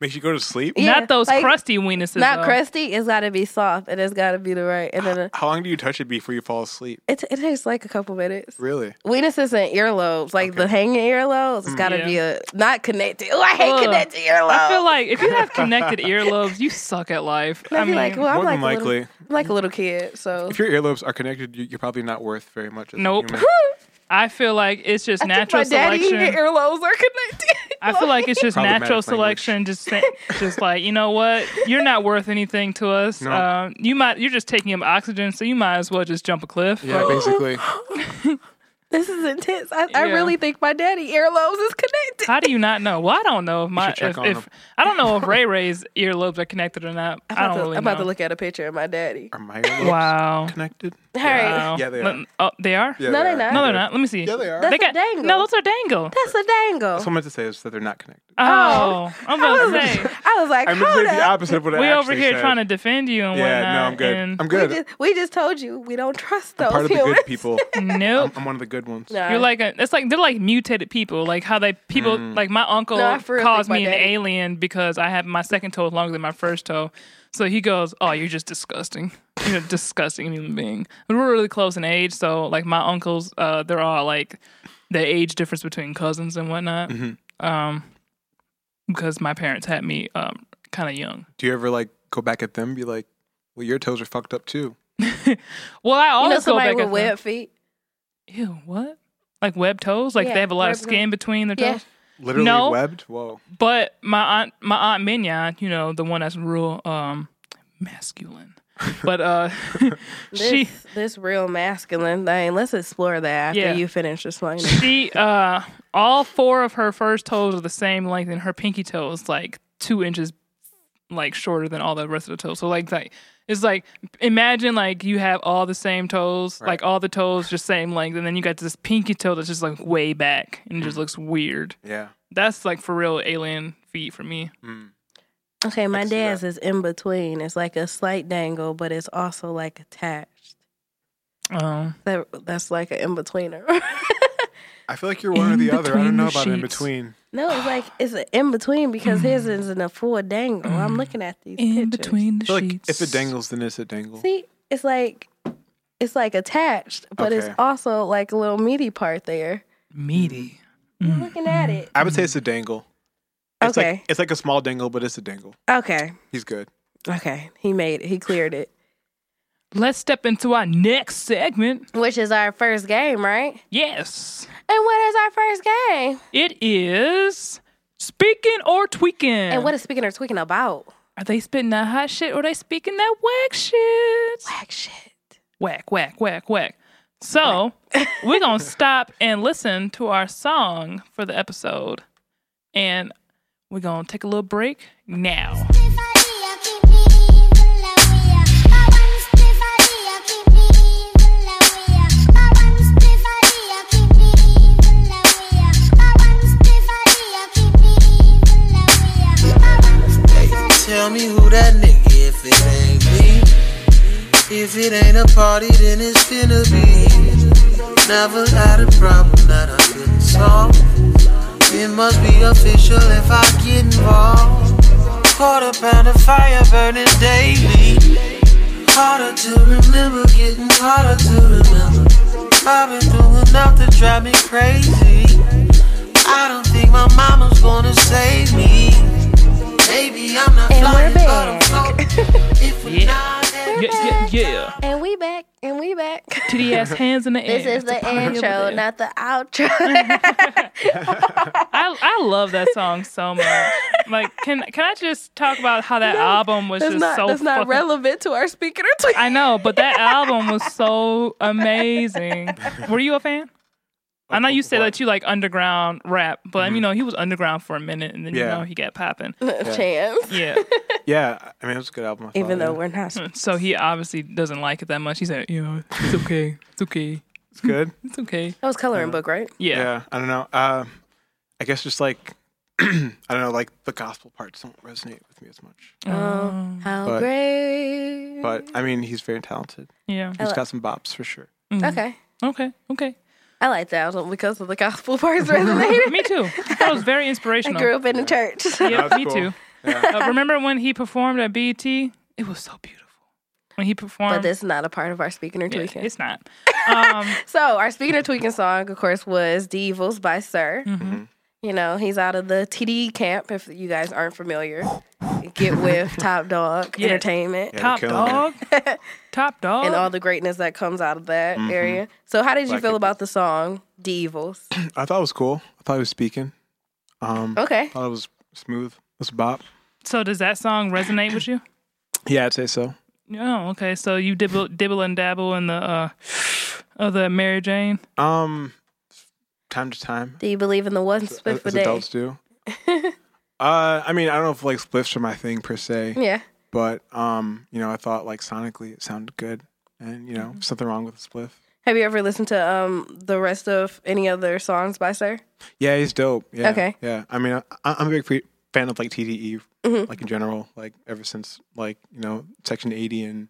Speaker 4: Makes you go to sleep.
Speaker 2: Yeah,
Speaker 3: not those
Speaker 2: like,
Speaker 3: crusty weenuses.
Speaker 2: Not
Speaker 3: though.
Speaker 2: crusty. It's got to be soft, and it's got to be the right. And then
Speaker 4: How long do you touch it before you fall asleep?
Speaker 2: it, it takes like a couple minutes.
Speaker 4: Really?
Speaker 2: Weaknesses and earlobes, like the hanging earlobes,
Speaker 4: Mm,
Speaker 2: it's got to
Speaker 3: Yeah.
Speaker 2: be a not connected. Oh, I hate
Speaker 3: Ugh.
Speaker 2: connected earlobes.
Speaker 3: I feel like if you have connected earlobes, you suck at life.
Speaker 2: And
Speaker 3: I
Speaker 2: I'd be
Speaker 3: mean,
Speaker 2: like, well, I'm
Speaker 4: More
Speaker 2: like
Speaker 4: than
Speaker 2: a little,
Speaker 4: likely,
Speaker 2: I'm like a little kid, so
Speaker 4: if your earlobes are connected, you- you're probably not worth very much. As a
Speaker 3: Nope.
Speaker 4: human.
Speaker 3: I feel like it's just natural
Speaker 2: I think my daddy and
Speaker 3: selection.
Speaker 2: earlobes are connected.
Speaker 3: I feel like it's just
Speaker 4: Problematic
Speaker 3: natural
Speaker 4: language.
Speaker 3: selection. Just, sa- just like you know what, you're not worth anything to us.
Speaker 4: No.
Speaker 3: Um, you might, you're just taking up oxygen, so you might as well just jump a cliff.
Speaker 4: Yeah, basically.
Speaker 2: this is intense. I, I
Speaker 3: Yeah.
Speaker 2: really think my daddy earlobes is connected.
Speaker 3: How do you not know? Well, I don't know if my
Speaker 4: should check
Speaker 3: if,
Speaker 4: on
Speaker 3: if
Speaker 4: them.
Speaker 3: I don't know if Ray Ray's earlobes are connected or not. I
Speaker 2: I'm
Speaker 3: don't
Speaker 2: about, to,
Speaker 3: really
Speaker 2: I'm about
Speaker 3: know.
Speaker 2: to look at a picture of my daddy.
Speaker 4: Are my earlobes
Speaker 3: Wow.
Speaker 4: connected?
Speaker 2: All right.
Speaker 3: Wow.
Speaker 4: Yeah, they
Speaker 3: Let-
Speaker 4: are.
Speaker 3: Uh, Oh, they are.
Speaker 4: Yeah,
Speaker 2: No,
Speaker 4: they
Speaker 2: they're
Speaker 4: are.
Speaker 2: not.
Speaker 3: No, they're not. Let me see.
Speaker 4: Yeah, they are.
Speaker 2: That's
Speaker 3: They
Speaker 2: a
Speaker 3: got
Speaker 2: dangle.
Speaker 3: no. Those are dangle.
Speaker 2: That's a dangle.
Speaker 4: That's what I meant to say is that they're not connected.
Speaker 3: Oh, I'm
Speaker 2: I,
Speaker 3: about to
Speaker 2: was,
Speaker 3: say.
Speaker 2: I was like,
Speaker 4: I meant to say
Speaker 2: hold
Speaker 4: the
Speaker 2: up.
Speaker 4: opposite of what I
Speaker 3: We over
Speaker 4: actually
Speaker 3: here
Speaker 4: said.
Speaker 3: trying to defend you and
Speaker 4: Yeah,
Speaker 3: whatnot.
Speaker 4: no, I'm good.
Speaker 3: and-
Speaker 4: I'm
Speaker 2: We
Speaker 4: good.
Speaker 2: just, we just told you we don't trust those
Speaker 4: Part of the
Speaker 2: humans.
Speaker 4: good people.
Speaker 3: nope.
Speaker 4: I'm one of the good ones.
Speaker 2: Nah.
Speaker 3: You're like a, it's like they're like mutated people, like how they people like my uncle
Speaker 2: No, I for real
Speaker 3: calls
Speaker 2: think my
Speaker 3: me an
Speaker 2: daddy-
Speaker 3: alien because I have my second toe is longer than my first toe. So he goes, "Oh, you're just disgusting. You're a disgusting human being." And we're really close in age, so like my uncles, uh, they're all like the age difference between cousins and whatnot. Um, because my parents had me um kind of young.
Speaker 4: Do you ever like go back at them and be like, well, your toes are fucked up too?
Speaker 3: Well, I
Speaker 2: you know
Speaker 3: always go
Speaker 2: somebody
Speaker 3: back
Speaker 2: with
Speaker 3: at
Speaker 2: web
Speaker 3: them.
Speaker 2: feet.
Speaker 3: Ew, what? Like web toes? Like
Speaker 2: Yeah,
Speaker 3: they have a lot of
Speaker 2: webbed
Speaker 3: skin between their toes?
Speaker 2: Yeah.
Speaker 4: Literally
Speaker 3: No.
Speaker 4: webbed? Whoa.
Speaker 3: But my aunt, my aunt Mignon, you know, the one that's real um masculine. But uh,
Speaker 2: This,
Speaker 3: she
Speaker 2: this real masculine thing. Let's explore that after
Speaker 3: Yeah.
Speaker 2: you finish explaining.
Speaker 3: she uh, all four of her first toes are the same length, and her pinky toe is like two inches like shorter than all the rest of the toes. So like like it's like imagine like you have all the same toes, like all the toes just same length, and then you got this pinky toe that's just like way back and it
Speaker 4: Mm.
Speaker 3: just looks weird.
Speaker 4: Yeah. Mm.
Speaker 3: That's like for real alien feet for me.
Speaker 2: Okay, my
Speaker 4: can see
Speaker 2: dad's is in between. It's like a slight dangle, but it's also like attached.
Speaker 3: Um,
Speaker 2: That that's like an in betweener.
Speaker 4: I feel like you're one or the
Speaker 3: In
Speaker 4: other. I
Speaker 3: between
Speaker 4: don't know
Speaker 3: the
Speaker 4: about in
Speaker 3: sheets.
Speaker 4: between.
Speaker 2: no, it's like it's an in between because his isn't a full dangle. I'm looking at these
Speaker 3: Hmm. in
Speaker 2: pictures.
Speaker 3: between the
Speaker 4: I feel like
Speaker 3: sheets.
Speaker 4: if it dangles, then it's a dangle.
Speaker 2: See, it's like it's like attached, but it's
Speaker 4: Okay.
Speaker 2: also like a little meaty part there.
Speaker 3: meaty.
Speaker 2: I'm looking at
Speaker 3: Hmm.
Speaker 2: it.
Speaker 4: I would say it's a dangle. It's
Speaker 2: Okay.
Speaker 4: Like, it's like a small dangle, but it's a dangle.
Speaker 2: Okay,
Speaker 4: He's good.
Speaker 2: okay, he made it. He cleared it,
Speaker 3: Mm. Let's step into our next segment.
Speaker 2: which is our first game, right?
Speaker 3: Yes,
Speaker 2: And what is our first game?
Speaker 3: it is speaking or tweaking.
Speaker 2: And what is speaking or tweaking about?
Speaker 3: are they spitting that hot shit or are they speaking that whack shit?
Speaker 2: Black shit.
Speaker 3: Whack, whack, whack, whack. So we're gonna stop and listen to our song for the episode, and we're gonna take a little break now.
Speaker 5: Tell me who that nigga if it ain't me. If it ain't a party, then it's gonna be. Never had a problem that I couldn't solve. It must be official if I get involved. Quarter pound of fire burning daily. Harder to remember, getting harder to remember. I've been doing enough to drive me crazy. I don't think my mama's gonna save me. Maybe I'm not
Speaker 2: And
Speaker 5: flying,
Speaker 2: we're
Speaker 5: but I'm
Speaker 2: back.
Speaker 5: floating. If we're
Speaker 3: Yeah.
Speaker 5: not, then
Speaker 3: Yeah, yeah, yeah.
Speaker 2: And we back, and we back.
Speaker 3: Titty ass hands in the air.
Speaker 2: This is the intro,
Speaker 3: Now.
Speaker 2: not the outro.
Speaker 3: I I love that song so much. Like, can can I just talk about how that album was
Speaker 2: that's
Speaker 3: just
Speaker 2: not,
Speaker 3: so
Speaker 2: that's not
Speaker 3: fucking-
Speaker 2: relevant to our speaking or tweaking.
Speaker 3: I know, but that album was so amazing. Were you a fan? I know you said that you like underground rap, but you know he was underground for a minute, and then you
Speaker 4: Yeah.
Speaker 3: know he got popping.
Speaker 2: Chance.
Speaker 3: Yeah,
Speaker 4: Yeah. I mean, it was a good album. I
Speaker 2: Even
Speaker 4: thought,
Speaker 2: though
Speaker 4: yeah.
Speaker 2: we're not.
Speaker 3: so he obviously doesn't like it that much. He said, "You know, it's okay, it's okay,
Speaker 4: it's good.
Speaker 3: it's okay."
Speaker 2: That was coloring book, right?
Speaker 3: Yeah,
Speaker 4: Yeah, I don't know. Uh, I guess just like I don't know, like the gospel parts don't resonate with me as much.
Speaker 3: Hmm. Um,
Speaker 2: Oh, how
Speaker 4: But-
Speaker 2: great.
Speaker 4: But I mean, he's very talented.
Speaker 3: yeah.
Speaker 4: He's
Speaker 2: like-
Speaker 4: got some bops for sure.
Speaker 2: okay.
Speaker 3: Okay, okay.
Speaker 2: I like that album because of the gospel parts resonated.
Speaker 3: Me too. I thought it was very
Speaker 2: I
Speaker 3: inspirational.
Speaker 2: grew up in the church.
Speaker 3: Yeah,
Speaker 4: That's
Speaker 3: me
Speaker 4: cool.
Speaker 3: too. Uh, remember when he performed at BET? It was so beautiful. When he performed,
Speaker 2: But this is not a part of our speaking or
Speaker 3: Yeah,
Speaker 2: tweaking.
Speaker 3: it's not. Um,
Speaker 2: so our speaking or tweaking song, of course, was "The Evils" by Sir.
Speaker 4: Mm-hmm.
Speaker 3: mhm.
Speaker 2: You know, he's out of the TD camp. If you guys aren't familiar, get with Top Dog
Speaker 3: Yes.
Speaker 2: Entertainment
Speaker 4: Yeah,
Speaker 3: Top
Speaker 4: killing
Speaker 3: dog, top dog.
Speaker 2: and all the greatness that comes out of that
Speaker 4: Mm-hmm.
Speaker 2: area. So, how did you
Speaker 4: Like
Speaker 2: feel
Speaker 4: it.
Speaker 2: about the song "The Evils"?
Speaker 4: I thought it was cool. I thought he was speaking. Um,
Speaker 2: Okay,
Speaker 4: thought it was smooth. It was a bop.
Speaker 3: so does that song resonate with you?
Speaker 4: Yeah, I'd say so.
Speaker 3: Oh, okay. So you dibble, dibble and dabble in the uh, of the Mary Jane.
Speaker 4: Um, time to time,
Speaker 2: do you believe in the one
Speaker 4: as,
Speaker 2: split per
Speaker 4: as
Speaker 2: day?
Speaker 4: adults do. uh, I mean, I don't know if like spliffs are my thing per se,
Speaker 2: Yeah,
Speaker 4: but um, you know, I thought like sonically it sounded good, and you know,
Speaker 2: Mm-hmm.
Speaker 4: something wrong with a spliff.
Speaker 2: Have you ever listened to um the rest of any other songs by Sir?
Speaker 4: Yeah, he's dope. Yeah.
Speaker 2: Okay.
Speaker 4: Yeah. I mean, I, I'm a big fe- fan of like TDE,
Speaker 2: Mm-hmm.
Speaker 4: like in general, like ever since like you know Section 80 and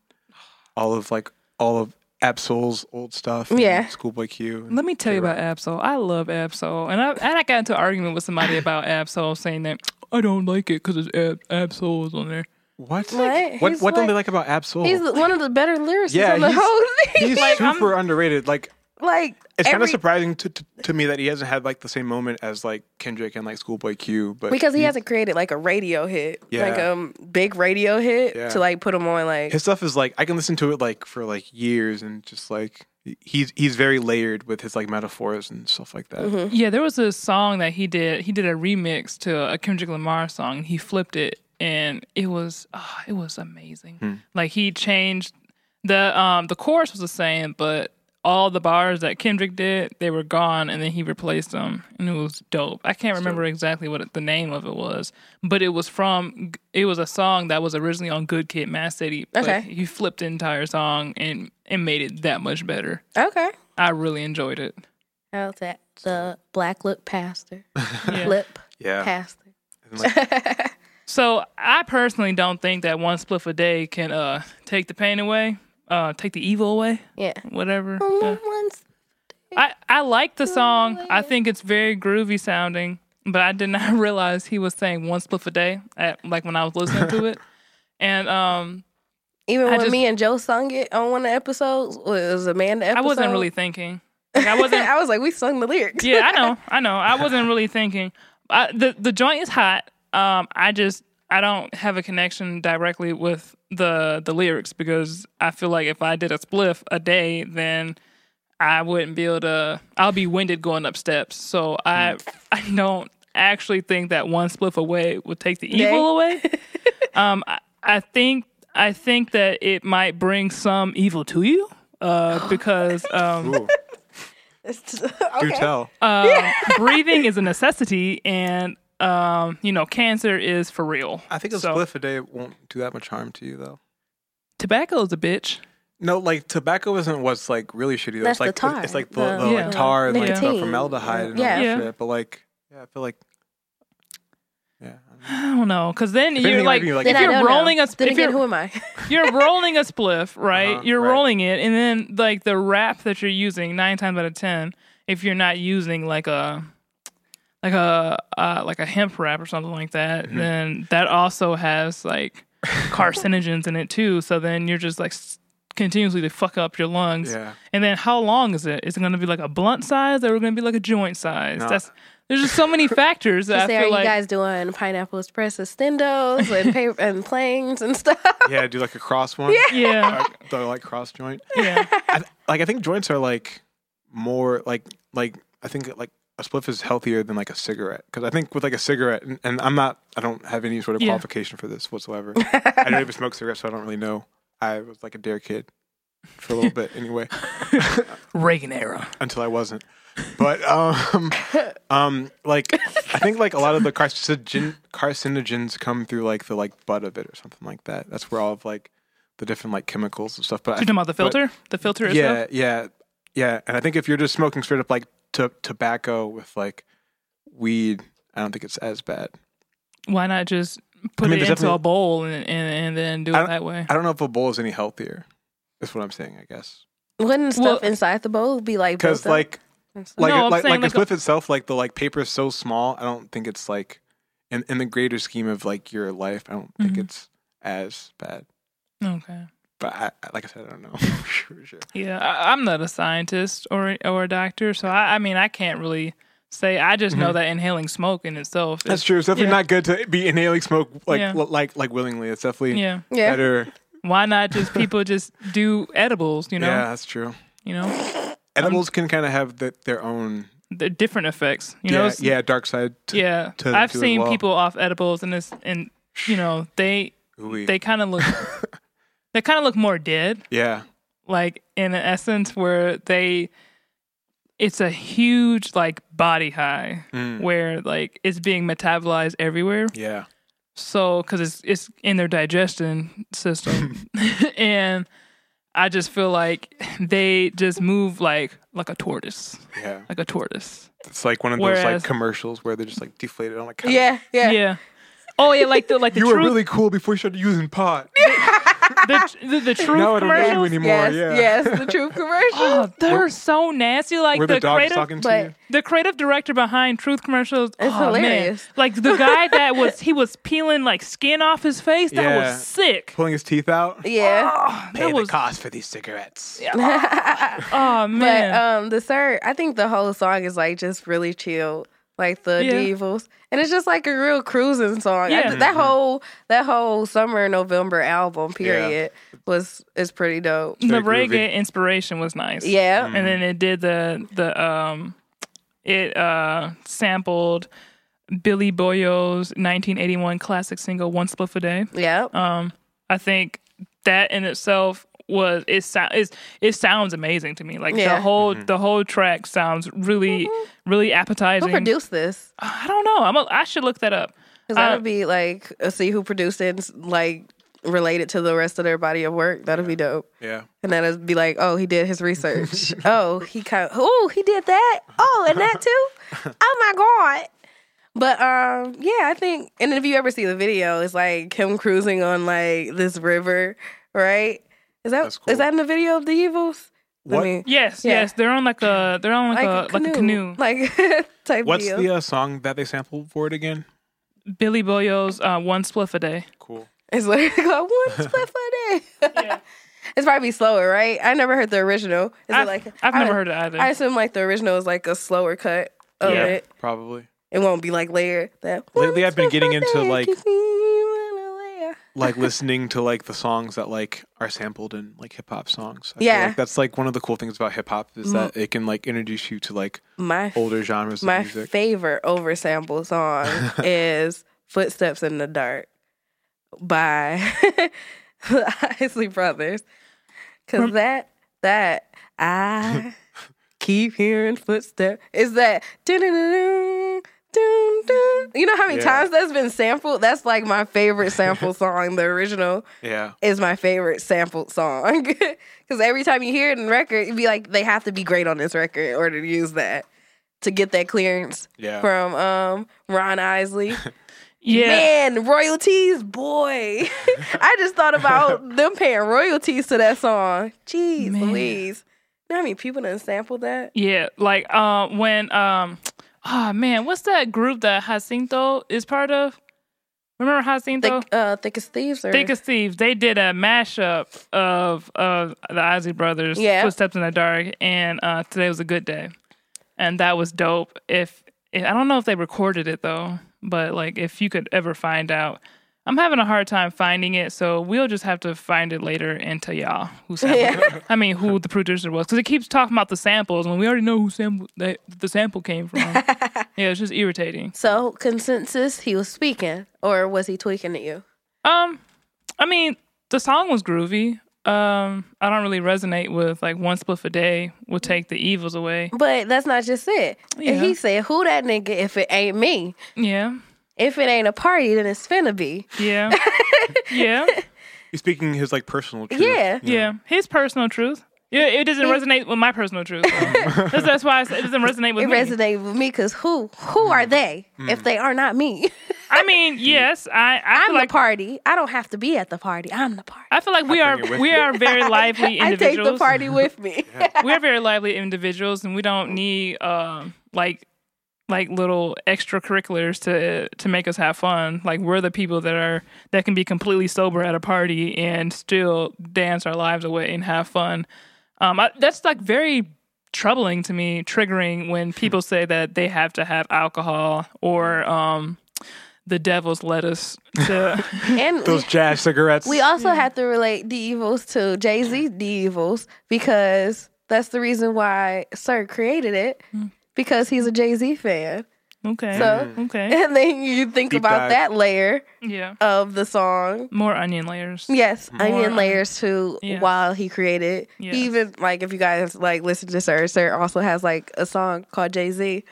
Speaker 4: all of like all of Absol's old stuff. and
Speaker 2: Yeah.
Speaker 4: Schoolboy Q. and
Speaker 3: Let me tell you
Speaker 4: J-Rock.
Speaker 3: about Absol. I love Absol, and I and I got into an argument with somebody about Absol, saying that I don't like it because Ab- Absol is on there.
Speaker 4: what?
Speaker 2: What?
Speaker 4: What?
Speaker 2: He's
Speaker 4: What don't they
Speaker 2: like-
Speaker 4: like about Absol?
Speaker 2: He's one of the better lyricists
Speaker 4: Yeah,
Speaker 2: on the
Speaker 4: he's-
Speaker 2: whole thing.
Speaker 4: He's
Speaker 3: like, I'm-
Speaker 4: super underrated. Like
Speaker 2: like
Speaker 4: it's kind of
Speaker 2: every-
Speaker 4: surprising to, to to me that he hasn't had like the same moment as like Kendrick and like Schoolboy Q. But
Speaker 2: because he hasn't created like a radio hit,
Speaker 4: Yeah.
Speaker 2: like um big radio hit
Speaker 4: Yeah.
Speaker 2: to like put him on like
Speaker 4: his stuff is like I can listen to it like for like years and just like he's he's very layered with his like metaphors and stuff like that.
Speaker 2: Mm-hmm.
Speaker 3: Yeah, there was a song that he did. He did a remix to a Kendrick Lamar song. and He flipped it, and it was oh, it was amazing. Like he changed the um the chorus was the same, but all the bars that Kendrick did they were gone, and then he replaced them, and it was dope. I can't remember exactly what it- the name of it was, but it was from it was a song that was originally on Good Kid, Mad City. but
Speaker 2: Okay.
Speaker 3: he flipped the entire song and and made it that much better.
Speaker 2: okay.
Speaker 3: I really enjoyed it.
Speaker 2: How's that? The black lip pastor,
Speaker 3: Yeah.
Speaker 2: lip
Speaker 4: Yeah.
Speaker 2: pastor.
Speaker 4: And, like,
Speaker 3: So I personally don't think that one spliff a day can uh take the pain away, uh take the evil away,
Speaker 2: Yeah.
Speaker 3: whatever. Yeah.
Speaker 2: Oh, Once
Speaker 3: I I like the song. I think it's very groovy sounding, but I did not realize he was saying one spliff a day at like when I was listening to it. And um
Speaker 2: Even
Speaker 3: I
Speaker 2: when
Speaker 3: just-
Speaker 2: me and Joe sung it on one of the episodes, well, it was Amanda
Speaker 3: I
Speaker 2: episode.
Speaker 3: wasn't really thinking. Like, I wasn't
Speaker 2: I was like, we sung the lyrics.
Speaker 3: yeah, I know, I know. I wasn't really thinking. I, the the joint is hot. Um, I just I don't have a connection directly with the the lyrics because I feel like if I did a spliff a day, then I wouldn't be able to. I'll be winded going up steps. So I I don't actually think that one spliff away would take the
Speaker 2: Day.
Speaker 3: evil away. um, I, I think I think that it might bring some evil to you. Uh, because um,
Speaker 4: ooh, do tell.
Speaker 3: um, breathing is a necessity, and um, you know, cancer is for real.
Speaker 4: I think a
Speaker 3: so-
Speaker 4: spliff a day won't do that much harm to you, though.
Speaker 3: Tobacco is a bitch.
Speaker 4: No, like tobacco isn't what's like really shitty. Though.
Speaker 2: That's
Speaker 4: it's like
Speaker 2: the tar.
Speaker 4: It's like the,
Speaker 2: The-
Speaker 4: the, like,
Speaker 3: Yeah.
Speaker 4: tar and like the
Speaker 2: Nicotine.
Speaker 4: formaldehyde and
Speaker 2: Yeah.
Speaker 4: all that
Speaker 3: Yeah.
Speaker 4: shit. But like, yeah, I feel like, yeah, I
Speaker 3: I don't know, because then
Speaker 4: If
Speaker 3: you're
Speaker 4: anything, I'd
Speaker 3: like,
Speaker 4: be like-
Speaker 3: if
Speaker 4: Then
Speaker 2: I
Speaker 3: you're
Speaker 2: don't know.
Speaker 3: rolling a,
Speaker 2: Then
Speaker 3: if
Speaker 2: again, who
Speaker 3: you're,
Speaker 2: am I?
Speaker 3: you're rolling a spliff, right?
Speaker 4: Uh-huh,
Speaker 3: you're
Speaker 4: right.
Speaker 3: rolling it, and then like the wrap that you're using nine times out of ten, if you're not using like a like a uh, like a hemp wrap or something like that,
Speaker 4: Mm-hmm.
Speaker 3: then that also has like carcinogens in it too. So then you're just like s- continuously to fuck up your lungs.
Speaker 4: don't- yeah.
Speaker 3: And then how long is it? Is it going to be like a blunt size or going to be like a joint size?
Speaker 4: No.
Speaker 3: That's there's just so many factors that I
Speaker 2: Say, are
Speaker 3: feel
Speaker 2: you
Speaker 3: like
Speaker 2: guys doing pineapple espresso stendos and paper and planes and stuff?
Speaker 4: Yeah, do like a cross one.
Speaker 3: yeah,
Speaker 4: Like, the like cross joint.
Speaker 3: yeah,
Speaker 4: I th- like I think joints are like more like like I think like a spliff is healthier than like a cigarette because I think with like a cigarette and, and I'm not I don't have any sort of
Speaker 3: Yeah.
Speaker 4: qualification for this whatsoever. I don't even smoke cigarettes, so I don't really know. I was like a dare kid for a little bit anyway
Speaker 3: Reagan era.
Speaker 4: until I wasn't. But um, um, like I think like a lot of the carcinogen carcinogens come through like the like butt of it or something like that. That's where all of like the different like chemicals and stuff. But I
Speaker 3: You talking about the
Speaker 4: but-
Speaker 3: filter? the filter
Speaker 4: yeah,
Speaker 3: itself.
Speaker 4: yeah, yeah. And I think if you're just smoking straight up like to tobacco with like weed, I don't think it's as bad.
Speaker 3: Why not just put
Speaker 4: mean,
Speaker 3: it
Speaker 4: there's
Speaker 3: into a
Speaker 4: definitely-
Speaker 3: bowl and, and and then do it
Speaker 4: I don't-
Speaker 3: that way?
Speaker 4: I don't know if a bowl is any healthier. That's what I'm saying, I guess.
Speaker 2: Wouldn't stuff
Speaker 3: Well-
Speaker 2: inside the bowl be like?
Speaker 4: Because
Speaker 2: built up?
Speaker 4: like, like,
Speaker 3: No, I'm
Speaker 4: like,
Speaker 3: saying
Speaker 4: like,
Speaker 3: like
Speaker 4: a spliff itself, like the like paper is so small. I don't think it's like in, in the greater scheme of like your life, I don't
Speaker 3: Mm-hmm.
Speaker 4: think it's as bad.
Speaker 3: Okay.
Speaker 4: But I, I- like I said, I don't know. sure, sure.
Speaker 3: Yeah, I, I'm not a scientist or or a doctor, so I, I mean I can't really say. I just know that inhaling smoke in itself.
Speaker 4: Mm-hmm. That's
Speaker 3: is,
Speaker 4: true. It's definitely
Speaker 3: Yeah.
Speaker 4: not good to be inhaling smoke like
Speaker 3: Yeah.
Speaker 4: li- like like willingly. It's definitely
Speaker 3: Yeah.
Speaker 2: Yeah.
Speaker 4: better.
Speaker 3: Why not just people just do edibles? You know.
Speaker 4: Yeah, that's true.
Speaker 3: You know,
Speaker 4: Edibles can kind of have the, their own
Speaker 3: the different effects. You
Speaker 4: yeah,
Speaker 3: know. it's-
Speaker 4: yeah dark side. To,
Speaker 3: Yeah.
Speaker 4: to-
Speaker 3: I've
Speaker 4: to as
Speaker 3: seen
Speaker 4: well.
Speaker 3: people off edibles and this and you know they
Speaker 4: Ooh-wee.
Speaker 3: they kind of look they kind of look more dead.
Speaker 4: yeah.
Speaker 3: like in an essence where they it's a huge like body high where like it's being metabolized everywhere
Speaker 4: Yeah.
Speaker 3: so because it's it's in their digestion system and i just feel like they just move like like a tortoise
Speaker 4: Yeah.
Speaker 3: like a tortoise
Speaker 4: It's like one of those
Speaker 3: Whereas-
Speaker 4: like commercials where they're just like deflated on a couch.
Speaker 2: Yeah, yeah.
Speaker 3: yeah oh yeah like the like the
Speaker 4: You
Speaker 3: truth
Speaker 4: were really cool before you started using pot.
Speaker 3: the, the, the truth
Speaker 4: now I don't know you
Speaker 3: commercials.
Speaker 4: anymore.
Speaker 2: Yes,
Speaker 4: yeah.
Speaker 2: yes, the true commercial.
Speaker 3: Oh, they're so nasty. Like
Speaker 4: Where the, dog is
Speaker 3: creative,
Speaker 4: talking to
Speaker 2: but-
Speaker 4: you.
Speaker 3: the creative director behind truth commercials
Speaker 2: It's
Speaker 3: oh,
Speaker 2: hilarious.
Speaker 3: man. like the guy that was he was peeling like skin off his face that
Speaker 4: Yeah.
Speaker 3: was sick
Speaker 4: Pulling his teeth out.
Speaker 3: Oh,
Speaker 2: yeah.
Speaker 3: that was
Speaker 4: cost for these cigarettes. Yeah.
Speaker 3: oh
Speaker 2: But
Speaker 3: man
Speaker 2: um the third, I think the whole song is like just really chill, like the
Speaker 3: Yeah.
Speaker 2: Devils, and it's just like a real cruising song. I-
Speaker 3: Yeah.
Speaker 4: Mm-hmm.
Speaker 2: that whole that whole summer November album period was is pretty dope.
Speaker 3: the
Speaker 4: very
Speaker 3: reggae
Speaker 4: groovy.
Speaker 3: inspiration was nice
Speaker 2: Yeah,
Speaker 4: Mm.
Speaker 3: and then it did the the um it uh sampled Billy Boyo's 1981 classic single "One Split a Day."
Speaker 2: yeah,
Speaker 3: I think that in itself was it sound is it sounds amazing to me. Like
Speaker 2: Yeah. Mm-hmm.
Speaker 3: the whole the whole track sounds really really appetizing.
Speaker 2: Who produced this?
Speaker 3: I don't know. I'm a, I should look that up.
Speaker 2: Because that
Speaker 3: Uh,
Speaker 2: would be like uh, see who produced it, and, s- like related to the rest of their body of work. That'd be dope.
Speaker 4: yeah.
Speaker 2: And then it'd be like, oh, he did his research. oh, he kind of, oh, he did that. Oh, and that too. Oh my god. But um, yeah, I think. And if you ever see the video, it's like him cruising on like this river, right? Is that is
Speaker 4: That's cool.
Speaker 2: that in the video of the evils? Let
Speaker 4: What-
Speaker 2: me-
Speaker 3: Yes,
Speaker 2: Yeah.
Speaker 3: yes, they're on like a they're on uh, like, a, like a canoe.
Speaker 2: like type
Speaker 4: What's
Speaker 2: deal.
Speaker 4: the uh, song that they sampled for it again?
Speaker 3: Billy Boyo's uh, "One Spliff a Day."
Speaker 4: Cool.
Speaker 2: It's like one split for a day. It's probably slower, right? I never heard the original. Is it
Speaker 3: I've,
Speaker 2: like
Speaker 3: I've
Speaker 2: I-
Speaker 3: never heard it either.
Speaker 2: I assume like the original is like a slower cut of
Speaker 3: Yeah.
Speaker 2: it.
Speaker 4: Probably.
Speaker 2: It won't be like layered. That
Speaker 4: Lately, I've been getting into, like-
Speaker 2: yeah,
Speaker 4: Like listening to like the songs that like are sampled in like hip hop songs. I feel
Speaker 2: Yeah.
Speaker 4: like that's like one of the cool things about hip hop is that it can like introduce you to like
Speaker 2: my
Speaker 4: older genres
Speaker 2: my
Speaker 4: of music.
Speaker 2: favorite oversample song is "Footsteps in the Dark" by the Isley Brothers, because that that I keep hearing footsteps is that dun-dun-dun-dun, dun-dun. you know how many
Speaker 4: Yeah.
Speaker 2: times that's been sampled? That's like my favorite sample song. The original
Speaker 4: yeah.
Speaker 2: is my favorite sampled song because every time you hear it in record, you'd be like, they have to be great on this record in order to use that to get that clearance
Speaker 4: Yeah.
Speaker 2: from um Ron Isley.
Speaker 3: yeah,
Speaker 2: Man, royalties, boy! I just thought about them paying royalties to that song. Jeez,
Speaker 3: Man.
Speaker 2: Louise! You know how many people done sampled that?
Speaker 3: yeah. Like uh, when um, oh man, what's that group that Jacinto is part of? Remember Jacinto?
Speaker 2: Thick, uh, thick as thieves, or
Speaker 3: Think of Steve. They did a mashup of of the Ozzy Brothers,
Speaker 2: Yeah.
Speaker 3: Footsteps in the Dark, and uh, Today Was a Good Day, and that was dope. If, if I don't know if they recorded it though, but like if you could ever find out, I'm having a hard time finding it, so we'll just have to find it later and tell y'all who sampled. it. I mean, who the producer was, because it keeps talking about the samples, and we already know who sample that the sample came from. yeah, it's just irritating.
Speaker 2: so consensus. He was speaking, or was he tweaking at you?
Speaker 3: Um, I mean, the song was groovy. Um, I don't really resonate with like one spliff a day will take the evils away.
Speaker 2: But that's not just it.
Speaker 3: Yeah.
Speaker 2: He said, "Who that nigga? If it ain't me,
Speaker 3: Yeah,
Speaker 2: if it ain't a party, then it's finna be."
Speaker 3: yeah, yeah,
Speaker 4: He's speaking his like personal truth.
Speaker 2: Yeah.
Speaker 3: yeah. His personal truth. Yeah, it doesn't resonate with my personal truth. that's, that's why I said it doesn't resonate with
Speaker 2: It
Speaker 3: me.
Speaker 2: resonated with me because who who
Speaker 3: Mm.
Speaker 2: are they if they are not me?
Speaker 3: I mean, yes, I I
Speaker 2: I'm
Speaker 3: feel like
Speaker 2: the party. I don't have to be at the party. I'm the party.
Speaker 3: I feel like we are
Speaker 4: bring it with
Speaker 3: we
Speaker 4: me.
Speaker 3: are very lively
Speaker 2: I
Speaker 3: individuals.
Speaker 2: take the party with me.
Speaker 3: we are very lively individuals and we don't need um uh, like like little extracurriculars to to make us have fun. Like we're the people that are that can be completely sober at a party and still dance our lives away and have fun. Um, I, that's like very troubling to me, triggering when people say that they have to have alcohol or um, the devil's lettuce to
Speaker 2: And
Speaker 4: Those jazz cigarettes.
Speaker 2: We also have to relate the evils to Jay Z the evils because that's the reason why Sir created it
Speaker 3: Mm.
Speaker 2: because he's a Jay Z fan.
Speaker 3: okay,
Speaker 2: So-
Speaker 3: okay,
Speaker 2: And then you think
Speaker 4: Deep
Speaker 2: about
Speaker 4: dive.
Speaker 2: that layer
Speaker 3: yeah,
Speaker 2: of the song.
Speaker 3: more onion layers.
Speaker 2: Yes,
Speaker 3: Or,
Speaker 2: onion
Speaker 3: um,
Speaker 2: layers too.
Speaker 3: yeah.
Speaker 2: While he created,
Speaker 3: Yes.
Speaker 2: he even like if you guys like listen to Sir, Sir also has like a song called Jay Z.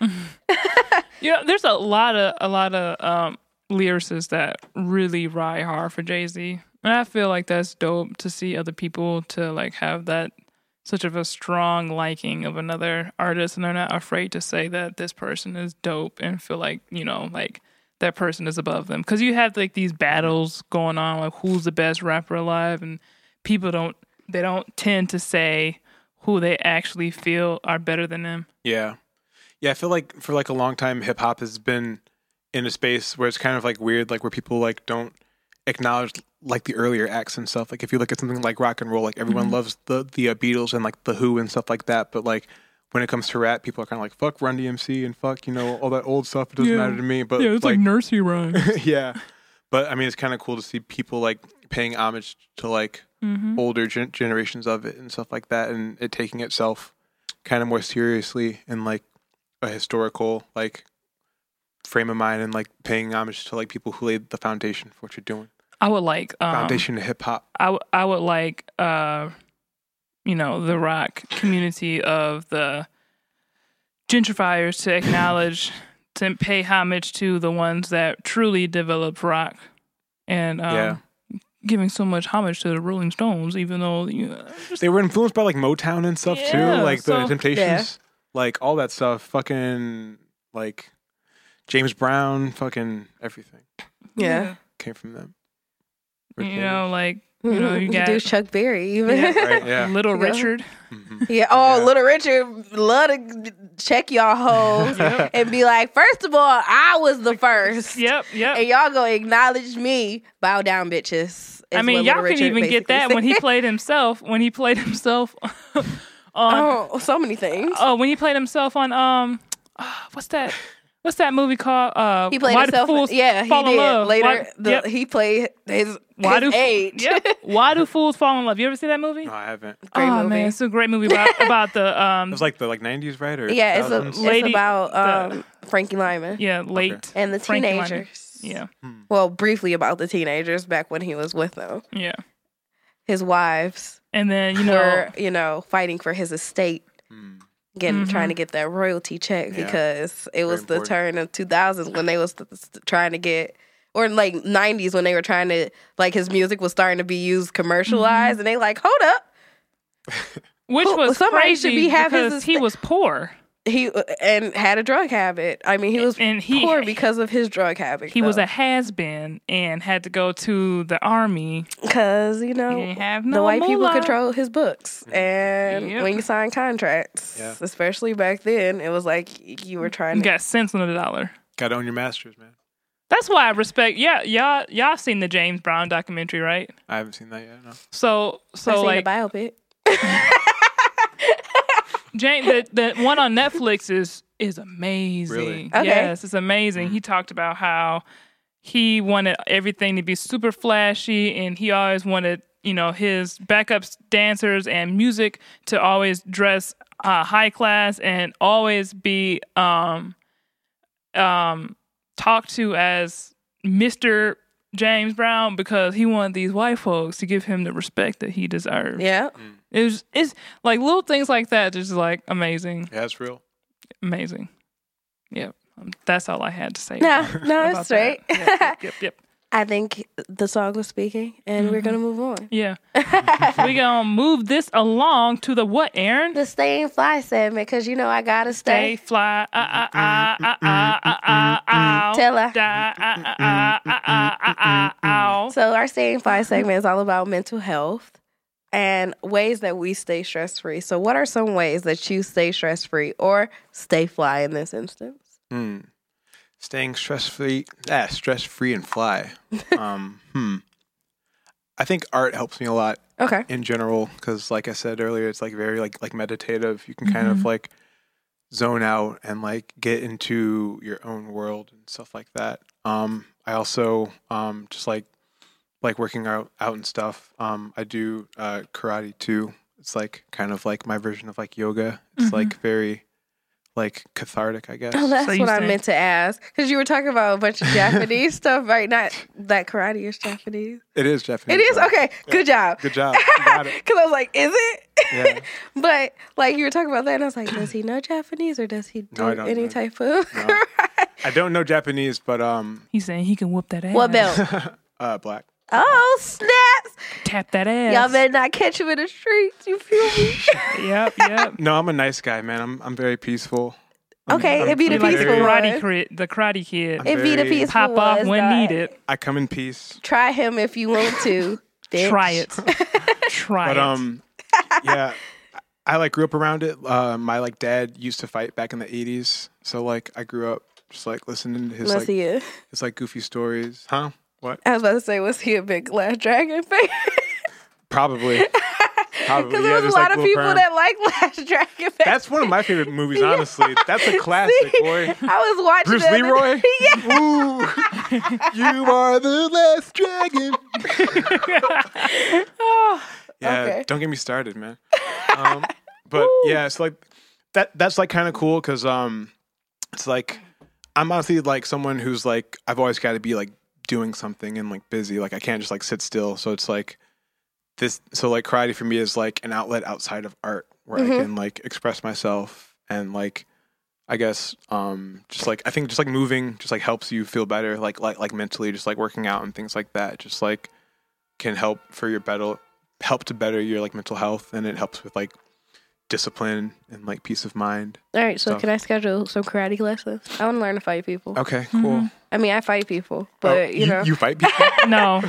Speaker 3: You know, there's a lot of a lot of um, lyricists that really ride hard for Jay Z, and I feel like that's dope to see other people to like have that such of a strong liking of another artist, and they're not afraid to say that this person is dope and feel like you know like that person is above them because you have like these battles going on like who's the best rapper alive, and people don't they don't tend to say who they actually feel are better than them.
Speaker 4: Yeah. Yeah, I feel like for like a long time hip hop has been in a space where it's kind of like weird, like where people like don't acknowledge like the earlier acts and stuff. Like if you look at something like rock and roll, like everyone
Speaker 3: Mm-hmm.
Speaker 4: loves the the uh, Beatles and like the Who and stuff like that, but like when it comes to rap, people are kind of like fuck Run DMC and fuck you know all that old stuff. It doesn't
Speaker 3: Yeah.
Speaker 4: matter to me. But
Speaker 3: Yeah, it's like,
Speaker 4: like
Speaker 3: nursery rhyme.
Speaker 4: yeah, but I mean it's kind of cool to see people like paying homage to like
Speaker 3: hmm
Speaker 4: older gen- generations of it and stuff like that and it taking itself kind of more seriously and like a historical like frame of mind and like paying homage to like people who laid the foundation for what you're doing
Speaker 3: I would like um,
Speaker 4: foundation to hip-hop
Speaker 3: I w- I would like uh, you know, the rock community of the gentrifiers to acknowledge to pay homage to the ones that truly developed rock and um,
Speaker 4: Yeah.
Speaker 3: giving so much homage to the Rolling Stones, even though you uh, know,
Speaker 4: they were influenced by like motown and stuff
Speaker 3: Yeah,
Speaker 4: too like the
Speaker 3: so-
Speaker 4: temptations
Speaker 2: Yeah.
Speaker 4: like all that stuff fucking like james brown fucking everything
Speaker 2: Yeah.
Speaker 4: came from them
Speaker 3: you know, like you know, Oh,
Speaker 2: He
Speaker 3: you got
Speaker 2: do Chuck Berry even.
Speaker 3: Yeah.
Speaker 4: right yeah
Speaker 3: Little
Speaker 2: Yeah.
Speaker 3: Richard.
Speaker 4: Mhm.
Speaker 2: Yeah. Oh,
Speaker 4: Yeah.
Speaker 2: Little Richard love to check y'all hoes and be like, first of all, I was the first.
Speaker 3: Yep, yep.
Speaker 2: And y'all gonna acknowledge me. Bow down, bitches.
Speaker 3: I
Speaker 2: is
Speaker 3: mean,
Speaker 2: what
Speaker 3: y'all
Speaker 2: Little
Speaker 3: can
Speaker 2: Richard
Speaker 3: even get
Speaker 2: basically
Speaker 3: that when he
Speaker 2: said.
Speaker 3: played himself. When he played himself on
Speaker 2: Oh, so many things.
Speaker 3: Oh, when he played himself on um, what's that? What's that movie called? Uh,
Speaker 2: he played
Speaker 3: Why
Speaker 2: himself.
Speaker 3: Do fools
Speaker 2: yeah, he
Speaker 3: fall
Speaker 2: did.
Speaker 3: in love?
Speaker 2: Later,
Speaker 3: Why,
Speaker 2: the,
Speaker 3: yep.
Speaker 2: he played his,
Speaker 3: Why
Speaker 2: his
Speaker 3: do
Speaker 2: age.
Speaker 3: yep. Why do fools fall in love? You ever see that movie?
Speaker 4: no i haven't it
Speaker 2: Great
Speaker 3: oh
Speaker 2: movie.
Speaker 3: man, it's a great movie about, about the um,
Speaker 4: was like the like 90s right or
Speaker 2: yeah, it's, a,
Speaker 4: 2000s?
Speaker 2: it's
Speaker 3: Lady-
Speaker 2: about
Speaker 3: the-
Speaker 2: um, Frankie Lyman
Speaker 3: yeah, late
Speaker 2: and the
Speaker 3: Frankie Lyman.
Speaker 2: teenagers.
Speaker 3: Yeah,
Speaker 2: Well, briefly about the teenagers back when he was with them.
Speaker 3: yeah,
Speaker 2: His wives.
Speaker 3: and then you know,
Speaker 2: were you know fighting for his estate getting
Speaker 3: Mm-hmm.
Speaker 2: trying to get that royalty check
Speaker 4: Hmm. Yeah.
Speaker 2: because it was the
Speaker 4: important.
Speaker 2: turn of 2000s when they was th- th- trying to get or in like 90s when they were trying to like his music was starting to be used commercialized
Speaker 3: Mm-hmm.
Speaker 2: and they like hold up
Speaker 3: which
Speaker 2: who-
Speaker 3: was
Speaker 2: somebody should
Speaker 3: crazy
Speaker 2: be having his
Speaker 3: because he
Speaker 2: estate.
Speaker 3: was poor.
Speaker 2: he and had a drug habit i mean he was
Speaker 3: And he-
Speaker 2: poor because of his drug habit
Speaker 3: He was a has been and had to go to the army.
Speaker 2: because you know
Speaker 3: He didn't have
Speaker 2: Oh, the
Speaker 3: no
Speaker 2: white people
Speaker 3: moolah.
Speaker 2: control his books
Speaker 3: Mm-hmm.
Speaker 2: and
Speaker 3: Yep.
Speaker 2: when you sign contracts
Speaker 4: Yeah.
Speaker 2: especially back then it was like you were trying to
Speaker 3: Got cents on the dollar.
Speaker 4: gotta own your masters man
Speaker 3: That's why I respect. Yeah, y'all, y'all seen the James Brown documentary, right?
Speaker 4: i haven't seen that yet no
Speaker 3: So,
Speaker 2: I
Speaker 3: so
Speaker 2: seen
Speaker 3: like,
Speaker 2: the biopic
Speaker 3: Mm-hmm. Jane, the, the one on Netflix is is amazing.
Speaker 4: Really?
Speaker 2: Okay.
Speaker 3: Yes, it's amazing. He talked about how he wanted everything to be super flashy, and he always wanted you know his backup dancers and music to always dress uh, high class and always be um um talked to as Mister. James Brown because he wanted these white folks to give him the respect that he deserved.
Speaker 2: yeah
Speaker 3: It was it's like little things like that just like amazing.
Speaker 4: Yeah, it's real.
Speaker 3: Amazing. Yep. Um, that's all I had to say.
Speaker 2: No, no,
Speaker 3: about
Speaker 2: it's
Speaker 3: that.
Speaker 2: straight.
Speaker 3: Yep, yep, yep, yep.
Speaker 2: I think the song was speaking, and
Speaker 3: Mm-hmm.
Speaker 2: we're gonna move on.
Speaker 3: Yeah. we gonna move this along to the what, Aaron?
Speaker 2: The stay and fly segment, because you know I gotta
Speaker 3: Stay
Speaker 2: stay.
Speaker 3: fly. Ah ah ah ah ah ah ah. ow,
Speaker 2: Tell her.
Speaker 3: die, ah, ah, ah, ah, ah, ah, ah, ow.
Speaker 2: So our stay and fly segment is all about mental health and ways that we stay stress free. So, what are some ways that you stay stress free or stay fly in this instance?
Speaker 4: Hmm. Staying stress free, ah, stress free and fly. um, hmm. I think art helps me a lot
Speaker 2: Okay.
Speaker 4: in general because, like I said earlier, it's like very like like meditative. You can kind
Speaker 2: Mm-hmm.
Speaker 4: of like zone out and like get into your own world and stuff like that. Um, I also um just like like working out out and stuff. Um, I do uh karate too. It's like kind of like my version of like yoga. It's like very like cathartic, I guess.
Speaker 2: Mm-hmm. Oh, that's
Speaker 3: So you
Speaker 2: what I
Speaker 3: said-
Speaker 2: meant to ask because you were talking about a bunch of Japanese stuff, right? Not that karate is Japanese.
Speaker 4: It is Japanese.
Speaker 2: It is
Speaker 4: though.
Speaker 2: okay. Good job.
Speaker 4: Good job. You Got it.
Speaker 2: Because I was like, is it?
Speaker 4: Yeah.
Speaker 2: But like you were talking about that, and I was like, does he know Japanese or does he do
Speaker 4: No, I don't
Speaker 2: any
Speaker 4: know.
Speaker 2: type of?
Speaker 4: No. I don't know Japanese, but um,
Speaker 3: He's saying he can whoop that ass.
Speaker 2: What belt?
Speaker 4: uh, black.
Speaker 2: Oh snaps!
Speaker 3: Tap that ass.
Speaker 2: Y'all better not catch him in the streets. You feel me?
Speaker 3: Yep, yep.
Speaker 4: No, I'm a nice guy, man. I'm I'm very peaceful.
Speaker 2: okay, it'd be the
Speaker 3: Be like the
Speaker 2: peaceful
Speaker 3: karate
Speaker 2: one.
Speaker 3: kid. The karate kid.
Speaker 4: I'm
Speaker 2: It'd be the
Speaker 4: very-
Speaker 2: peaceful
Speaker 3: Pop off
Speaker 2: ones,
Speaker 3: when
Speaker 2: dog.
Speaker 3: needed.
Speaker 4: I come in peace,
Speaker 2: Try him if you want to. bitch.
Speaker 3: Try it. Try
Speaker 4: but
Speaker 3: it.
Speaker 4: um, yeah, I- I like grew up around it. Uh, my like dad used to fight back in the '80s, so like I grew up just like listening to his
Speaker 2: Was
Speaker 4: like
Speaker 2: he a?
Speaker 4: his like goofy stories, huh? What?
Speaker 2: I was about to say, was he a big Last Dragon fan?
Speaker 4: Probably. Probably.
Speaker 2: Because
Speaker 4: yeah,
Speaker 2: there was
Speaker 4: just,
Speaker 2: a
Speaker 4: like,
Speaker 2: lot of
Speaker 4: Will
Speaker 2: people
Speaker 4: Ferrell.
Speaker 2: that like Last Dragon. Back.
Speaker 4: That's one of my favorite movies, honestly. That's a classic,
Speaker 2: See,
Speaker 4: boy.
Speaker 2: I was watching
Speaker 4: Bruce
Speaker 2: the other
Speaker 4: Leroy?
Speaker 2: day- yeah,
Speaker 4: Ooh, you are the last dragon. yeah,
Speaker 2: Okay.
Speaker 4: don't get me started, man. Um, but yeah, it's like that. That's like kind of cool because um, it's like I'm honestly like someone who's like I've always got to be like doing something and like busy. Like I can't just like sit still. So it's like this. So like karate for me is like an outlet outside of art where I can like express myself and like I guess um just like I think just like moving just like helps you feel better like like like mentally just like working out and things like that just like can help for your better help to better your like mental health and it helps with like discipline and like peace of mind.
Speaker 2: All right, so
Speaker 4: Stuff.
Speaker 2: can I schedule some karate lessons? I want to learn to fight people.
Speaker 4: Okay, cool.
Speaker 2: I mean, I fight people, Mm-hmm. but
Speaker 4: Oh,
Speaker 2: you know,
Speaker 4: you fight people.
Speaker 3: no.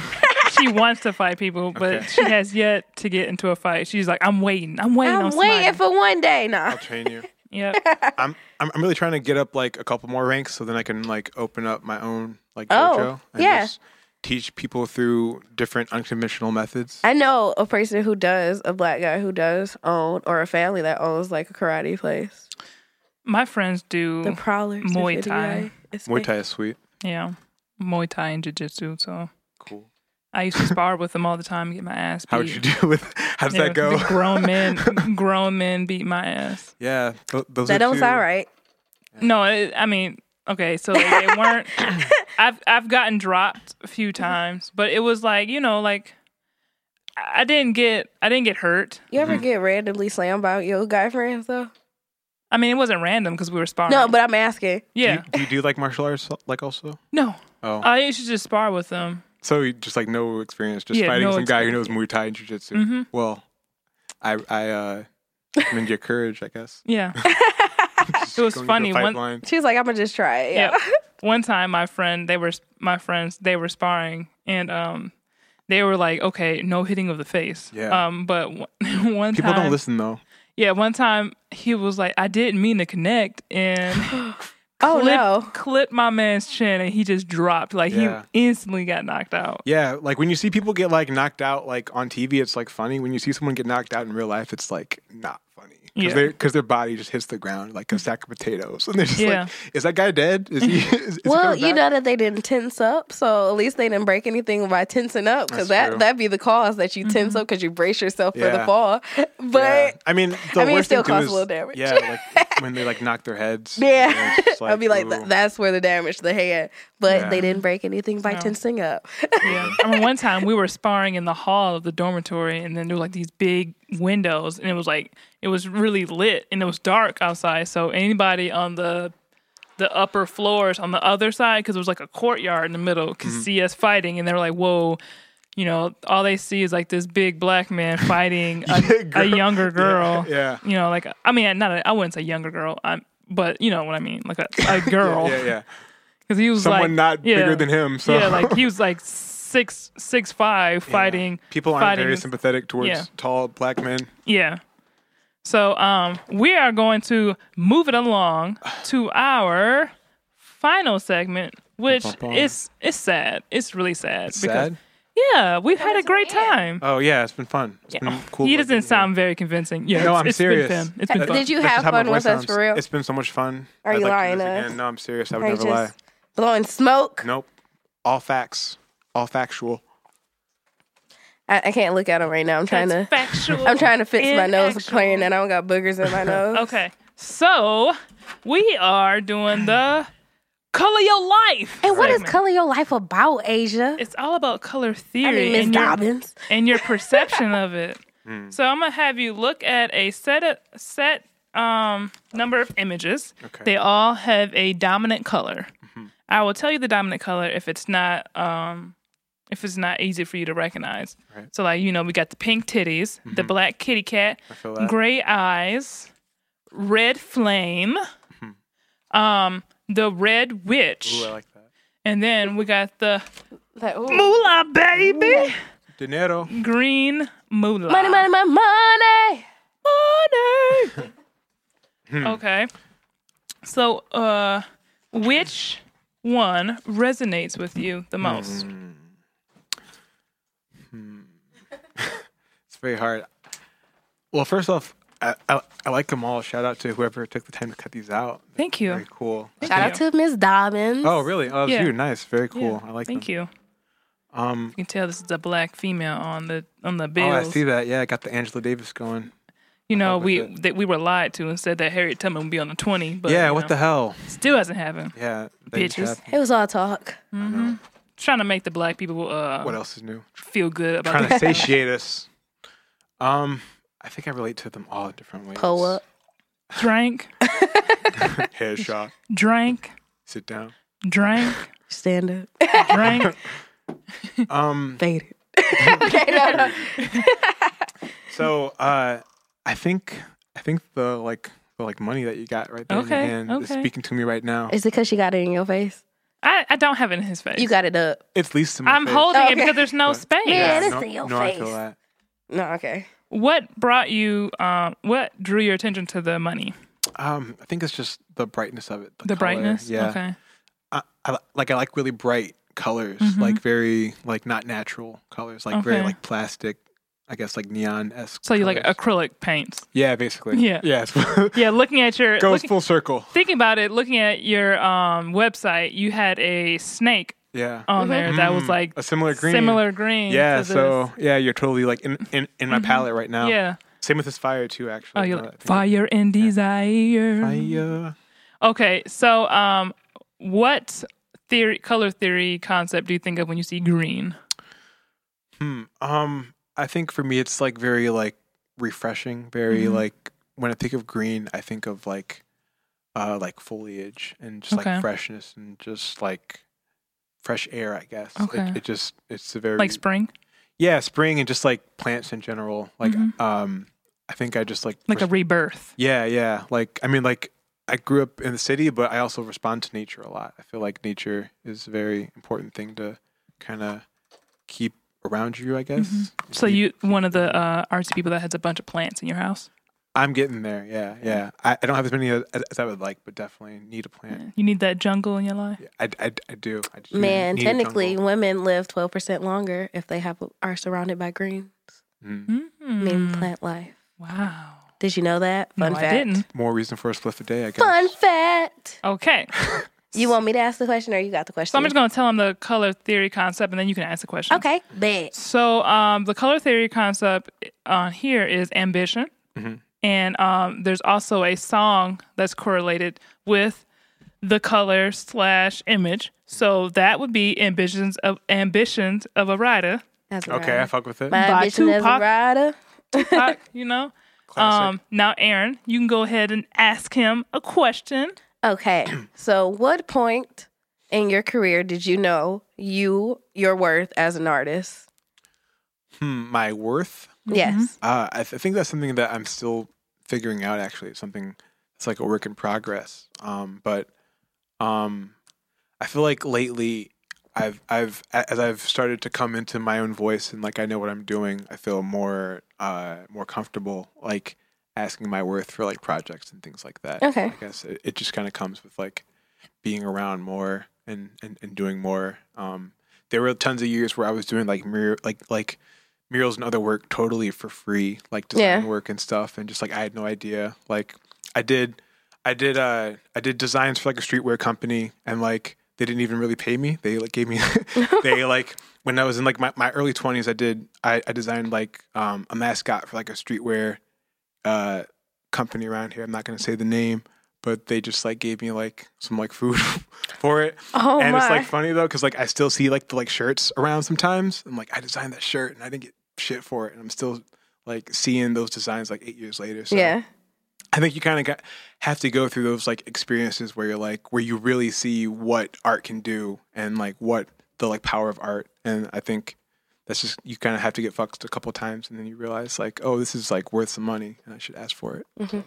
Speaker 3: She wants to fight people, but
Speaker 4: Okay.
Speaker 3: she has yet to get into a fight. She's like, I'm waiting. I'm waiting
Speaker 2: I'm
Speaker 3: on
Speaker 2: waiting
Speaker 3: somebody.
Speaker 2: for one day. Nah,
Speaker 4: I'll train you.
Speaker 3: yep.
Speaker 4: I'm, I'm I'm really trying to get up like a couple more ranks so then I can like open up my own like
Speaker 2: Oh,
Speaker 4: dojo and
Speaker 2: yeah.
Speaker 4: just teach people through different unconventional methods.
Speaker 2: I know a person who does, a black guy who does own, or a family that owns like a karate place.
Speaker 3: My friends do,
Speaker 2: The Prowlers, if
Speaker 3: Muay
Speaker 2: any
Speaker 3: Thai.
Speaker 2: way is
Speaker 4: Muay
Speaker 2: made.
Speaker 4: Thai is sweet.
Speaker 3: yeah, Muay Thai and Jiu Jitsu. So
Speaker 4: Cool.
Speaker 3: I used to spar with them all the time, get my ass beat.
Speaker 4: How would you do with how does
Speaker 3: Yeah,
Speaker 4: that go?
Speaker 3: the grown men, grown men beat my ass.
Speaker 4: Yeah, th- those
Speaker 2: That
Speaker 4: are
Speaker 2: don't
Speaker 4: two-
Speaker 2: sound right.
Speaker 3: No, it, I mean, okay, so like, they weren't. I've I've gotten dropped a few times, but it was like you know, like I I didn't get I didn't get hurt.
Speaker 2: You
Speaker 4: Mm-hmm.
Speaker 2: ever get randomly slammed by your guy friends though?
Speaker 3: I mean, it wasn't random because we were sparring.
Speaker 2: No, but I'm asking.
Speaker 4: Do
Speaker 3: yeah,
Speaker 4: you, do you do like martial arts like also?
Speaker 3: no,
Speaker 4: Oh,
Speaker 3: I used to just spar with them.
Speaker 4: so you just like no experience, just
Speaker 3: Yeah,
Speaker 4: fighting
Speaker 3: no Mm-hmm.
Speaker 4: some guy who knows Muay Thai and Jiu Jitsu. Well, I I uh, commend your courage, I guess.
Speaker 3: Yeah,
Speaker 4: Just
Speaker 3: It was
Speaker 4: going into a
Speaker 3: funny,
Speaker 4: fight
Speaker 3: one-
Speaker 4: blind.
Speaker 2: She was like, I'm gonna just try it.
Speaker 3: yeah. One time, my friend, they were my friends, they were sparring, and um, they were like, okay, no hitting of the face.
Speaker 4: Yeah.
Speaker 3: Um, but one, one
Speaker 4: People
Speaker 3: time,
Speaker 4: don't listen though.
Speaker 3: Yeah, one time he was like, I didn't mean to connect and
Speaker 2: Oh
Speaker 3: clipped,
Speaker 2: no.
Speaker 3: clipped my man's chin and he just dropped. Like
Speaker 4: Yeah.
Speaker 3: he instantly got knocked out.
Speaker 4: Yeah, like when you see people get like knocked out like on TV, it's like funny. When you see someone get knocked out in real life, it's like not funny
Speaker 3: Yeah.
Speaker 4: because because their body just hits the ground like a sack of potatoes, and they're just
Speaker 3: Yeah.
Speaker 4: like, "Is that guy dead? Is he?" Is, is he
Speaker 2: Well,
Speaker 4: coming
Speaker 2: you
Speaker 4: back?"
Speaker 2: know that they didn't tense up, so at least they didn't break anything by tensing up, because
Speaker 4: That's
Speaker 2: that
Speaker 4: true.
Speaker 2: that'd be the cause that you
Speaker 3: Mm-hmm.
Speaker 2: tense up because you brace yourself for the
Speaker 4: Yeah.
Speaker 2: fall.
Speaker 4: Yeah.
Speaker 2: But
Speaker 4: I mean, the
Speaker 2: I mean, it
Speaker 4: worst
Speaker 2: still
Speaker 4: thing too
Speaker 2: caused
Speaker 4: is,
Speaker 2: a little damage.
Speaker 4: Yeah, like when they like knock their heads.
Speaker 2: yeah,
Speaker 4: and it's just
Speaker 2: I'd be like,
Speaker 4: ooh.
Speaker 2: "Th- that's where the damage to the head. But
Speaker 4: Yeah.
Speaker 2: they didn't break anything by
Speaker 3: No.
Speaker 2: tensing up.
Speaker 3: Yeah. I remember one time we were sparring in the hall of the dormitory and then there were like these big windows and it was like it was really lit and it was dark outside. So anybody on the the upper floors on the other side, because it was like a courtyard in the middle, could
Speaker 4: Mm-hmm.
Speaker 3: see us fighting and they were like, Whoa, you know, all they see is like this big black man fighting a,
Speaker 4: Yeah,
Speaker 3: a
Speaker 4: girl.
Speaker 3: younger girl.
Speaker 4: yeah.
Speaker 3: you know, like I mean, not I I wouldn't say younger girl, I'm, but you know what I mean, like a, a girl,
Speaker 4: Yeah, yeah.
Speaker 3: because he was
Speaker 4: Someone
Speaker 3: like,
Speaker 4: not
Speaker 3: yeah,
Speaker 4: bigger than him. So
Speaker 3: yeah, like he was like six six five
Speaker 4: Yeah.
Speaker 3: fighting
Speaker 4: People aren't
Speaker 3: fighting
Speaker 4: very
Speaker 3: this-
Speaker 4: sympathetic towards
Speaker 3: Yeah.
Speaker 4: tall black men.
Speaker 3: yeah. So um, we are going to move it along to our final segment, which
Speaker 4: Ba-ba-ba.
Speaker 3: is it's sad. It's really sad.
Speaker 4: Sad.
Speaker 3: yeah, we've had a great time.
Speaker 4: Oh yeah, it's been fun. It's
Speaker 3: Yeah.
Speaker 4: been cool.
Speaker 3: he
Speaker 4: working
Speaker 3: doesn't
Speaker 4: here.
Speaker 3: sound very convincing. Yeah,
Speaker 4: No,
Speaker 3: it's-
Speaker 4: I'm
Speaker 3: it's
Speaker 4: serious.
Speaker 3: Been fun. It's been
Speaker 2: Did
Speaker 3: fun.
Speaker 4: That's-
Speaker 2: you
Speaker 4: that's
Speaker 2: have
Speaker 4: how my
Speaker 2: fun
Speaker 4: voice
Speaker 2: with us, for real?
Speaker 4: It's been so much fun.
Speaker 2: Are
Speaker 4: I'd
Speaker 2: you
Speaker 4: like to do
Speaker 2: lying
Speaker 4: this
Speaker 2: to us?
Speaker 4: again. No, I'm serious. I would
Speaker 2: Are you
Speaker 4: never lie.
Speaker 2: just blowing smoke?
Speaker 4: Nope. All facts. All factual.
Speaker 2: I, I can't look at him right now. I'm trying
Speaker 3: That's
Speaker 2: to.
Speaker 3: factual.
Speaker 2: I'm trying to fix my
Speaker 3: and
Speaker 2: nose
Speaker 3: actual.
Speaker 2: playing, and I don't got boogers in my nose.
Speaker 3: Okay, so we are doing the color your life.
Speaker 2: And what is
Speaker 3: segment.
Speaker 2: color your life about, Asia?
Speaker 3: It's all about color theory.
Speaker 2: I mean, Miss
Speaker 3: and your-
Speaker 2: Dobbins.
Speaker 3: and your perception of it.
Speaker 4: Hmm.
Speaker 3: So I'm gonna have you look at a set of, set um, number of images.
Speaker 4: Okay. Mm-hmm.
Speaker 3: They all have a dominant color. I will tell you the dominant color if it's not um, if it's not easy for you to recognize.
Speaker 4: Right. Mm-hmm.
Speaker 3: So like you know we got the pink titties, the black kitty cat,
Speaker 4: I feel that.
Speaker 3: gray eyes, red flame, um, the red witch,
Speaker 4: Mm-hmm. Ooh, I like that.
Speaker 3: and then we got the
Speaker 2: Like, ooh.
Speaker 3: moolah baby,
Speaker 4: Dinero.
Speaker 3: green moolah.
Speaker 2: money, money, money, money.
Speaker 3: money.
Speaker 4: Hmm.
Speaker 3: okay. So, uh, which one resonates with you
Speaker 4: Hmm.
Speaker 3: the most?
Speaker 4: It's very hard. Well, first off, I, I, I like them all. Shout out to whoever took the time to cut these out.
Speaker 3: Thank you.
Speaker 4: Very cool.
Speaker 2: Shout out to Miss Dobbins.
Speaker 4: Oh, really? Oh, it's
Speaker 3: Yeah.
Speaker 4: you. Nice. Very
Speaker 3: Yeah,
Speaker 4: cool. I like
Speaker 3: Thank
Speaker 4: them.
Speaker 3: you.
Speaker 4: Um,
Speaker 3: You can tell this is a black female on the on the
Speaker 4: oh,
Speaker 3: bills.
Speaker 4: I see that. Yeah, I got the Angela Davis going.
Speaker 3: You know,
Speaker 4: with
Speaker 3: we
Speaker 4: it.
Speaker 3: that we were lied to and said that Harriet Tubman would be on the twenty, but
Speaker 4: yeah,
Speaker 3: you
Speaker 4: what
Speaker 3: know,
Speaker 4: the hell?
Speaker 3: still hasn't happened.
Speaker 4: Yeah. that just
Speaker 3: Bitches.
Speaker 4: happened.
Speaker 2: It was all talk.
Speaker 3: Trying to make the black people uh
Speaker 4: What else is new?
Speaker 3: feel good about
Speaker 4: Trying to
Speaker 3: this.
Speaker 4: satiate us. Um, I think I relate to them all in different ways.
Speaker 2: Pull up.
Speaker 3: drank,
Speaker 4: Headshot.
Speaker 3: drank,
Speaker 4: Sit down.
Speaker 3: drank,
Speaker 2: Stand up.
Speaker 3: drank.
Speaker 4: Um,
Speaker 2: Fade it.
Speaker 4: So uh, I think I think the like the like money that you got right there
Speaker 3: Okay,
Speaker 4: in your hand is
Speaker 3: okay.
Speaker 4: speaking to me right now.
Speaker 2: Is it because she got it in your face?
Speaker 3: I, I don't have it in his face.
Speaker 2: You got it up.
Speaker 4: It's least to my
Speaker 3: I'm
Speaker 4: face,
Speaker 3: holding it
Speaker 2: Okay.
Speaker 3: because there's no
Speaker 4: but-
Speaker 3: space.
Speaker 2: Yeah, it is
Speaker 4: no,
Speaker 2: in your
Speaker 4: no, I feel
Speaker 2: face.
Speaker 4: that.
Speaker 2: No, okay.
Speaker 3: What brought you? Um, what drew your attention to the money?
Speaker 4: Um, I think it's just the brightness of it. The,
Speaker 3: The
Speaker 4: color.
Speaker 3: brightness.
Speaker 4: Yeah.
Speaker 3: Okay.
Speaker 4: I, I, li- like I like really bright colors, like very like not natural colors, like very
Speaker 3: Mm-hmm. Okay.
Speaker 4: like plastic. I guess like neon esque.
Speaker 3: So you like acrylic paints?
Speaker 4: yeah, basically.
Speaker 3: Yeah.
Speaker 4: Yeah. it's-
Speaker 3: Yeah. Looking at your
Speaker 4: goes
Speaker 3: looking-
Speaker 4: full circle.
Speaker 3: thinking about it, looking at your um website, you had a snake
Speaker 4: Yeah.
Speaker 2: Mm-hmm.
Speaker 3: on there Oh, that was
Speaker 4: Mm,
Speaker 3: like
Speaker 4: a similar green.
Speaker 3: similar green.
Speaker 4: yeah.
Speaker 3: to this. Mm-hmm.
Speaker 4: So yeah, you're totally like in in, in my palette right now.
Speaker 3: yeah.
Speaker 4: Same with this fire too, actually.
Speaker 3: Oh, you're
Speaker 4: now
Speaker 3: like
Speaker 4: that I
Speaker 3: fire and desire.
Speaker 4: think of it. Fire.
Speaker 3: Okay. So um, what theory, color theory concept do you think of when you see green?
Speaker 4: Hmm. Um, I think for me, it's like very like refreshing. Very
Speaker 3: Mm-hmm.
Speaker 4: like when I think of green, I think of like, uh, like foliage and just
Speaker 3: Okay.
Speaker 4: like freshness and just like fresh air. I guess.
Speaker 3: Okay.
Speaker 4: It, it just it's a very
Speaker 3: Like spring,
Speaker 4: yeah spring and just like plants in general. Like um, I think I just like
Speaker 3: Mm-hmm. like a
Speaker 4: res-
Speaker 3: rebirth.
Speaker 4: yeah yeah like I mean like. I grew up in the city, but I also respond to nature a lot. I feel like nature is a very important thing to kind of keep around you, I
Speaker 2: Mm-hmm.
Speaker 4: guess.
Speaker 3: So you one of the uh, artsy people that has a bunch of plants in your house.
Speaker 4: I'm getting there. Yeah, yeah. I, I don't have as many as, as I would like, but definitely need a plant.
Speaker 3: You need that jungle in your life.
Speaker 4: I, I, I do. I do
Speaker 2: Man,
Speaker 4: need a
Speaker 2: technically,
Speaker 4: jungle.
Speaker 2: women live 12% longer if they have are surrounded by greens,
Speaker 3: Mm.
Speaker 2: meaning plant life.
Speaker 3: Wow.
Speaker 2: Did you know that? Fun
Speaker 3: no,
Speaker 2: fact.
Speaker 3: I didn't.
Speaker 4: more reason for a split a day. I guess.
Speaker 2: Fun fact.
Speaker 3: Okay.
Speaker 2: You want me to ask the question or you got the question?
Speaker 3: So I'm just going to tell him the color theory concept and then you can ask the question.
Speaker 2: okay, bet.
Speaker 3: So um, the color theory concept uh, on here is ambition.
Speaker 4: Mhm.
Speaker 3: And um, there's also a song that's correlated with the color slash image. So that would be ambitions of ambitions of a rider.
Speaker 2: That's a
Speaker 4: Okay, I
Speaker 2: rider.
Speaker 4: fuck with it.
Speaker 2: My
Speaker 3: By
Speaker 2: ambition as a
Speaker 3: Tupac.
Speaker 2: rider.
Speaker 3: Tupac, you know.
Speaker 4: Classic.
Speaker 3: Um, now, Aaron, you can go ahead and ask him a question.
Speaker 2: Okay. So, what point in your career did you know you your worth as an artist?
Speaker 4: Hmm, my worth.
Speaker 3: Mm-hmm.
Speaker 2: Yes.
Speaker 4: Uh, I, th- I think that's something that I'm still figuring out. Actually, it's something it's like a work in progress. Um, but um, I feel like lately, I've I've a- as I've started to come into my own voice and like I know what I'm doing. I feel more uh more comfortable like asking my worth for like projects and things like that.
Speaker 2: Okay.
Speaker 4: I guess it, it just kind of comes with like being around more and and, and doing more. Um, there were tons of years where I was doing like mur- like like murals and other work totally for free, like design
Speaker 2: Yeah.
Speaker 4: work and stuff, and just like I had no idea. Like I did, I did, uh, I did designs for like a streetwear company, and like they didn't even really pay me. They like gave me, they like when I was in like my, my early twenties, I did I, I designed like um, a mascot for like a streetwear uh, company around here. I'm not gonna say the name. But they just like gave me like some like food for it,
Speaker 2: Oh
Speaker 4: and
Speaker 2: my!
Speaker 4: it's like funny though, because like I still see like the like shirts around sometimes. I'm like, I designed that shirt and I didn't get shit for it, and I'm still like seeing those designs like eight years later. So
Speaker 2: yeah,
Speaker 4: I think you kind of got have to go through those like experiences where you're like where you really see what art can do and like what the like power of art. And I think that's just you kind of have to get fucked a couple times, and then you realize like, oh, this is like worth some money, and I should ask for it.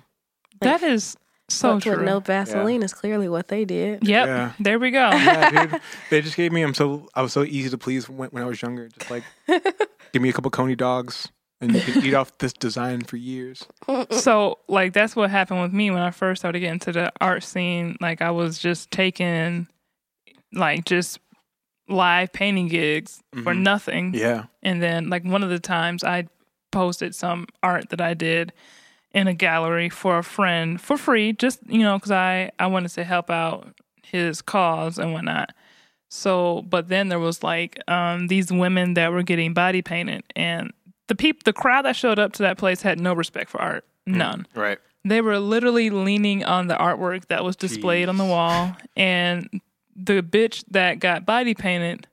Speaker 3: That is so
Speaker 2: Fucked with
Speaker 3: true.
Speaker 2: no Vaseline is clearly what they did.
Speaker 3: Yep.
Speaker 4: Yeah.
Speaker 3: There we go.
Speaker 4: yeah, dude. They just gave me. I'm so I was so easy to please when, when I was younger. Just like give me a couple coney dogs, and you can eat off this design for years.
Speaker 3: so like that's what happened with me when I first started getting to the art scene. Like I was just taking like just live painting gigs for
Speaker 4: Mhm.
Speaker 3: nothing.
Speaker 4: Yeah,
Speaker 3: And then like one of the times I posted some art that I did in a gallery for a friend for free, just you know, because I I wanted to help out his cause and whatnot. So, but then there was like um, these women that were getting body painted, and the peop the crowd that showed up to that place had no respect for art, none
Speaker 4: right.
Speaker 3: they were literally leaning on the artwork that was displayed on the wall and the bitch that got body painted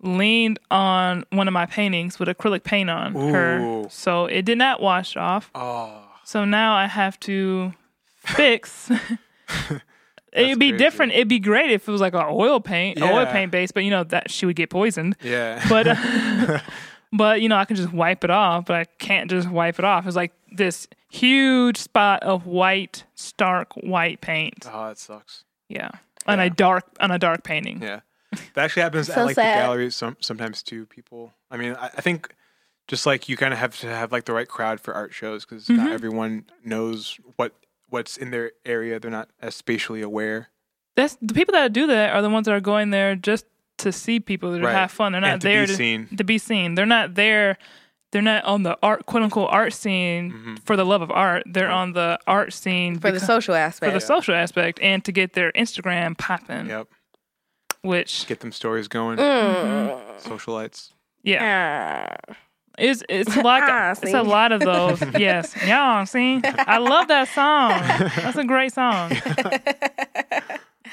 Speaker 3: leaned on one of my paintings with acrylic paint on her
Speaker 4: Ooh.
Speaker 3: so it did not wash off
Speaker 4: Oh,
Speaker 3: so now i have to fix it'd be
Speaker 4: crazy.
Speaker 3: different it'd be great if it was like an oil paint a oil
Speaker 4: Yeah.
Speaker 3: paint base but you know that she would get poisoned
Speaker 4: yeah.
Speaker 3: but uh, but you know I can just wipe it off, but I can't just wipe it off. It's like this huge spot of white, stark white paint.
Speaker 4: oh, that sucks.
Speaker 3: Yeah, on a
Speaker 4: Yeah.
Speaker 3: dark on a dark painting.
Speaker 4: Yeah, that actually happens
Speaker 2: So
Speaker 4: at like
Speaker 2: sad.
Speaker 4: the galleries some, sometimes too. People, I mean, I, I think just like you kind of have to have like the right crowd for art shows because
Speaker 2: Mm-hmm.
Speaker 4: not everyone knows what what's in their area. They're not as spatially aware.
Speaker 3: That's the people that do that are the ones that are going there just to see people to
Speaker 4: Right.
Speaker 3: have fun. They're not
Speaker 4: And to be
Speaker 3: there
Speaker 4: seen.
Speaker 3: to be seen. They're not there. They're not on the art quote unquote art scene
Speaker 4: Mm-hmm.
Speaker 3: for the love of art. They're on the art scene
Speaker 2: For the
Speaker 3: because-
Speaker 2: social
Speaker 3: for
Speaker 2: aspect,
Speaker 3: the social aspect and to get their Instagram popping.
Speaker 4: Yep,
Speaker 3: Which
Speaker 4: get them stories going.
Speaker 2: Mm-hmm.
Speaker 4: Socialites.
Speaker 3: yeah.
Speaker 2: Ah.
Speaker 3: It's it's like
Speaker 2: Ah,
Speaker 3: it's
Speaker 2: see?
Speaker 3: a lot of those. yes, y'all see. I love that song. That's a great song.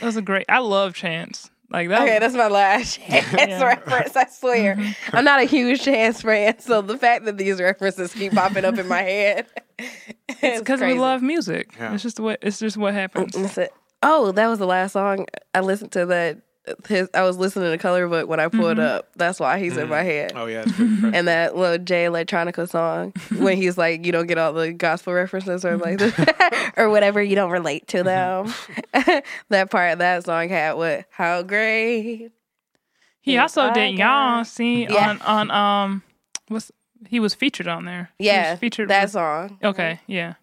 Speaker 3: That's a great. I love Chance. Like that.
Speaker 2: Okay, that's my last chance reference. I swear,
Speaker 3: Mm-hmm.
Speaker 2: I'm not a huge chance fan, so the fact that these references keep popping up in my head, it's
Speaker 3: because we
Speaker 2: crazy.
Speaker 3: love music.
Speaker 4: Yeah.
Speaker 3: It's just what it's just what happens.
Speaker 2: That's it. Oh, that was the last song I listened to. That his, I was listening to Color Book when I pulled
Speaker 3: Mm-hmm.
Speaker 2: up. That's why he's in my head.
Speaker 4: Oh yeah, it's pretty fresh.
Speaker 2: And that little Jay Electronica song when he's like, you don't get all the gospel references or like
Speaker 3: Mm-hmm.
Speaker 2: or whatever, you don't relate to them. that part of that song had what? How great.
Speaker 3: He
Speaker 2: Yeah.
Speaker 3: also did y'all see
Speaker 2: Yeah.
Speaker 3: on on um what's he was featured on there. He was
Speaker 2: Yeah.
Speaker 3: featured.
Speaker 2: that
Speaker 3: with-
Speaker 2: song.
Speaker 3: okay. Yeah.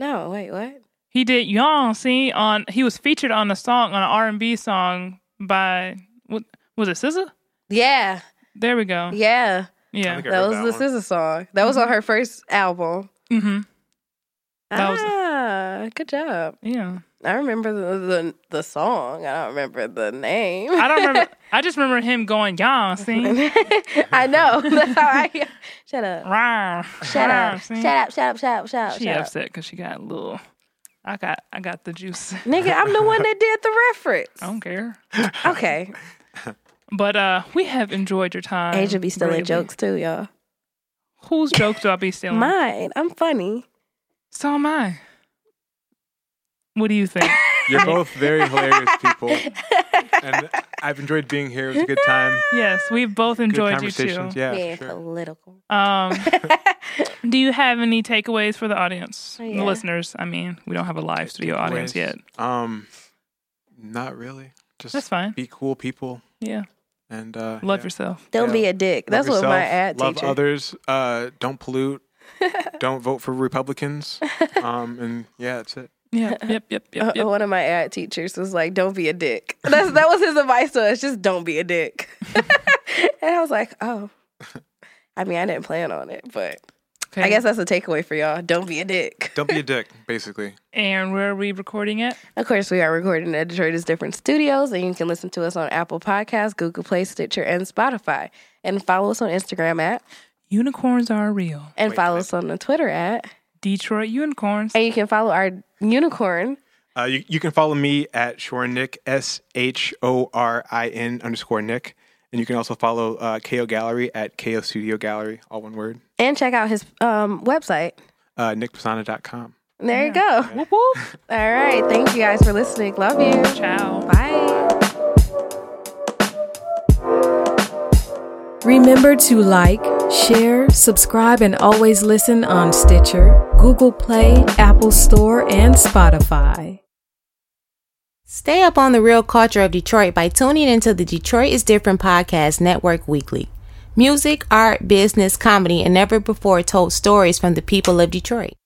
Speaker 2: No, wait, what?
Speaker 3: He did y'all see on he was featured on a song on an R and B song by what was it SZA?
Speaker 2: Yeah.
Speaker 3: There we go.
Speaker 2: Yeah.
Speaker 3: Yeah.
Speaker 4: think I
Speaker 2: That Mm-hmm.
Speaker 4: heard
Speaker 2: was
Speaker 4: that
Speaker 2: the SZA
Speaker 4: one.
Speaker 2: song. That was on her first album.
Speaker 3: mm-hmm. That was-
Speaker 2: ah, good job.
Speaker 3: Yeah.
Speaker 2: I remember the, the the song. I don't remember the name.
Speaker 3: I don't remember. I just remember him going, "Y'all see,
Speaker 2: I know. That's how I shut up.
Speaker 3: rah,
Speaker 2: Shut
Speaker 3: rah,
Speaker 2: up.
Speaker 3: see."
Speaker 2: Shut up. Shut up. Shut up. Shut up.
Speaker 3: She
Speaker 2: shut up.
Speaker 3: upset because she got a little. I got, I got the juice. I
Speaker 2: Nigga, I'm the one that did the reference.
Speaker 3: don't care.
Speaker 2: Okay.
Speaker 3: But uh, we have enjoyed your time.
Speaker 2: Asia be stealing
Speaker 3: greatly.
Speaker 2: jokes too, y'all.
Speaker 3: Whose jokes do I be stealing?
Speaker 2: Mine. I'm funny.
Speaker 3: So am I. What do you think?
Speaker 4: You're both very hilarious people, and I've enjoyed being here. It was a good time.
Speaker 3: yes, we've both
Speaker 4: Good
Speaker 3: enjoyed you too.
Speaker 4: conversations. Yeah, for
Speaker 2: Being
Speaker 4: sure.
Speaker 2: political.
Speaker 3: Um, do you have any takeaways for the audience,
Speaker 2: Oh, yeah.
Speaker 3: the listeners? I mean, we don't have a live studio audience
Speaker 4: Takeaways?
Speaker 3: yet.
Speaker 4: Um, not really. Just
Speaker 3: That's fine.
Speaker 4: Be cool people
Speaker 3: Yeah,
Speaker 4: and uh,
Speaker 3: love
Speaker 4: yeah.
Speaker 3: yourself.
Speaker 2: Don't
Speaker 4: Yeah.
Speaker 2: be a dick. That's
Speaker 4: Love
Speaker 2: what my
Speaker 4: yourself,
Speaker 2: ad
Speaker 4: Love
Speaker 2: teacher.
Speaker 4: others. Uh, don't pollute. don't vote for Republicans. Um, and yeah, that's it.
Speaker 3: Yep, yep, yep, yep,
Speaker 2: Uh,
Speaker 3: yep.
Speaker 2: One of my ad teachers was like, "Don't be a dick." That's that was his advice to us. Just don't be a dick. and I was like, "Oh, I mean, I didn't plan on it, but
Speaker 3: Okay.
Speaker 2: I guess that's a takeaway for y'all. Don't be a dick."
Speaker 4: Don't be a dick, basically.
Speaker 3: And where are we recording at?
Speaker 2: Of course, we are recording at Detroit's different studios, and you can listen to us on Apple Podcasts, Google Play, Stitcher, and Spotify. And follow us on Instagram at,
Speaker 3: Unicorns are real.
Speaker 2: and follow us on the Twitter at,
Speaker 3: Detroit unicorns.
Speaker 2: and you can follow our unicorn.
Speaker 4: Uh, you, you can follow me at Shornick, S H O R I N underscore Nick. And you can also follow uh, KO Gallery at KO Studio Gallery, all one word,
Speaker 2: and check out his um, website.
Speaker 4: uh, nickpasana.com.
Speaker 2: There you go. All right. Thank you guys for listening. Love you.
Speaker 3: Ciao.
Speaker 2: Bye.
Speaker 6: Remember to like, share, subscribe, and always listen on Stitcher, Google Play, Apple Store, and Spotify.
Speaker 1: Stay up on the real culture of Detroit by tuning into the Detroit is Different podcast network weekly. Music, art, business, comedy, and never before told stories from the people of Detroit.